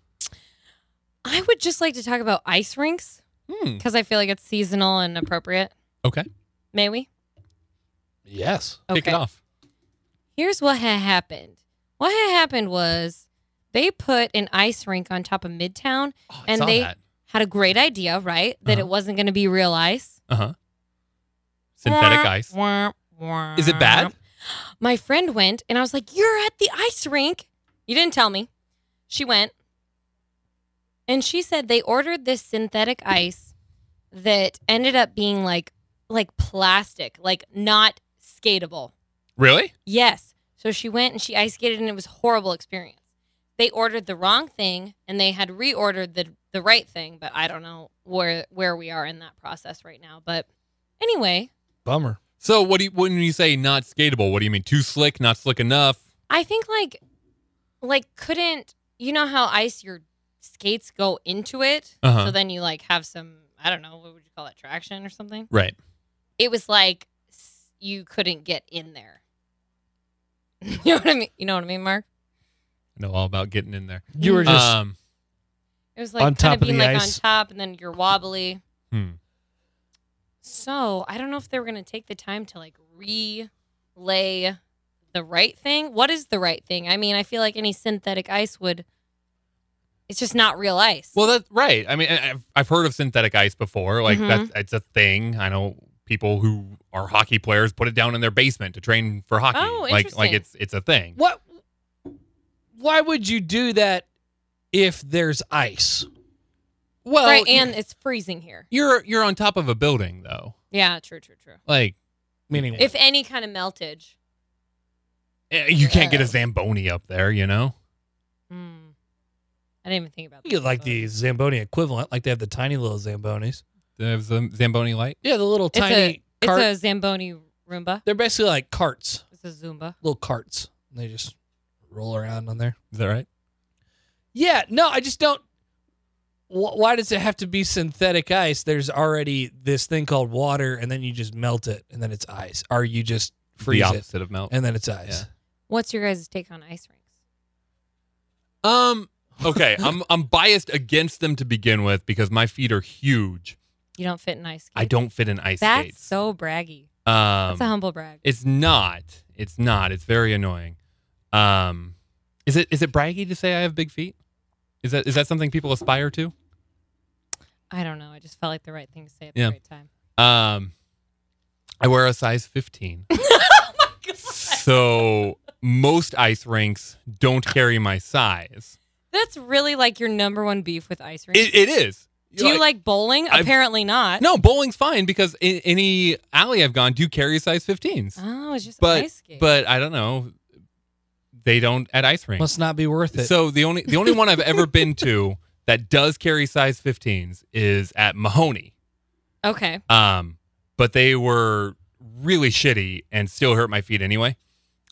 Speaker 2: I would just like to talk about ice rinks
Speaker 1: Hmm.
Speaker 2: because I feel like it's seasonal and appropriate.
Speaker 1: Okay.
Speaker 2: May we?
Speaker 3: Yes.
Speaker 1: Kick it off.
Speaker 2: Here's what had happened. What had happened was they put an ice rink on top of Midtown.
Speaker 1: Oh,
Speaker 2: And
Speaker 1: saw
Speaker 2: they-
Speaker 1: that.
Speaker 2: Had a great idea, right? That it
Speaker 1: Uh-huh.
Speaker 2: wasn't going to be real ice.
Speaker 1: Uh-huh. Synthetic ice. Is it bad?
Speaker 2: My friend went and I was like, You're at the ice rink. You didn't tell me. She went and she said they ordered this synthetic ice that ended up being like like plastic, like not skatable.
Speaker 1: Really?
Speaker 2: Yes. So she went and she ice skated and it was a horrible experience. They ordered the wrong thing and they had reordered the the right thing, but I don't know where where we are in that process right now. But anyway,
Speaker 3: Bummer.
Speaker 1: So what do you when you say not skatable, what do you mean? Too slick, not slick enough?
Speaker 2: I think like like couldn't you know how ice your skates go into it?
Speaker 1: Uh-huh.
Speaker 2: So then you like have some I don't know, what would you call it, traction or something?
Speaker 1: Right.
Speaker 2: It was like s- you couldn't get in there. you know what I mean? You know what I mean, Mark?
Speaker 1: I know all about getting in there.
Speaker 3: You were just
Speaker 1: Um
Speaker 2: It was like
Speaker 3: On
Speaker 2: kind
Speaker 3: top
Speaker 2: of
Speaker 3: of
Speaker 2: being
Speaker 3: the
Speaker 2: like
Speaker 3: ice.
Speaker 2: on top, and then you're wobbly.
Speaker 1: Hmm.
Speaker 2: So I don't know if they were gonna take the time to like relay the right thing. What is the right thing? I mean, I feel like any synthetic ice would. It's just not real ice.
Speaker 1: Well, that's right. I mean, I- I've, I've heard of synthetic ice before. Like
Speaker 2: Mhm.
Speaker 3: Mm-hmm.
Speaker 1: that's it's a thing. I know people who are hockey players put it down in their basement to train for hockey.
Speaker 2: Oh,
Speaker 1: like like
Speaker 2: interesting.
Speaker 1: it's it's a thing.
Speaker 3: what? Why would you do that if there's ice?
Speaker 1: Well,
Speaker 3: oh,
Speaker 2: right, and it's freezing here.
Speaker 1: you're you're on top of a building though.
Speaker 2: Yeah, true, true, true.
Speaker 1: Like
Speaker 3: Meaning,
Speaker 2: If any kind of meltage.
Speaker 1: eh, you can't get a zamboni up there, you know.
Speaker 2: Hmm. I didn't even think about
Speaker 3: You
Speaker 2: that.
Speaker 3: get like
Speaker 2: before.
Speaker 3: the Zamboni equivalent, like they have the tiny little Zambonis.
Speaker 1: Do they have some Zamboni light?
Speaker 3: Yeah, the little
Speaker 2: It's
Speaker 3: tiny
Speaker 2: a
Speaker 3: cart.
Speaker 2: it's a Zamboni Roomba.
Speaker 3: They're basically like carts,
Speaker 2: It's a Zumba.
Speaker 3: little carts. And they just roll around on there.
Speaker 1: Is that right?
Speaker 3: Yeah, no, I just don't. Wh- why does it have to be synthetic ice? There's already this thing called water, and then you just melt it, and then it's ice. Or you just freeze
Speaker 1: the
Speaker 3: it,
Speaker 1: opposite of melt.
Speaker 3: and then it's ice.
Speaker 2: What's your guys' take on ice rinks?
Speaker 1: Um. Okay. I'm I'm biased against them to begin with because my feet are huge.
Speaker 2: You don't fit in ice skates.
Speaker 1: I don't fit in ice
Speaker 2: That's
Speaker 1: skates.
Speaker 2: so braggy.
Speaker 1: um,
Speaker 2: That's a humble brag.
Speaker 1: It's not. It's not. It's very annoying. Um, is it is it braggy to say I have big feet? Is that is that something people aspire to?
Speaker 2: I don't know. I just felt like the right thing to say at the
Speaker 1: Yeah.
Speaker 2: right time.
Speaker 1: Um, I wear a size 15.
Speaker 2: Oh
Speaker 1: So most ice rinks don't carry my size.
Speaker 2: That's really like your number one beef with ice rinks.
Speaker 1: It, it is.
Speaker 2: Do you like bowling?
Speaker 1: I've-
Speaker 2: Apparently not.
Speaker 1: No, bowling's fine because in any alley I've gone do carry size 15s.
Speaker 2: Oh, it's just
Speaker 1: But-
Speaker 2: ice skates.
Speaker 1: But I don't know. They don't at ice rinks.
Speaker 3: Must not be worth it.
Speaker 1: So the only the only one I've ever been to that does carry size 15s is at Mahoney.
Speaker 2: okay.
Speaker 1: Um, but they were really shitty and still hurt my feet anyway.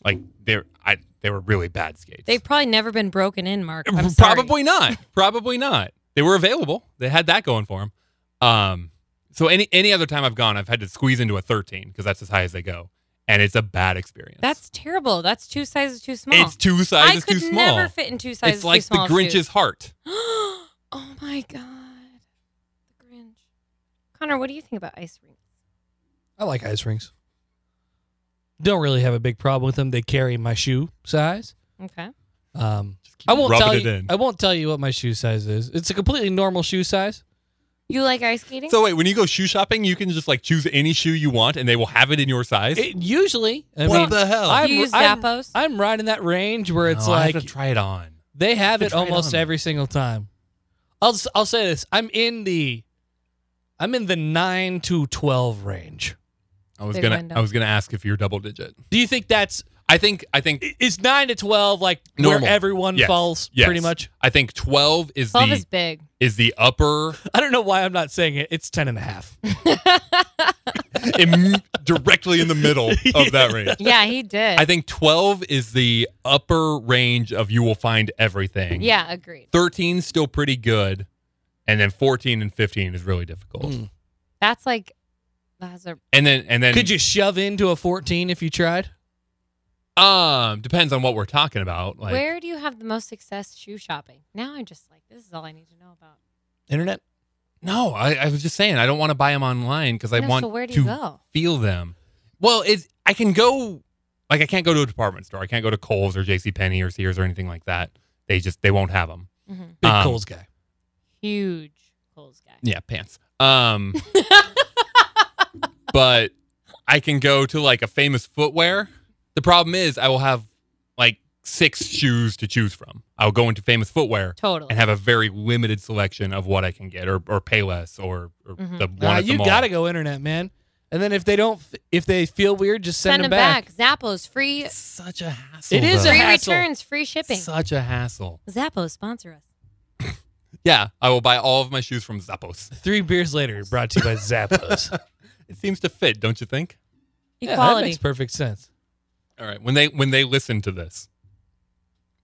Speaker 1: Like they're I they were really bad skates.
Speaker 2: They've probably never been broken in, Mark. I'm sorry.
Speaker 1: probably not. Probably not. They were available. They had that going for them. Um, so any any other time I've gone, I've had to squeeze into a 13 because that's as high as they go, and it's a bad experience.
Speaker 2: That's terrible. That's two sizes too small.
Speaker 1: it's two
Speaker 2: I
Speaker 1: sizes
Speaker 2: could
Speaker 1: too small.
Speaker 2: never fit in two sizes
Speaker 1: it's like
Speaker 2: too small.
Speaker 1: the Grinch's
Speaker 2: shoes.
Speaker 1: heart.
Speaker 2: oh my god, the Grinch. Connor, what do you think about ice rinks?
Speaker 3: I like ice rings. Don't really have a big problem with them. They carry my shoe size.
Speaker 2: Okay.
Speaker 3: Um, I won't
Speaker 1: rubbing
Speaker 3: tell
Speaker 1: it
Speaker 3: you.
Speaker 1: in.
Speaker 3: I won't tell you what my shoe size is. It's a completely normal shoe size.
Speaker 2: You like ice skating?
Speaker 1: So wait, when you go shoe shopping, you can just like choose any shoe you want, and they will have it in your size.
Speaker 3: It usually. I
Speaker 1: what
Speaker 3: mean,
Speaker 1: the hell?
Speaker 3: I- I'm-
Speaker 2: you use
Speaker 3: I'm-
Speaker 2: Zappos?
Speaker 3: I'm right in that range where it's
Speaker 1: No, I
Speaker 3: like
Speaker 1: have to try it on.
Speaker 3: They have
Speaker 1: They
Speaker 3: it
Speaker 1: try it
Speaker 3: almost
Speaker 1: on.
Speaker 3: every single time. I'll s- I'll say this. I'm in the I'm in the 9 to 12 range.
Speaker 1: I was
Speaker 2: Big
Speaker 1: gonna,
Speaker 2: window.
Speaker 1: I was gonna ask if you're double digit.
Speaker 3: Do you think that's
Speaker 1: I think, I think,
Speaker 3: i- is 9 to 12 like
Speaker 1: Normal.
Speaker 3: where everyone
Speaker 1: Yes.
Speaker 3: falls
Speaker 1: Yes.
Speaker 3: pretty much?
Speaker 1: I think twelve is
Speaker 2: 12
Speaker 1: the
Speaker 2: is big.
Speaker 1: is the upper
Speaker 3: I don't know why I'm not saying it. It's 10 and a half.
Speaker 1: im- directly in the middle of that range.
Speaker 2: yeah, he did.
Speaker 1: I think twelve is the upper range of you will find everything.
Speaker 2: yeah, agreed.
Speaker 1: 13 's still pretty good, and then fourteen and fifteen is really difficult.
Speaker 3: Mm.
Speaker 2: That's like that's a
Speaker 1: And then Hmm. and then
Speaker 3: Could you shove into a 14 if you tried?
Speaker 1: um depends on what we're talking about. Like
Speaker 2: Where do you have the most success shoe shopping? Now I'm just like, this is all I need to know about.
Speaker 3: Internet?
Speaker 1: No, I, I was just saying I don't want to buy them online because I
Speaker 2: No,
Speaker 1: want
Speaker 2: so where do
Speaker 1: to
Speaker 2: you go?
Speaker 1: feel them. Well, it's I can go like I can't go to a department store. I can't go to Kohl's or J.C. Penney or Sears or anything like that. They just they won't have them.
Speaker 2: hmm
Speaker 3: Big
Speaker 1: Um,
Speaker 3: Coles guy.
Speaker 2: Huge Kohl's guy.
Speaker 1: Yeah, pants. Um, but I can go to like a famous footwear. The problem is I will have like six shoes to choose from. I'll go into famous footwear
Speaker 2: Totally.
Speaker 1: and have a very limited selection of what I can get, or or Payless, or, or the one
Speaker 2: Mhm.
Speaker 3: Nah,
Speaker 1: at the
Speaker 3: Ah, you
Speaker 1: mall.
Speaker 3: got to go internet, man. And then if they don't f- if they feel weird, just send,
Speaker 2: Send them back. Zappos free
Speaker 1: such a hassle.
Speaker 3: It is a
Speaker 1: though.
Speaker 2: free
Speaker 3: hassle.
Speaker 2: returns, free shipping.
Speaker 1: Such a hassle.
Speaker 2: Zappos sponsor us.
Speaker 1: Yeah, I will buy all of my shoes from Zappos.
Speaker 3: 3 beers later brought to you by Zappos.
Speaker 1: It seems to fit, don't you think?
Speaker 3: Yeah, that
Speaker 2: Equality.
Speaker 3: makes perfect sense.
Speaker 1: All right, when they when they listen to this,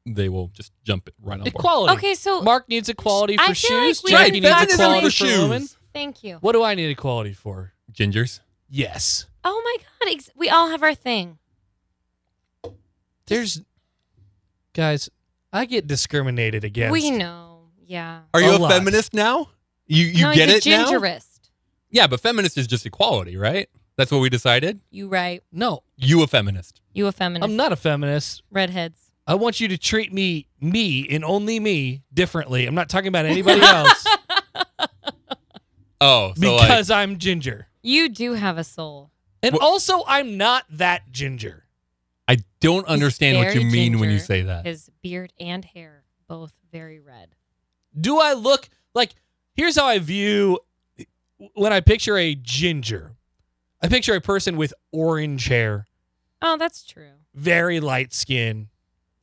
Speaker 1: they will just jump it right on board.
Speaker 3: Equality.
Speaker 2: okay, so
Speaker 3: Mark needs equality
Speaker 2: I
Speaker 3: for
Speaker 2: feel like
Speaker 3: shoes.
Speaker 2: we
Speaker 3: Jackie
Speaker 2: Right,
Speaker 3: needs
Speaker 2: feminism
Speaker 3: equality
Speaker 2: for
Speaker 3: for women.
Speaker 2: thank you.
Speaker 3: What do I need equality for?
Speaker 1: Gingers.
Speaker 3: Yes.
Speaker 2: Oh my god, ex- we all have our thing.
Speaker 3: There's guys, I get discriminated against.
Speaker 2: We know. Yeah.
Speaker 1: Are you a,
Speaker 3: A lot.
Speaker 1: feminist now? You you
Speaker 2: no,
Speaker 1: get it
Speaker 2: he's a
Speaker 1: now?
Speaker 2: gingerist.
Speaker 1: Yeah, but feminist is just equality, right? That's what we decided.
Speaker 2: You right.
Speaker 3: No,
Speaker 1: You a feminist?
Speaker 2: You a feminist.
Speaker 1: Um,
Speaker 3: I'm not a feminist.
Speaker 2: Redheads.
Speaker 3: I want you to treat me, me and only me, differently. I'm not talking about anybody else
Speaker 1: Oh, so like,
Speaker 3: because I'm ginger.
Speaker 2: You do have a soul.
Speaker 3: And
Speaker 1: Wha-
Speaker 3: also, I'm not that ginger.
Speaker 1: I don't understand what you
Speaker 2: very
Speaker 1: mean when you
Speaker 2: ginger.
Speaker 1: say
Speaker 3: Uh,
Speaker 1: that.
Speaker 2: His beard and hair both very red.
Speaker 3: Do I look like here's how I view when I picture a ginger? I picture a person with orange hair,
Speaker 2: Oh, that's true.
Speaker 3: very light skin,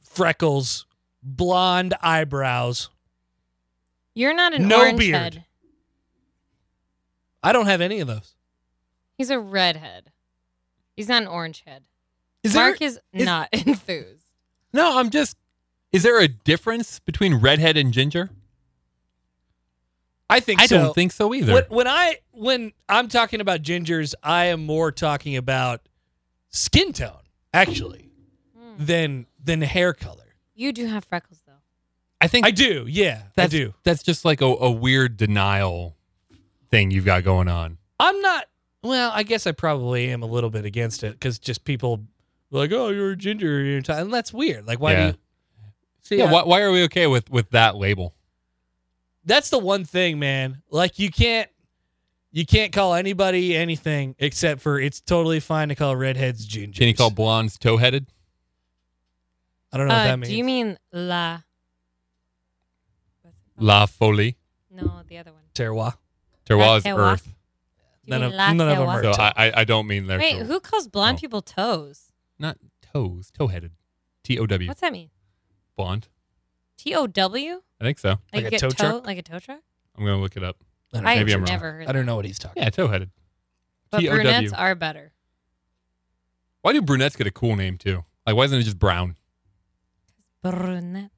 Speaker 3: freckles, blonde eyebrows,
Speaker 2: You're not an
Speaker 3: No
Speaker 2: orange
Speaker 3: beard.
Speaker 2: head.
Speaker 3: I don't have any of those.
Speaker 2: He's a redhead. He's not an orange head.
Speaker 1: Is there
Speaker 2: Mark is not enthused.
Speaker 1: no? I'm just. Is there a difference between redhead and ginger?
Speaker 3: I think
Speaker 1: I
Speaker 3: so.
Speaker 1: don't think so either.
Speaker 3: When, when I when I'm talking about gingers, I am more talking about skin tone actually
Speaker 2: Hmm.
Speaker 1: Mm.
Speaker 3: than than hair color.
Speaker 2: You do have freckles though.
Speaker 1: I think
Speaker 3: I do, yeah, I
Speaker 1: that's,
Speaker 3: do.
Speaker 1: That's just like a, a weird denial thing you've got going on.
Speaker 3: I'm not. Well, I guess I probably am a little bit against it because just people are like, oh, you're a ginger, you're Italian," and that's weird. Like, why
Speaker 1: Yeah.
Speaker 3: do you? See,
Speaker 1: Yeah.
Speaker 3: I-
Speaker 1: Why, why are we okay with with that label?
Speaker 3: that's the one thing, man. Like, you can't you can't call anybody anything except for it's totally fine to call redheads gingers.
Speaker 1: Can you call blondes toe headed?
Speaker 3: I don't know
Speaker 2: Uh,
Speaker 3: what that means.
Speaker 2: Do you mean la?
Speaker 1: La folie.
Speaker 2: No, the other one.
Speaker 3: terroir?
Speaker 1: Terroir is
Speaker 2: Terroir.
Speaker 1: earth.
Speaker 2: Do you
Speaker 3: None
Speaker 2: mean
Speaker 3: of-
Speaker 2: la
Speaker 3: none of them
Speaker 2: terroir?
Speaker 3: are
Speaker 1: So I, I I don't mean their
Speaker 2: Wait, who calls blonde
Speaker 1: Oh.
Speaker 2: people toes?
Speaker 1: not toes, toe headed. T O W
Speaker 2: What's that mean?
Speaker 1: blonde.
Speaker 2: T O W?
Speaker 1: I think so.
Speaker 3: Like
Speaker 2: you
Speaker 3: a
Speaker 2: get
Speaker 3: tow truck?
Speaker 2: Like a tow truck?
Speaker 1: I'm gonna look it up.
Speaker 3: I don't,
Speaker 2: I
Speaker 1: Maybe
Speaker 2: have
Speaker 1: I'm wrong.
Speaker 2: never heard
Speaker 3: I
Speaker 2: that.
Speaker 3: don't know what he's talking.
Speaker 1: Yeah, toe headed.
Speaker 2: But
Speaker 1: T O W.
Speaker 2: brunettes are better
Speaker 1: Why do brunettes get a cool name too? Like why isn't it just brown?
Speaker 2: Brunette.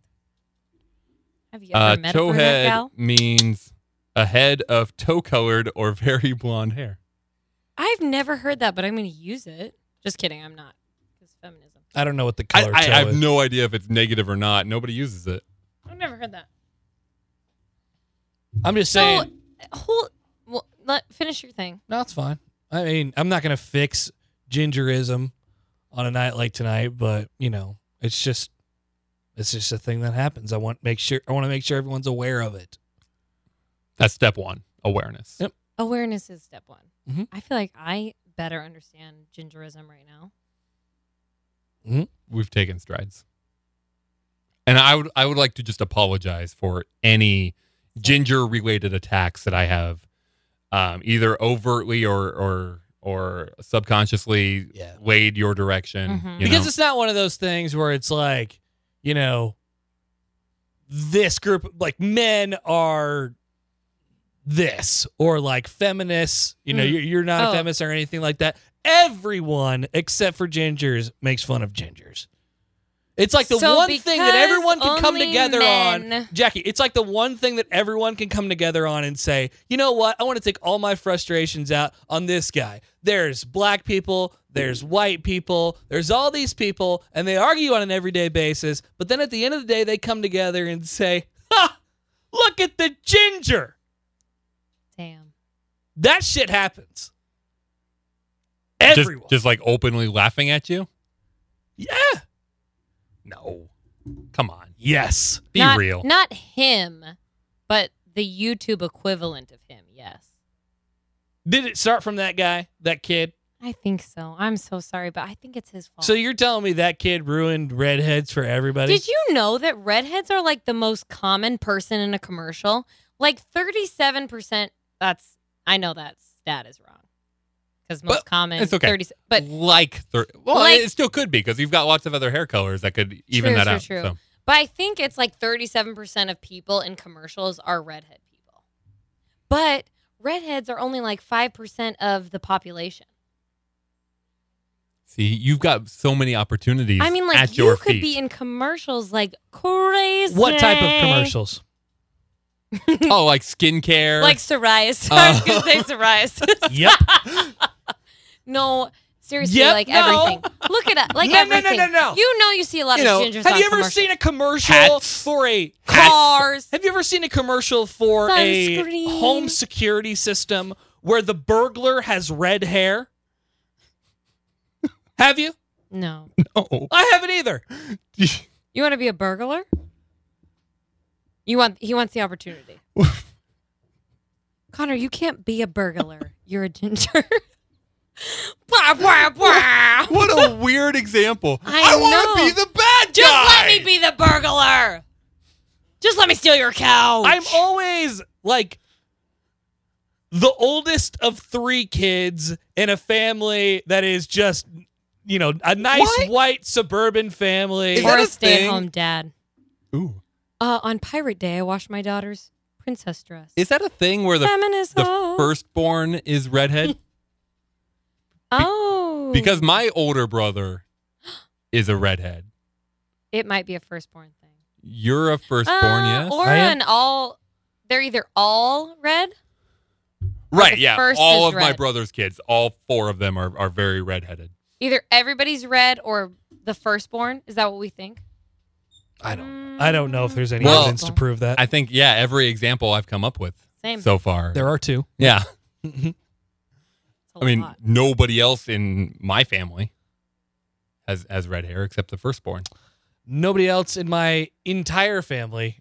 Speaker 2: Have you
Speaker 1: Uh,
Speaker 2: ever met a
Speaker 1: toe
Speaker 2: brunette
Speaker 1: head
Speaker 2: gal?
Speaker 1: means a head of toe colored or very blonde hair.
Speaker 2: I've never heard that, but I'm going to use it. Just kidding, I'm not. Because feminism.
Speaker 3: I don't know what the
Speaker 1: I,
Speaker 3: color.
Speaker 1: I
Speaker 3: toe
Speaker 1: have
Speaker 3: is.
Speaker 1: no idea if it's negative or not. Nobody uses it.
Speaker 2: I've never heard that.
Speaker 3: I'm just
Speaker 2: So,
Speaker 3: saying.
Speaker 2: hold. Oh, Well, let finish your thing.
Speaker 3: No, it's fine. I mean, I'm not gonna fix gingerism on a night like tonight, but you know, it's just it's just a thing that happens. I want make sure I want to make sure everyone's aware of it.
Speaker 1: That's step one, awareness.
Speaker 3: Yep.
Speaker 2: Awareness is step one.
Speaker 3: Mhm.
Speaker 2: I feel like I better understand gingerism right now.
Speaker 1: We've taken strides. And I would I would like to just apologize for any ginger related attacks that I have um, either overtly or or or subconsciously
Speaker 3: Yeah.
Speaker 1: laid your direction.
Speaker 2: Mhm.
Speaker 1: you
Speaker 3: because
Speaker 1: know?
Speaker 3: it's not one of those things where it's like, you know, this group like men are this or like feminists, you know,
Speaker 2: Mm.
Speaker 3: you're, you're not
Speaker 2: Oh.
Speaker 3: a feminist or anything like that. Everyone except for gingers makes fun of gingers. It's like the
Speaker 2: So
Speaker 3: one thing that
Speaker 2: because
Speaker 3: everyone can come
Speaker 2: only
Speaker 3: together
Speaker 2: men-
Speaker 3: on. Jackie, it's like the one thing that everyone can come together on and say, you know what? I want to take all my frustrations out on this guy. There's black people, there's white people, there's all these people, and they argue on an everyday basis. But then at the end of the day, they come together and say, ha, look at the ginger.
Speaker 2: Damn.
Speaker 3: That shit happens.
Speaker 1: Just-
Speaker 3: Everyone.
Speaker 1: just like openly laughing at you.
Speaker 3: yeah.
Speaker 1: No, come on,
Speaker 3: Yes.
Speaker 1: be
Speaker 2: not,
Speaker 3: Oh.
Speaker 1: real.
Speaker 2: Not him, but the YouTube equivalent of him. Yes.
Speaker 3: Did it start from that guy, that kid?
Speaker 2: I think so. I'm so sorry, but I think it's his fault.
Speaker 3: So you're telling me that kid ruined redheads for everybody?
Speaker 2: Did you know that redheads are like the most common person in a commercial? Like 37%. That's, I know that stat is wrong. Because most
Speaker 1: But
Speaker 2: common,
Speaker 1: it's okay.
Speaker 2: 30, but
Speaker 1: like, thir- well,
Speaker 2: Like-
Speaker 1: it still could be because you've got lots of other hair colors that could even that
Speaker 2: True, true,
Speaker 1: out.
Speaker 2: true.
Speaker 1: So.
Speaker 2: But I think it's like 37% of people in commercials are redhead people. But redheads are only like 5% of the population.
Speaker 1: See, you've got so many opportunities.
Speaker 2: I mean, like,
Speaker 1: at
Speaker 2: you
Speaker 1: your
Speaker 2: could
Speaker 1: feet.
Speaker 2: be in commercials like crazy.
Speaker 3: What type of commercials?
Speaker 1: oh, like skincare.
Speaker 2: Like psoriasis.
Speaker 1: Oh.
Speaker 2: I was going to say psoriasis.
Speaker 3: yep.
Speaker 2: no, seriously,
Speaker 3: Yep,
Speaker 2: like
Speaker 3: no.
Speaker 2: everything. Look it up. Like
Speaker 3: No, no, no,
Speaker 2: everything.
Speaker 3: no, no.
Speaker 2: You know, you see a lot
Speaker 3: You
Speaker 2: of
Speaker 3: know,
Speaker 2: gingers
Speaker 3: have
Speaker 2: on
Speaker 3: you ever
Speaker 2: commercials.
Speaker 3: seen a commercial
Speaker 1: Hats.
Speaker 3: for a
Speaker 2: cars?
Speaker 3: Have you ever seen a commercial for
Speaker 2: Sunscreen.
Speaker 3: a home security system where the burglar has red hair? have you?
Speaker 2: No.
Speaker 1: oh.
Speaker 3: I haven't either.
Speaker 2: You want to be a burglar? You want he wants the opportunity. Connor, you can't be a burglar. You're a ginger. Wah, wah, wah.
Speaker 1: what a weird example.
Speaker 2: I
Speaker 1: want to
Speaker 2: know.
Speaker 1: be the bad guy.
Speaker 2: Just let me be the burglar. Just let me steal your cow.
Speaker 3: I'm always like the oldest of three kids in a family that is just, you know, a nice
Speaker 1: What?
Speaker 3: white suburban family.
Speaker 1: Is
Speaker 2: or
Speaker 1: that
Speaker 2: a
Speaker 1: a
Speaker 2: stay-at-home dad.
Speaker 1: Ooh.
Speaker 2: Uh, on Pirate Day, I washed my daughter's princess dress.
Speaker 1: Is that a thing where the
Speaker 2: Feminism.
Speaker 1: the firstborn is redhead?
Speaker 2: oh,
Speaker 1: Because my older brother is a redhead.
Speaker 2: it might be a firstborn thing.
Speaker 1: You're a firstborn,
Speaker 2: Uh,
Speaker 1: yes.
Speaker 2: Or
Speaker 3: I am.
Speaker 2: an all. They're either all red.
Speaker 1: right,
Speaker 2: the
Speaker 1: yeah.
Speaker 2: first
Speaker 1: all
Speaker 2: is
Speaker 1: of my
Speaker 2: red.
Speaker 1: brother's kids, all four of them are, are very redheaded.
Speaker 2: Either everybody's red or the firstborn. Is that what we think?
Speaker 3: I don't.
Speaker 2: Mm-hmm.
Speaker 3: I don't know if there's any
Speaker 1: Well-
Speaker 3: evidence to prove that.
Speaker 1: I think, yeah, every example I've come up with
Speaker 2: Same.
Speaker 1: so far.
Speaker 3: there are two.
Speaker 1: yeah.
Speaker 2: It's a
Speaker 1: I mean,
Speaker 2: lot.
Speaker 1: nobody else in my family has has red hair except the firstborn.
Speaker 3: Nobody else in my entire family.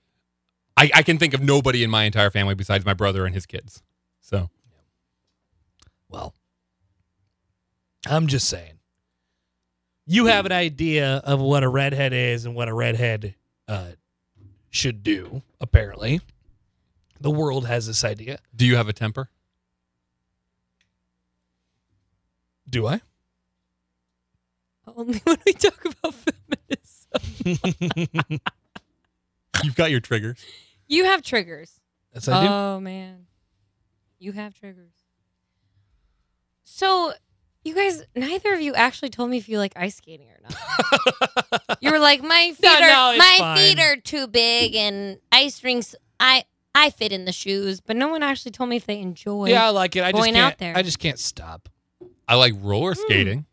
Speaker 1: I, I can think of nobody in my entire family besides my brother and his kids. So
Speaker 3: Well, I'm just saying. You have an idea of what a redhead is and what a redhead uh, should do. Apparently, the world has this idea.
Speaker 1: do you have a temper?
Speaker 3: Do I?
Speaker 2: only when we talk about feminism.
Speaker 1: You've got your triggers.
Speaker 2: You have triggers.
Speaker 3: Yes, I do.
Speaker 2: oh man, you have triggers. So, you guys, neither of you actually told me if you like ice skating or not. you were like, my feet
Speaker 3: No,
Speaker 2: are
Speaker 3: no, it's
Speaker 2: my
Speaker 3: fine.
Speaker 2: feet are too big, and ice rinks. I I fit in the shoes, but no one actually told me if they enjoy.
Speaker 3: yeah, I like it. I just
Speaker 2: going
Speaker 3: can't.
Speaker 2: out there.
Speaker 3: I just can't stop.
Speaker 1: I like roller
Speaker 2: Mm.
Speaker 1: skating.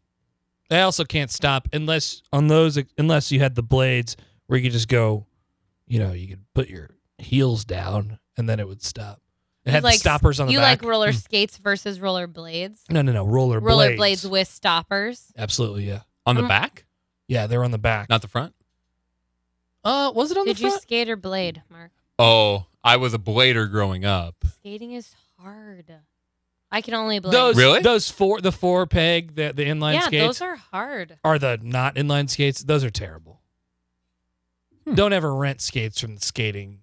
Speaker 3: I also can't stop unless on those unless you had the blades where you could just go, you know, you could put your heels down and then it would stop. It
Speaker 2: You
Speaker 3: had
Speaker 2: like-
Speaker 3: the stoppers on the
Speaker 2: you
Speaker 3: back.
Speaker 2: like roller skates versus roller blades.
Speaker 3: no, no, no, roller
Speaker 2: Roller
Speaker 3: blades.
Speaker 2: blades with stoppers.
Speaker 3: Absolutely, yeah,
Speaker 1: On the
Speaker 2: Um,
Speaker 1: back?
Speaker 3: yeah. They're on the back.
Speaker 1: Not the front?
Speaker 3: uh, was it on
Speaker 2: Did
Speaker 3: the
Speaker 2: you
Speaker 3: front?
Speaker 2: skate or blade, Mark?
Speaker 1: Oh, I was a blader growing up.
Speaker 2: Skating is hard. I can only blade.
Speaker 3: those
Speaker 1: Really?
Speaker 3: those four the four peg the the inline
Speaker 2: yeah,
Speaker 3: skates
Speaker 2: those are hard.
Speaker 3: are the not inline skates. Those are terrible.
Speaker 1: Hmm.
Speaker 3: Don't ever rent skates from the skating.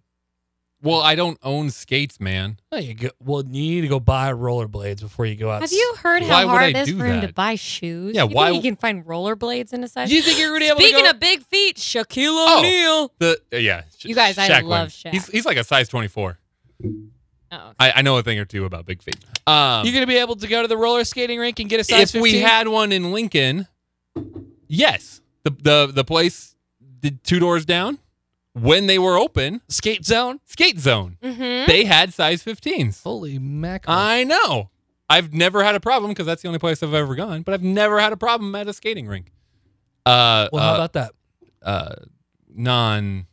Speaker 1: Well, I don't own skates, man.
Speaker 3: Oh, you go, well, you need to go buy rollerblades before you go out.
Speaker 2: Have you heard
Speaker 1: Why
Speaker 2: how
Speaker 1: would
Speaker 2: hard
Speaker 1: I
Speaker 2: it is
Speaker 1: do
Speaker 2: for him to
Speaker 1: that?
Speaker 2: buy shoes?
Speaker 1: Yeah,
Speaker 2: You think
Speaker 1: why-
Speaker 2: he can find rollerblades in a size?
Speaker 3: You think you're gonna be able to
Speaker 2: Speaking
Speaker 3: go-
Speaker 2: of big feet, Shaquille
Speaker 1: Oh.
Speaker 2: O'Neal.
Speaker 1: The uh, yeah. Sh-
Speaker 2: You guys, I
Speaker 1: Shaq
Speaker 2: love
Speaker 1: wins.
Speaker 2: Shaq.
Speaker 1: He's he's like a size 24.
Speaker 2: Oh,
Speaker 1: I, I know a thing or two about big feet. Um,
Speaker 3: You gonna be able to go to the roller skating rink and get a size
Speaker 1: if
Speaker 3: 15?
Speaker 1: we had one in Lincoln, yes, the the the place did two doors down when they were open,
Speaker 3: skate zone?
Speaker 1: Skate Zone.
Speaker 3: Hmm.
Speaker 2: mm-hmm.
Speaker 1: They had size 15s.
Speaker 3: Holy mackerel!
Speaker 1: I know. I've never had a problem because that's the only place I've ever gone, but I've never had a problem at a skating rink. Uh,
Speaker 3: well, how about that?
Speaker 1: uh, uh non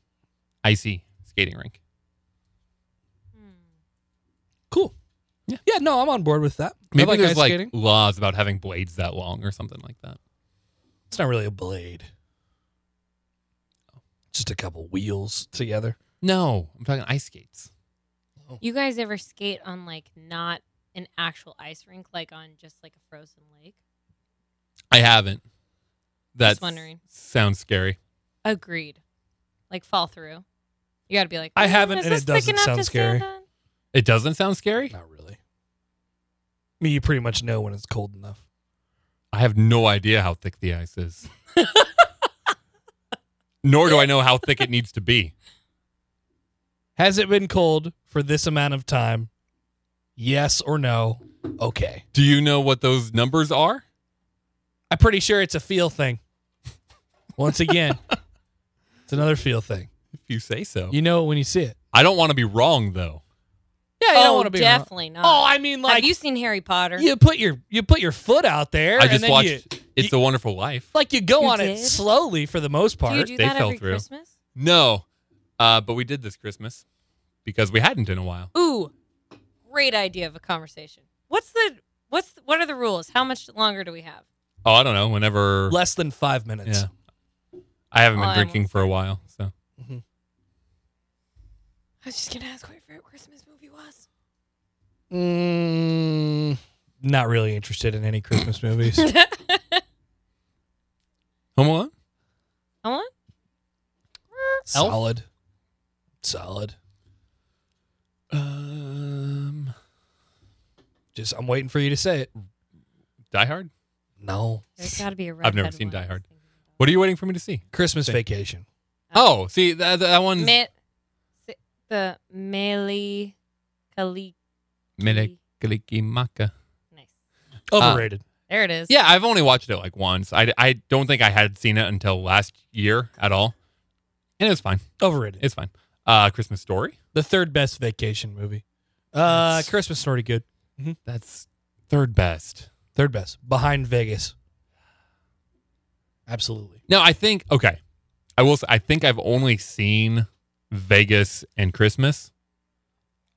Speaker 1: icy skating rink.
Speaker 3: Cool.
Speaker 1: Yeah.
Speaker 3: Yeah, no, I'm on board with that. I
Speaker 1: Maybe
Speaker 3: like
Speaker 1: there's
Speaker 3: ice
Speaker 1: like
Speaker 3: skating.
Speaker 1: laws about having blades that long or something like that.
Speaker 3: It's not really a blade. Just a couple wheels together.
Speaker 1: No, I'm talking ice skates.
Speaker 2: You guys ever skate on like not an actual ice rink, like on just like a frozen lake?
Speaker 1: I haven't. That's
Speaker 2: wondering.
Speaker 1: Sounds scary.
Speaker 2: Agreed. Like fall through. You got to be like,
Speaker 3: I
Speaker 2: "Mm,
Speaker 3: haven't,
Speaker 2: is
Speaker 3: and it
Speaker 2: this thick
Speaker 3: doesn't
Speaker 2: enough
Speaker 3: sound
Speaker 2: to stand
Speaker 3: scary.
Speaker 2: on?"
Speaker 1: It doesn't sound scary.
Speaker 3: Not really. I mean, you pretty much know when it's cold enough.
Speaker 1: I have no idea how thick the ice is. Nor do I know how thick it needs to be.
Speaker 3: Has it been cold for this amount of time? Yes or no? Okay.
Speaker 1: Do you know what those numbers are?
Speaker 3: I'm pretty sure it's a feel thing. Once again, it's another feel thing.
Speaker 1: If you say so.
Speaker 3: You know it when you see it.
Speaker 1: I don't want to be wrong though.
Speaker 3: Yeah, you
Speaker 2: Oh,
Speaker 3: don't want to be. around-
Speaker 2: definitely not.
Speaker 3: Oh, I mean, like
Speaker 2: Have you seen Harry Potter?
Speaker 3: you put your you put your foot out there.
Speaker 1: I
Speaker 3: and
Speaker 1: just
Speaker 3: then
Speaker 1: watched
Speaker 3: You,
Speaker 1: It's a Wonderful Life.
Speaker 3: like you go
Speaker 2: You
Speaker 3: on it
Speaker 2: did?
Speaker 3: slowly for the most
Speaker 2: do
Speaker 3: part.
Speaker 2: you do
Speaker 1: They
Speaker 2: that
Speaker 1: fell
Speaker 2: every
Speaker 1: through.
Speaker 2: Christmas?
Speaker 1: No. Uh, but we did this Christmas because we hadn't in a while.
Speaker 2: Ooh, great idea of a conversation. What's the what's the, what are the rules? How much longer do we have?
Speaker 1: Oh, I don't know. Whenever
Speaker 3: Less than five minutes.
Speaker 1: Yeah. I haven't
Speaker 2: Oh,
Speaker 1: been
Speaker 2: I
Speaker 1: drinking
Speaker 2: almost
Speaker 1: for a while, so
Speaker 2: I was just gonna ask what your favorite Christmas movie was.
Speaker 3: Mm, not really interested in any Christmas movies.
Speaker 1: Home Alone?
Speaker 2: Ellen?
Speaker 3: Solid. Solid.
Speaker 1: Um
Speaker 3: Just I'm waiting for you to say it.
Speaker 1: Die Hard?
Speaker 3: No.
Speaker 2: There's got to be a
Speaker 1: I've never
Speaker 2: redhead
Speaker 1: seen
Speaker 2: one.
Speaker 1: Die Hard. What are you waiting for me to see?
Speaker 3: Uh, Christmas vacation.
Speaker 1: Oh, see that that one's
Speaker 2: Mitt, the Meli Kaliki.
Speaker 1: Melikalikimaka.
Speaker 2: Nice.
Speaker 1: Ah.
Speaker 3: Overrated.
Speaker 2: There it is.
Speaker 1: Yeah, I've only watched it like once. I, I don't think I had seen it until last year at all. And it was fine.
Speaker 3: Overrated.
Speaker 1: It's fine. Uh, Christmas Story.
Speaker 3: the third best vacation movie. Uh,
Speaker 1: That's-
Speaker 3: Christmas Story, good.
Speaker 1: That's third best.
Speaker 3: Third best, behind Vegas. Absolutely.
Speaker 1: No, I think okay. I will. Say, I think I've only seen Vegas and Christmas.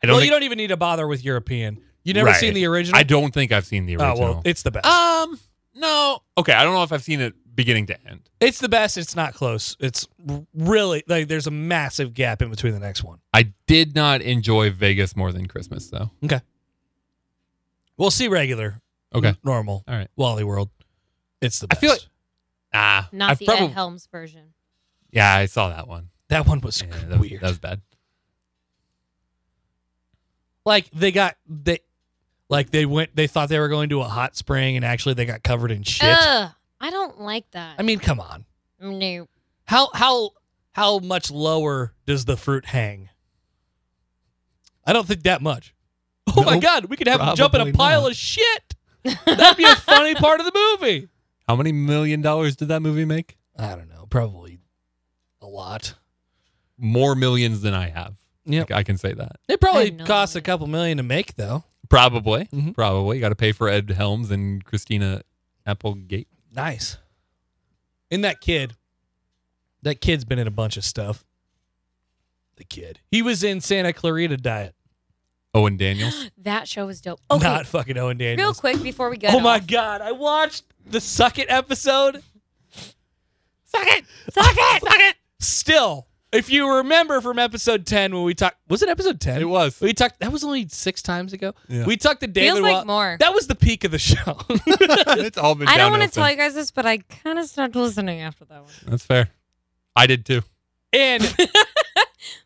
Speaker 1: I don't.
Speaker 3: well, you
Speaker 1: think,
Speaker 3: don't even need to bother with European. You never
Speaker 1: Right.
Speaker 3: seen the original?
Speaker 1: I don't think I've seen the
Speaker 3: Oh
Speaker 1: original.
Speaker 3: well, it's the best.
Speaker 1: um, no. Okay, I don't know if I've seen it beginning to end.
Speaker 3: it's the best. It's not close. It's r- really like there's a massive gap in between the next one.
Speaker 1: I did not enjoy Vegas more than Christmas though.
Speaker 3: We'll see regular.
Speaker 1: Okay.
Speaker 3: n- normal.
Speaker 1: All right.
Speaker 3: Wally World. It's the
Speaker 1: I
Speaker 3: best.
Speaker 1: feel like- Ah,
Speaker 2: Not
Speaker 1: I've
Speaker 2: the
Speaker 1: probably.
Speaker 2: Ed Helms version.
Speaker 1: yeah, I saw that one.
Speaker 3: that one was
Speaker 1: Yeah, that, was,
Speaker 3: weird.
Speaker 1: that was bad.
Speaker 3: like they got they like they went they thought they were going to a hot spring and actually they got covered in shit.
Speaker 2: Ugh, I don't like that.
Speaker 3: I mean, come on.
Speaker 2: no.
Speaker 3: How how how much lower does the fruit hang? I don't think that much. Oh my
Speaker 1: Nope,
Speaker 3: god, we could have them jump in a
Speaker 1: probably
Speaker 3: pile
Speaker 1: not.
Speaker 3: of shit. That'd be a funny part of the movie.
Speaker 1: How many million dollars did that movie make?
Speaker 3: I don't know, probably a lot.
Speaker 1: More millions than I have.
Speaker 3: Yep.
Speaker 1: I, I can say that.
Speaker 3: It probably
Speaker 2: I know
Speaker 3: costs a
Speaker 2: it.
Speaker 3: couple million to make though.
Speaker 1: Probably.
Speaker 3: Mhm.
Speaker 1: Probably. You got to pay for Ed Helms and Christina Applegate.
Speaker 3: Nice. And that kid, that kid's been in a bunch of stuff. The kid. He was in Santa Clarita Diet.
Speaker 1: Owen Daniels.
Speaker 2: That show was dope. Okay,
Speaker 3: Not fucking Owen Daniels.
Speaker 2: real quick before we go.
Speaker 3: Oh my god, I watched the Suck It episode. Suck it! Suck it! Suck it! Still, if you remember from episode 10 when we talked was it episode 10?
Speaker 1: it was.
Speaker 3: We talked that was only six times ago.
Speaker 1: Yeah.
Speaker 3: We talked to David.
Speaker 2: Feels like
Speaker 3: Wa-
Speaker 2: more.
Speaker 3: That was the peak of the show.
Speaker 1: it's all been
Speaker 2: I don't want
Speaker 1: downhill
Speaker 2: to tell
Speaker 1: since.
Speaker 2: you guys this, but I kind of stopped listening after that one.
Speaker 1: That's fair. I did too.
Speaker 3: and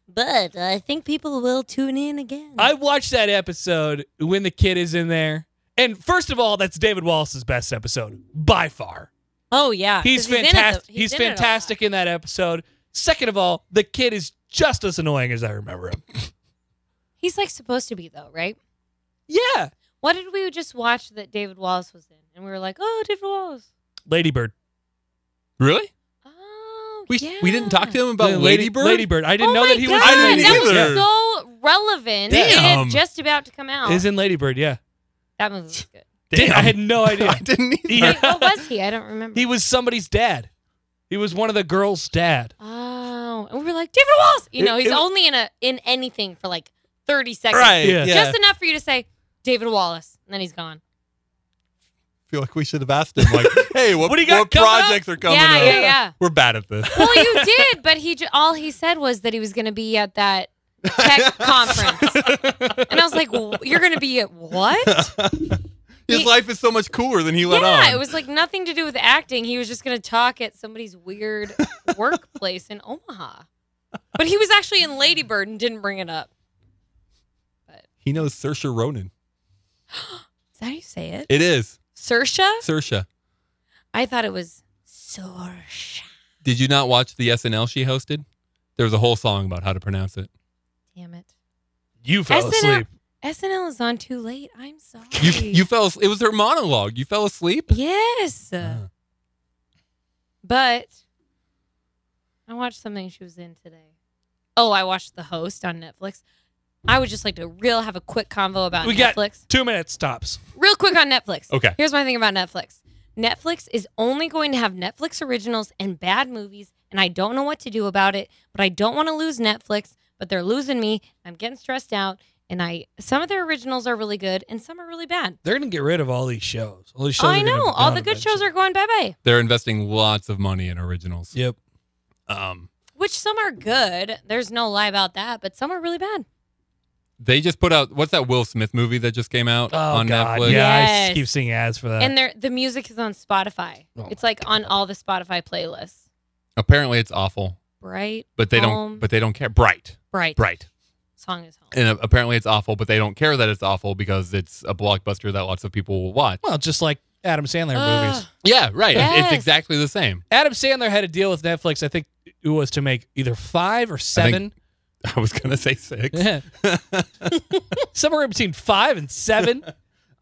Speaker 2: But I think people will tune in again.
Speaker 3: I watched that episode when the kid is in there. And first of all, that's David Wallace's best episode by far.
Speaker 2: oh yeah,
Speaker 3: He's
Speaker 2: 'cause in it the-
Speaker 3: fantastic. He's,
Speaker 2: in it a lot.
Speaker 3: fantastic in that episode. Second of all, the kid is just as annoying as I remember him.
Speaker 2: He's like supposed to be though, right?
Speaker 3: Yeah,
Speaker 2: What did we just watch that David Wallace was in? And we were like, oh, David Wallace.
Speaker 3: Lady Bird.
Speaker 1: Really?
Speaker 2: Oh,
Speaker 1: We
Speaker 2: yeah.
Speaker 1: we didn't talk to him about Lady Bird.
Speaker 3: Lady Bird. I didn't
Speaker 2: oh
Speaker 3: know
Speaker 2: my
Speaker 3: that he
Speaker 2: God,
Speaker 3: was in Lady
Speaker 2: that
Speaker 3: Bird.
Speaker 2: was
Speaker 1: Bird.
Speaker 2: so relevant.
Speaker 1: Damn.
Speaker 2: And just about to come out.
Speaker 3: Is in Lady Bird. Yeah.
Speaker 2: that movie was good.
Speaker 1: Damn.
Speaker 3: I had no
Speaker 1: I
Speaker 3: idea.
Speaker 1: didn't either.
Speaker 3: He-
Speaker 2: Wait, what was he? I don't remember.
Speaker 3: he was somebody's dad. He was one of the girls' dad.
Speaker 2: oh, and we were like David Wallace. You know,
Speaker 3: It-
Speaker 2: he's
Speaker 3: it-
Speaker 2: only in a in anything for like thirty seconds,
Speaker 3: Yeah.
Speaker 1: Yeah.
Speaker 2: just enough for you to say David Wallace, and then he's gone.
Speaker 1: feel like we should have asked him, like, hey, what,
Speaker 3: What do you got coming up?
Speaker 1: projects are coming
Speaker 2: yeah,
Speaker 1: up?
Speaker 2: yeah, yeah.
Speaker 1: We're bad at this.
Speaker 2: Well, you did, but he ju- all he said was that he was going to be at that tech conference, and I was like, "W- "You're going to be at what?"
Speaker 1: His
Speaker 2: He-
Speaker 1: life is so much cooler than he let
Speaker 2: yeah,
Speaker 1: on.
Speaker 2: it was like nothing to do with acting. He was just going to talk at somebody's weird workplace in Omaha, but he was actually in Ladybird and didn't bring it up.
Speaker 1: he knows Saoirse Ronan.
Speaker 2: Is that how you say it?
Speaker 1: It is
Speaker 2: Sersha?
Speaker 1: Saoirse.
Speaker 2: I thought it was Sorsha.
Speaker 1: Did you not watch the SNL she hosted? There was a whole song about how to pronounce it.
Speaker 2: Damn it.
Speaker 3: You fell
Speaker 2: SNL
Speaker 3: asleep.
Speaker 2: SNL is on too late. I'm sorry.
Speaker 1: You you fell. as- It was her monologue. You fell asleep.
Speaker 2: Yes.
Speaker 1: Ah.
Speaker 2: But I watched something she was in today. Oh, I watched The Host on Netflix. I would just like to real have a quick convo about
Speaker 3: We got-
Speaker 2: Netflix.
Speaker 3: Two minutes tops.
Speaker 2: real quick on Netflix.
Speaker 1: Okay.
Speaker 2: Here's my thing about Netflix. Netflix is only going to have Netflix originals and bad movies, and I don't know what to do about it, but I don't want to lose Netflix, but they're losing me. I'm getting stressed out, and I some of their originals are really good and some are really bad.
Speaker 3: They're gonna get rid of all these shows. All these shows.
Speaker 2: I know. All the good shows are going bye-bye,
Speaker 1: They're investing lots of money in originals.
Speaker 3: Yep.
Speaker 1: Um,
Speaker 2: which some are good. There's no lie about that, but some are really bad.
Speaker 1: they just put out what's that Will Smith movie that just came out
Speaker 3: Oh
Speaker 1: on
Speaker 3: God.
Speaker 1: Netflix?
Speaker 3: Yeah, I
Speaker 2: Yes.
Speaker 3: keep seeing ads for that.
Speaker 2: And they're, the music is on Spotify.
Speaker 3: Oh
Speaker 2: it's like on all the Spotify playlists.
Speaker 1: Apparently, it's awful,
Speaker 2: Bright,
Speaker 1: but they
Speaker 2: Um,
Speaker 1: don't. But they don't care. Bright,
Speaker 2: bright,
Speaker 1: bright,
Speaker 2: song is home.
Speaker 1: and uh, apparently it's awful, but they don't care that it's awful because it's a blockbuster that lots of people will watch.
Speaker 3: well, just like Adam Sandler
Speaker 2: Ugh.
Speaker 3: movies.
Speaker 1: Yeah, right. It's-
Speaker 2: Yes.
Speaker 1: It's exactly the same.
Speaker 3: Adam Sandler had a deal with Netflix. I think it was to make either five or seven
Speaker 1: I was gonna say six.
Speaker 3: Yeah. Somewhere between five and seven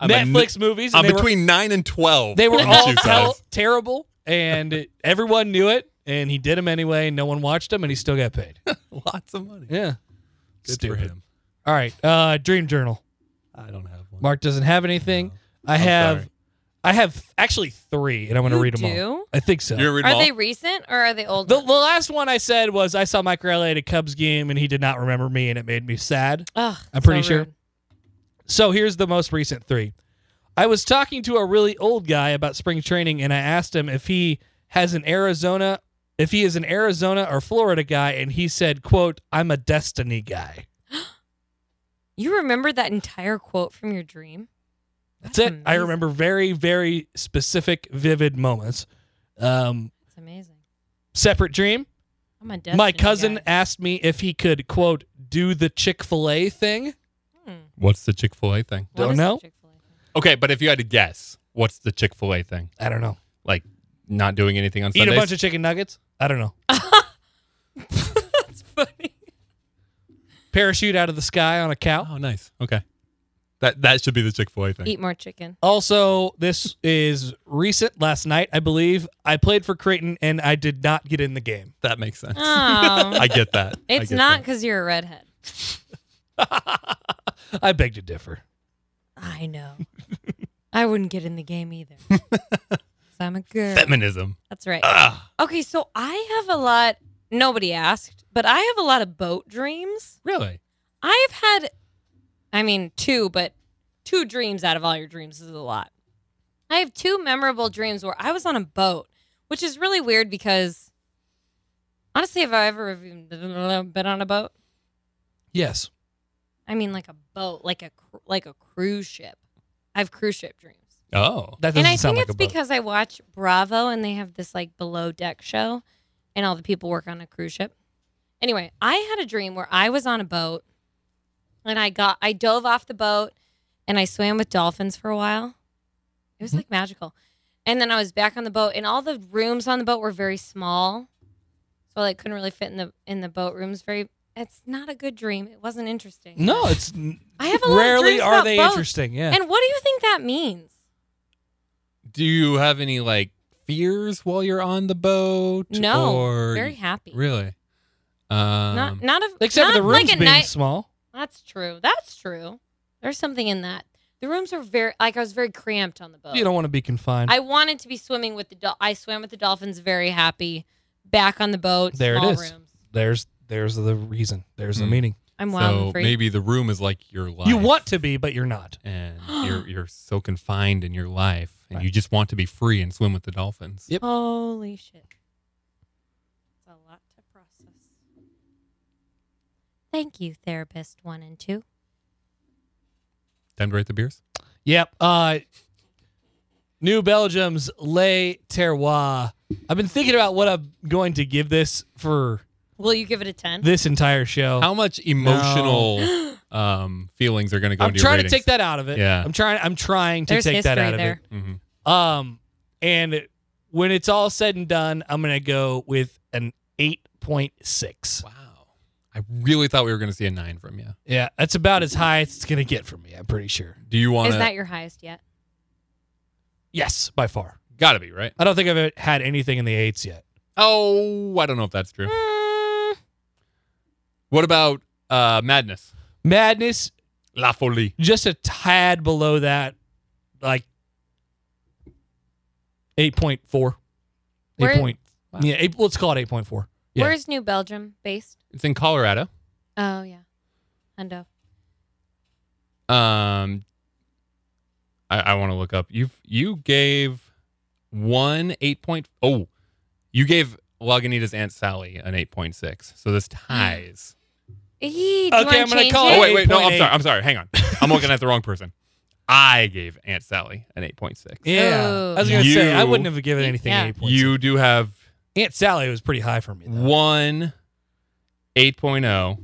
Speaker 1: I'm a n-
Speaker 3: Netflix movies.
Speaker 1: I'm
Speaker 3: and they
Speaker 1: between nine and twelve.
Speaker 3: Were, they were
Speaker 1: on
Speaker 3: all
Speaker 1: shoe
Speaker 3: tel-
Speaker 1: size.
Speaker 3: terrible, and it- everyone knew it. And he did them anyway. and No one watched them, and he still got paid.
Speaker 1: lots of money.
Speaker 3: Yeah.
Speaker 1: Good
Speaker 3: Stupid.
Speaker 1: for him.
Speaker 3: All right. Uh, Dream Journal.
Speaker 1: I don't have one.
Speaker 3: Mark doesn't have anything. I
Speaker 1: I'm
Speaker 3: have.
Speaker 1: sorry.
Speaker 3: I have actually three, and I'm going to
Speaker 2: You
Speaker 3: read them all.
Speaker 2: do?
Speaker 3: I think so.
Speaker 1: You're gonna read them
Speaker 2: Are
Speaker 1: all?
Speaker 2: they recent or are they old?
Speaker 3: The, the last one I said was I saw Mike Riley at a Cubs game and he did not remember me and it made me sad.
Speaker 2: Ugh,
Speaker 3: I'm pretty
Speaker 2: so
Speaker 3: sure.
Speaker 2: rude.
Speaker 3: So here's the most recent three. I was talking to a really old guy about spring training and I asked him if he has an Arizona if he is an Arizona or Florida guy and he said, quote, I'm a destiny guy.
Speaker 2: You remember that entire quote from your dream?
Speaker 3: That's, it. I
Speaker 2: amazing.
Speaker 3: remember very, very specific, vivid moments. Um,
Speaker 2: It's amazing.
Speaker 3: separate dream.
Speaker 2: I'm a destiny
Speaker 3: My cousin
Speaker 2: guy.
Speaker 3: asked me if he could, quote, do the Chick fil A thing.
Speaker 2: Hmm.
Speaker 1: What's the Chick Fil A thing?
Speaker 2: What
Speaker 3: Don't
Speaker 2: is the
Speaker 3: know.
Speaker 2: Chick-fil-A thing?
Speaker 1: Okay, but if you had to guess, what's the Chick Fil A thing?
Speaker 3: I don't know.
Speaker 1: Like not doing anything on
Speaker 3: Eat
Speaker 1: Sundays.
Speaker 3: a bunch of chicken nuggets. I don't know.
Speaker 2: That's funny.
Speaker 3: Parachute out of the sky on a cow.
Speaker 1: oh, nice. Okay, that that should be the Chick Fil A thing.
Speaker 2: Eat more chicken.
Speaker 3: Also, this is recent. Last night, I believe, I played for Creighton and I did not get in the game.
Speaker 1: That makes sense.
Speaker 3: Uh,
Speaker 2: Oh,
Speaker 1: I get that. I
Speaker 2: it's
Speaker 1: get
Speaker 2: not
Speaker 1: that.
Speaker 2: because you're a redhead.
Speaker 3: I beg to differ.
Speaker 2: I know. I wouldn't get in the game either. 'Cause I'm a girl.
Speaker 1: feminism.
Speaker 2: That's right.
Speaker 1: Ugh.
Speaker 2: Okay, so I have a lot. Nobody asked, but I have a lot of boat dreams.
Speaker 1: Really?
Speaker 2: I've had, I mean, two, but two dreams out of all your dreams is a lot. I have two memorable dreams where I was on a boat, which is really weird because honestly, have I ever even been on a boat?
Speaker 3: Yes.
Speaker 2: I mean, like a boat, like a cr- like a cruise ship. I have cruise ship dreams,
Speaker 1: Oh,
Speaker 3: That doesn't
Speaker 2: and I
Speaker 3: sound
Speaker 2: think
Speaker 3: like
Speaker 2: it's
Speaker 3: a bug.
Speaker 2: because I watch Bravo, and they have this like below deck show, and all the people work on a cruise ship. Anyway, I had a dream where I was on a boat, and I got I dove off the boat, and I swam with dolphins for a while. It was
Speaker 3: Mm-hmm.
Speaker 2: like magical, and then I was back on the boat, and all the rooms on the boat were very small, so I like couldn't really fit in the in the boat rooms. Very, it's not a good dream. It wasn't interesting.
Speaker 3: No, it's n-
Speaker 2: I have a lot of
Speaker 3: rarely
Speaker 2: dreams
Speaker 3: are
Speaker 2: about
Speaker 3: they
Speaker 2: boats.
Speaker 3: interesting. Yeah.
Speaker 2: And what do you think that means?
Speaker 1: do you have any like fears while you're on the boat?
Speaker 2: No,
Speaker 1: or
Speaker 2: Very happy.
Speaker 1: really. Um,
Speaker 2: not not a
Speaker 3: Except
Speaker 2: not
Speaker 3: for the rooms
Speaker 2: like a
Speaker 3: being
Speaker 2: night.
Speaker 3: small.
Speaker 2: That's true. That's true. There's something in that. The rooms are very like I was very cramped on the boat.
Speaker 3: You don't want to be confined.
Speaker 2: I wanted to be swimming with the. Dol- I swam with the dolphins. Very happy. Back on the boat.
Speaker 3: There it
Speaker 2: small
Speaker 3: is.
Speaker 2: Rooms.
Speaker 3: there's there's the reason. There's the
Speaker 1: Mm.
Speaker 3: meaning.
Speaker 2: I'm wild
Speaker 1: so
Speaker 2: and free.
Speaker 1: maybe the room is like your life.
Speaker 3: You want to be, but you're not.
Speaker 1: and you're you're so confined in your life, and you just want to be free and swim with the dolphins.
Speaker 3: Yep.
Speaker 2: Holy shit. It's a lot to process. Thank you, therapist one and two.
Speaker 1: Time to rate the beers.
Speaker 3: Yep. Uh, New Belgium's Le Terroir. I've been thinking about what I'm going to give this for
Speaker 2: Will you give it a ten?
Speaker 3: this entire show.
Speaker 1: How much emotional um, feelings are going to go
Speaker 3: I'm
Speaker 1: into your
Speaker 3: trying
Speaker 1: ratings?
Speaker 3: to take that out of it.
Speaker 1: Yeah.
Speaker 3: I'm trying. I'm trying to
Speaker 2: There's
Speaker 3: take
Speaker 2: history
Speaker 3: that out of
Speaker 2: there.
Speaker 1: Mhm.
Speaker 3: it. Um, and when it's all said and done, I'm gonna go with an eight point six.
Speaker 1: Wow. I really thought we were going to see a nine from you.
Speaker 3: Yeah, that's about as high as it's gonna get for me. I'm pretty sure.
Speaker 1: Do you want
Speaker 2: Is that
Speaker 1: to?
Speaker 2: your highest yet?
Speaker 3: Yes, by far.
Speaker 1: Got to be right.
Speaker 3: I don't think I've had anything in the eights yet.
Speaker 1: Oh, I don't know if that's true.
Speaker 2: Mm,
Speaker 1: What about uh, madness?
Speaker 3: Madness
Speaker 1: La folie.
Speaker 3: just a tad below that, like eight point four.
Speaker 2: Where-
Speaker 3: Eight point, yeah. Eight, let's call it eight point four. Yeah.
Speaker 2: Where's New Belgium based?
Speaker 1: It's in Colorado.
Speaker 2: Oh yeah, Hundo.
Speaker 1: Um, I, I want to look up. You you gave one eight point. Oh, you gave Lagunitas Aunt Sally an eight point six. So this ties.
Speaker 2: Eee, do you
Speaker 3: Okay,
Speaker 2: wanna
Speaker 3: I'm gonna
Speaker 2: change
Speaker 3: call
Speaker 2: it?
Speaker 1: Oh wait, wait, no, I'm
Speaker 3: 8.8.
Speaker 1: sorry, I'm sorry. Hang on, I'm looking at the wrong person. I gave Aunt Sally an eight point six.
Speaker 3: Yeah,
Speaker 2: Ooh.
Speaker 3: I was gonna say I
Speaker 1: You-
Speaker 3: wouldn't have given anything
Speaker 2: Yeah.
Speaker 3: eight point.
Speaker 1: You do have
Speaker 3: Aunt Sally was pretty high for me.
Speaker 1: Mm-hmm.
Speaker 3: Though.
Speaker 1: one 8.0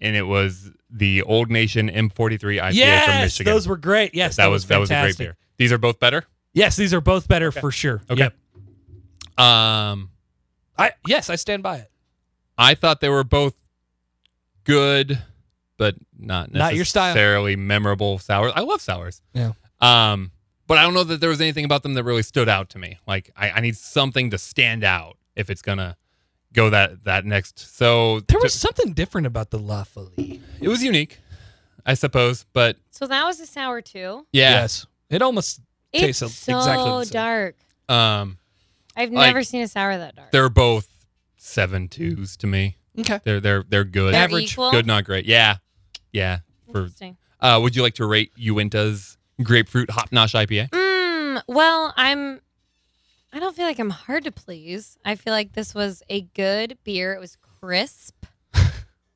Speaker 1: and it was the Old Nation M43 IPA
Speaker 3: yes,
Speaker 1: from Michigan.
Speaker 3: those were great. Yes,
Speaker 1: that, was, that was a great
Speaker 3: fantastic.
Speaker 1: beer. These are both better.
Speaker 3: Yes, these are both better for sure.
Speaker 1: Okay.
Speaker 3: Yep.
Speaker 1: Um
Speaker 3: I yes, I stand by it.
Speaker 1: I thought they were both good, but not
Speaker 3: Not your style.
Speaker 1: necessarily memorable sours. I love sours.
Speaker 3: Yeah.
Speaker 1: Um, but I don't know that there was anything about them that really stood out to me. Like I, I need something to stand out if it's gonna go that that next. So
Speaker 3: There was something different about the La Folie.
Speaker 1: it was unique, I suppose. But
Speaker 2: So that was a sour too.
Speaker 1: yeah,
Speaker 3: Yes. It almost
Speaker 2: It's
Speaker 3: Tastes
Speaker 2: so
Speaker 3: exactly the same.
Speaker 2: dark.
Speaker 1: um,
Speaker 2: I've
Speaker 1: Like,
Speaker 2: never seen a sour that dark.
Speaker 1: they're both seven twos to me.
Speaker 3: Okay.
Speaker 1: They're they're they're good.
Speaker 2: They're Average. equal?
Speaker 1: Good, not great. Yeah. Yeah. For
Speaker 2: Interesting.
Speaker 1: uh would you like to rate Uinta's grapefruit hop nosh IPA?
Speaker 2: Mm, well, I'm. I don't feel like I'm hard to please. I feel like this was a good beer. It was crisp.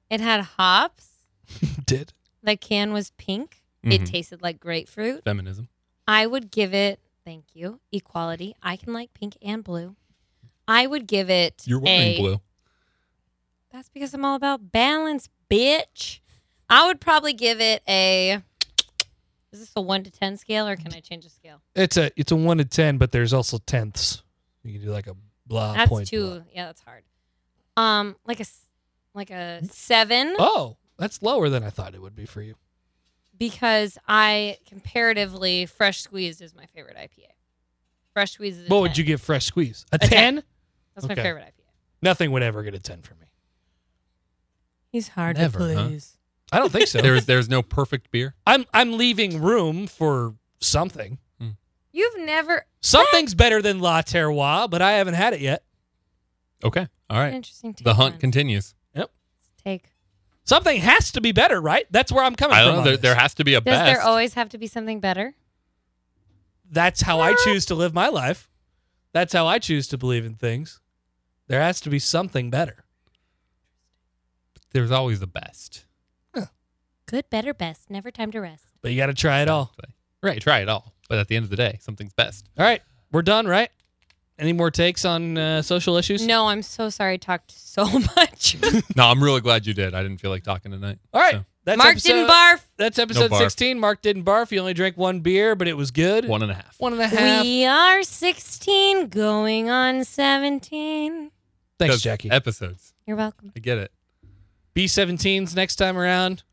Speaker 2: it had hops.
Speaker 3: did.
Speaker 2: The can was pink. It
Speaker 1: Mhm.
Speaker 2: tasted like grapefruit.
Speaker 1: Feminism.
Speaker 2: I would give it. Thank you. Equality. I can like pink and blue. I would give it.
Speaker 1: You're wearing
Speaker 2: a-
Speaker 1: blue.
Speaker 2: That's because I'm all about balance, bitch. I would probably give it a. Is this a one to ten scale, or can I change the scale?
Speaker 3: It's a it's a one to ten, but there's also tenths. You can do like a blah
Speaker 2: that's
Speaker 3: point.
Speaker 2: too.
Speaker 3: blah.
Speaker 2: Yeah, that's hard. Um, like a s- like a seven
Speaker 3: Oh, that's lower than I thought it would be for you.
Speaker 2: because I comparatively fresh squeezed is my favorite IPA. Fresh squeezed is. A
Speaker 3: What would
Speaker 2: 10.
Speaker 3: you give fresh squeeze? A
Speaker 2: 10.
Speaker 3: ten?
Speaker 2: That's
Speaker 3: Okay.
Speaker 2: my favorite IPA.
Speaker 3: Nothing would ever get a ten for me.
Speaker 2: He's hard
Speaker 1: to Never, huh? please.
Speaker 3: I don't think so.
Speaker 1: There's there's no perfect beer.
Speaker 3: I'm I'm leaving room for something.
Speaker 2: You've never.
Speaker 3: Something's better than La Terroir, but I haven't had it yet.
Speaker 1: Okay. All right.
Speaker 2: Interesting. Take
Speaker 1: The hunt
Speaker 2: on.
Speaker 1: continues.
Speaker 2: take.
Speaker 3: Something has to be better, right? That's where I'm coming
Speaker 1: I
Speaker 3: from.
Speaker 1: don't know.
Speaker 3: on
Speaker 1: There,
Speaker 3: this.
Speaker 1: there has to be a
Speaker 2: Does
Speaker 1: best.
Speaker 2: there always have to be something better?
Speaker 3: That's how I choose to live my life. That's how I choose to believe in things. There has to be something better.
Speaker 1: There's always a best.
Speaker 2: Good, better, best. Never time to rest.
Speaker 3: But you got to try it all.
Speaker 1: Right. Try it all. But at the end of the day, something's best.
Speaker 3: All right, we're done, right? Any more takes on uh, social issues?
Speaker 2: No, I'm so sorry. I talked so much.
Speaker 1: no, I'm really glad you did. I didn't feel like talking tonight.
Speaker 3: All right.
Speaker 1: So,
Speaker 3: That's
Speaker 2: Mark
Speaker 3: episode,
Speaker 2: didn't barf.
Speaker 3: That's episode
Speaker 1: barf.
Speaker 3: 16. Mark didn't barf. He only drank one beer, but it was good.
Speaker 1: one and a half.
Speaker 3: One and a half.
Speaker 2: We are 16 going on 17.
Speaker 3: Thanks,
Speaker 1: Because
Speaker 3: Jackie.
Speaker 1: Episodes.
Speaker 2: You're welcome.
Speaker 1: I get it.
Speaker 3: B17s next time around.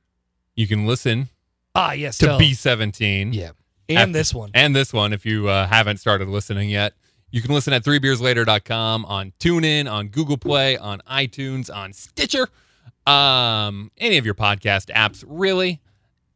Speaker 1: You can listen
Speaker 3: Ah, yes.
Speaker 1: to
Speaker 3: tell-
Speaker 1: B17.
Speaker 3: Yeah. And
Speaker 1: After-
Speaker 3: this one.
Speaker 1: and this one if you uh, haven't started listening yet. You can listen at threebeerslater.com on TuneIn, on Google Play, on iTunes, on Stitcher, um, any of your podcast apps, really.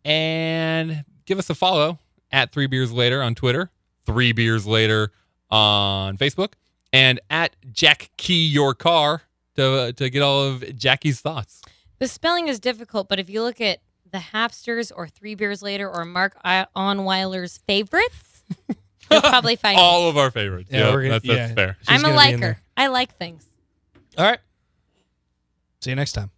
Speaker 1: And give us a follow at Three Beers Later on Twitter, Three Beers Later on Facebook, and at Jack Key Your Car to, to get all of Jackie's thoughts.
Speaker 2: The spelling is difficult, but if you look at the Hapsters or Three Beers Later or Mark I- Onweiler's favorites, you'll probably find me.
Speaker 1: All of our favorites.
Speaker 3: Yeah,
Speaker 1: Yeah,
Speaker 3: we're gonna-
Speaker 1: that's, that's
Speaker 3: yeah.
Speaker 1: fair.
Speaker 3: She's
Speaker 2: I'm a
Speaker 3: gonna be in there.
Speaker 2: liker. I like things.
Speaker 3: All right. See you next time.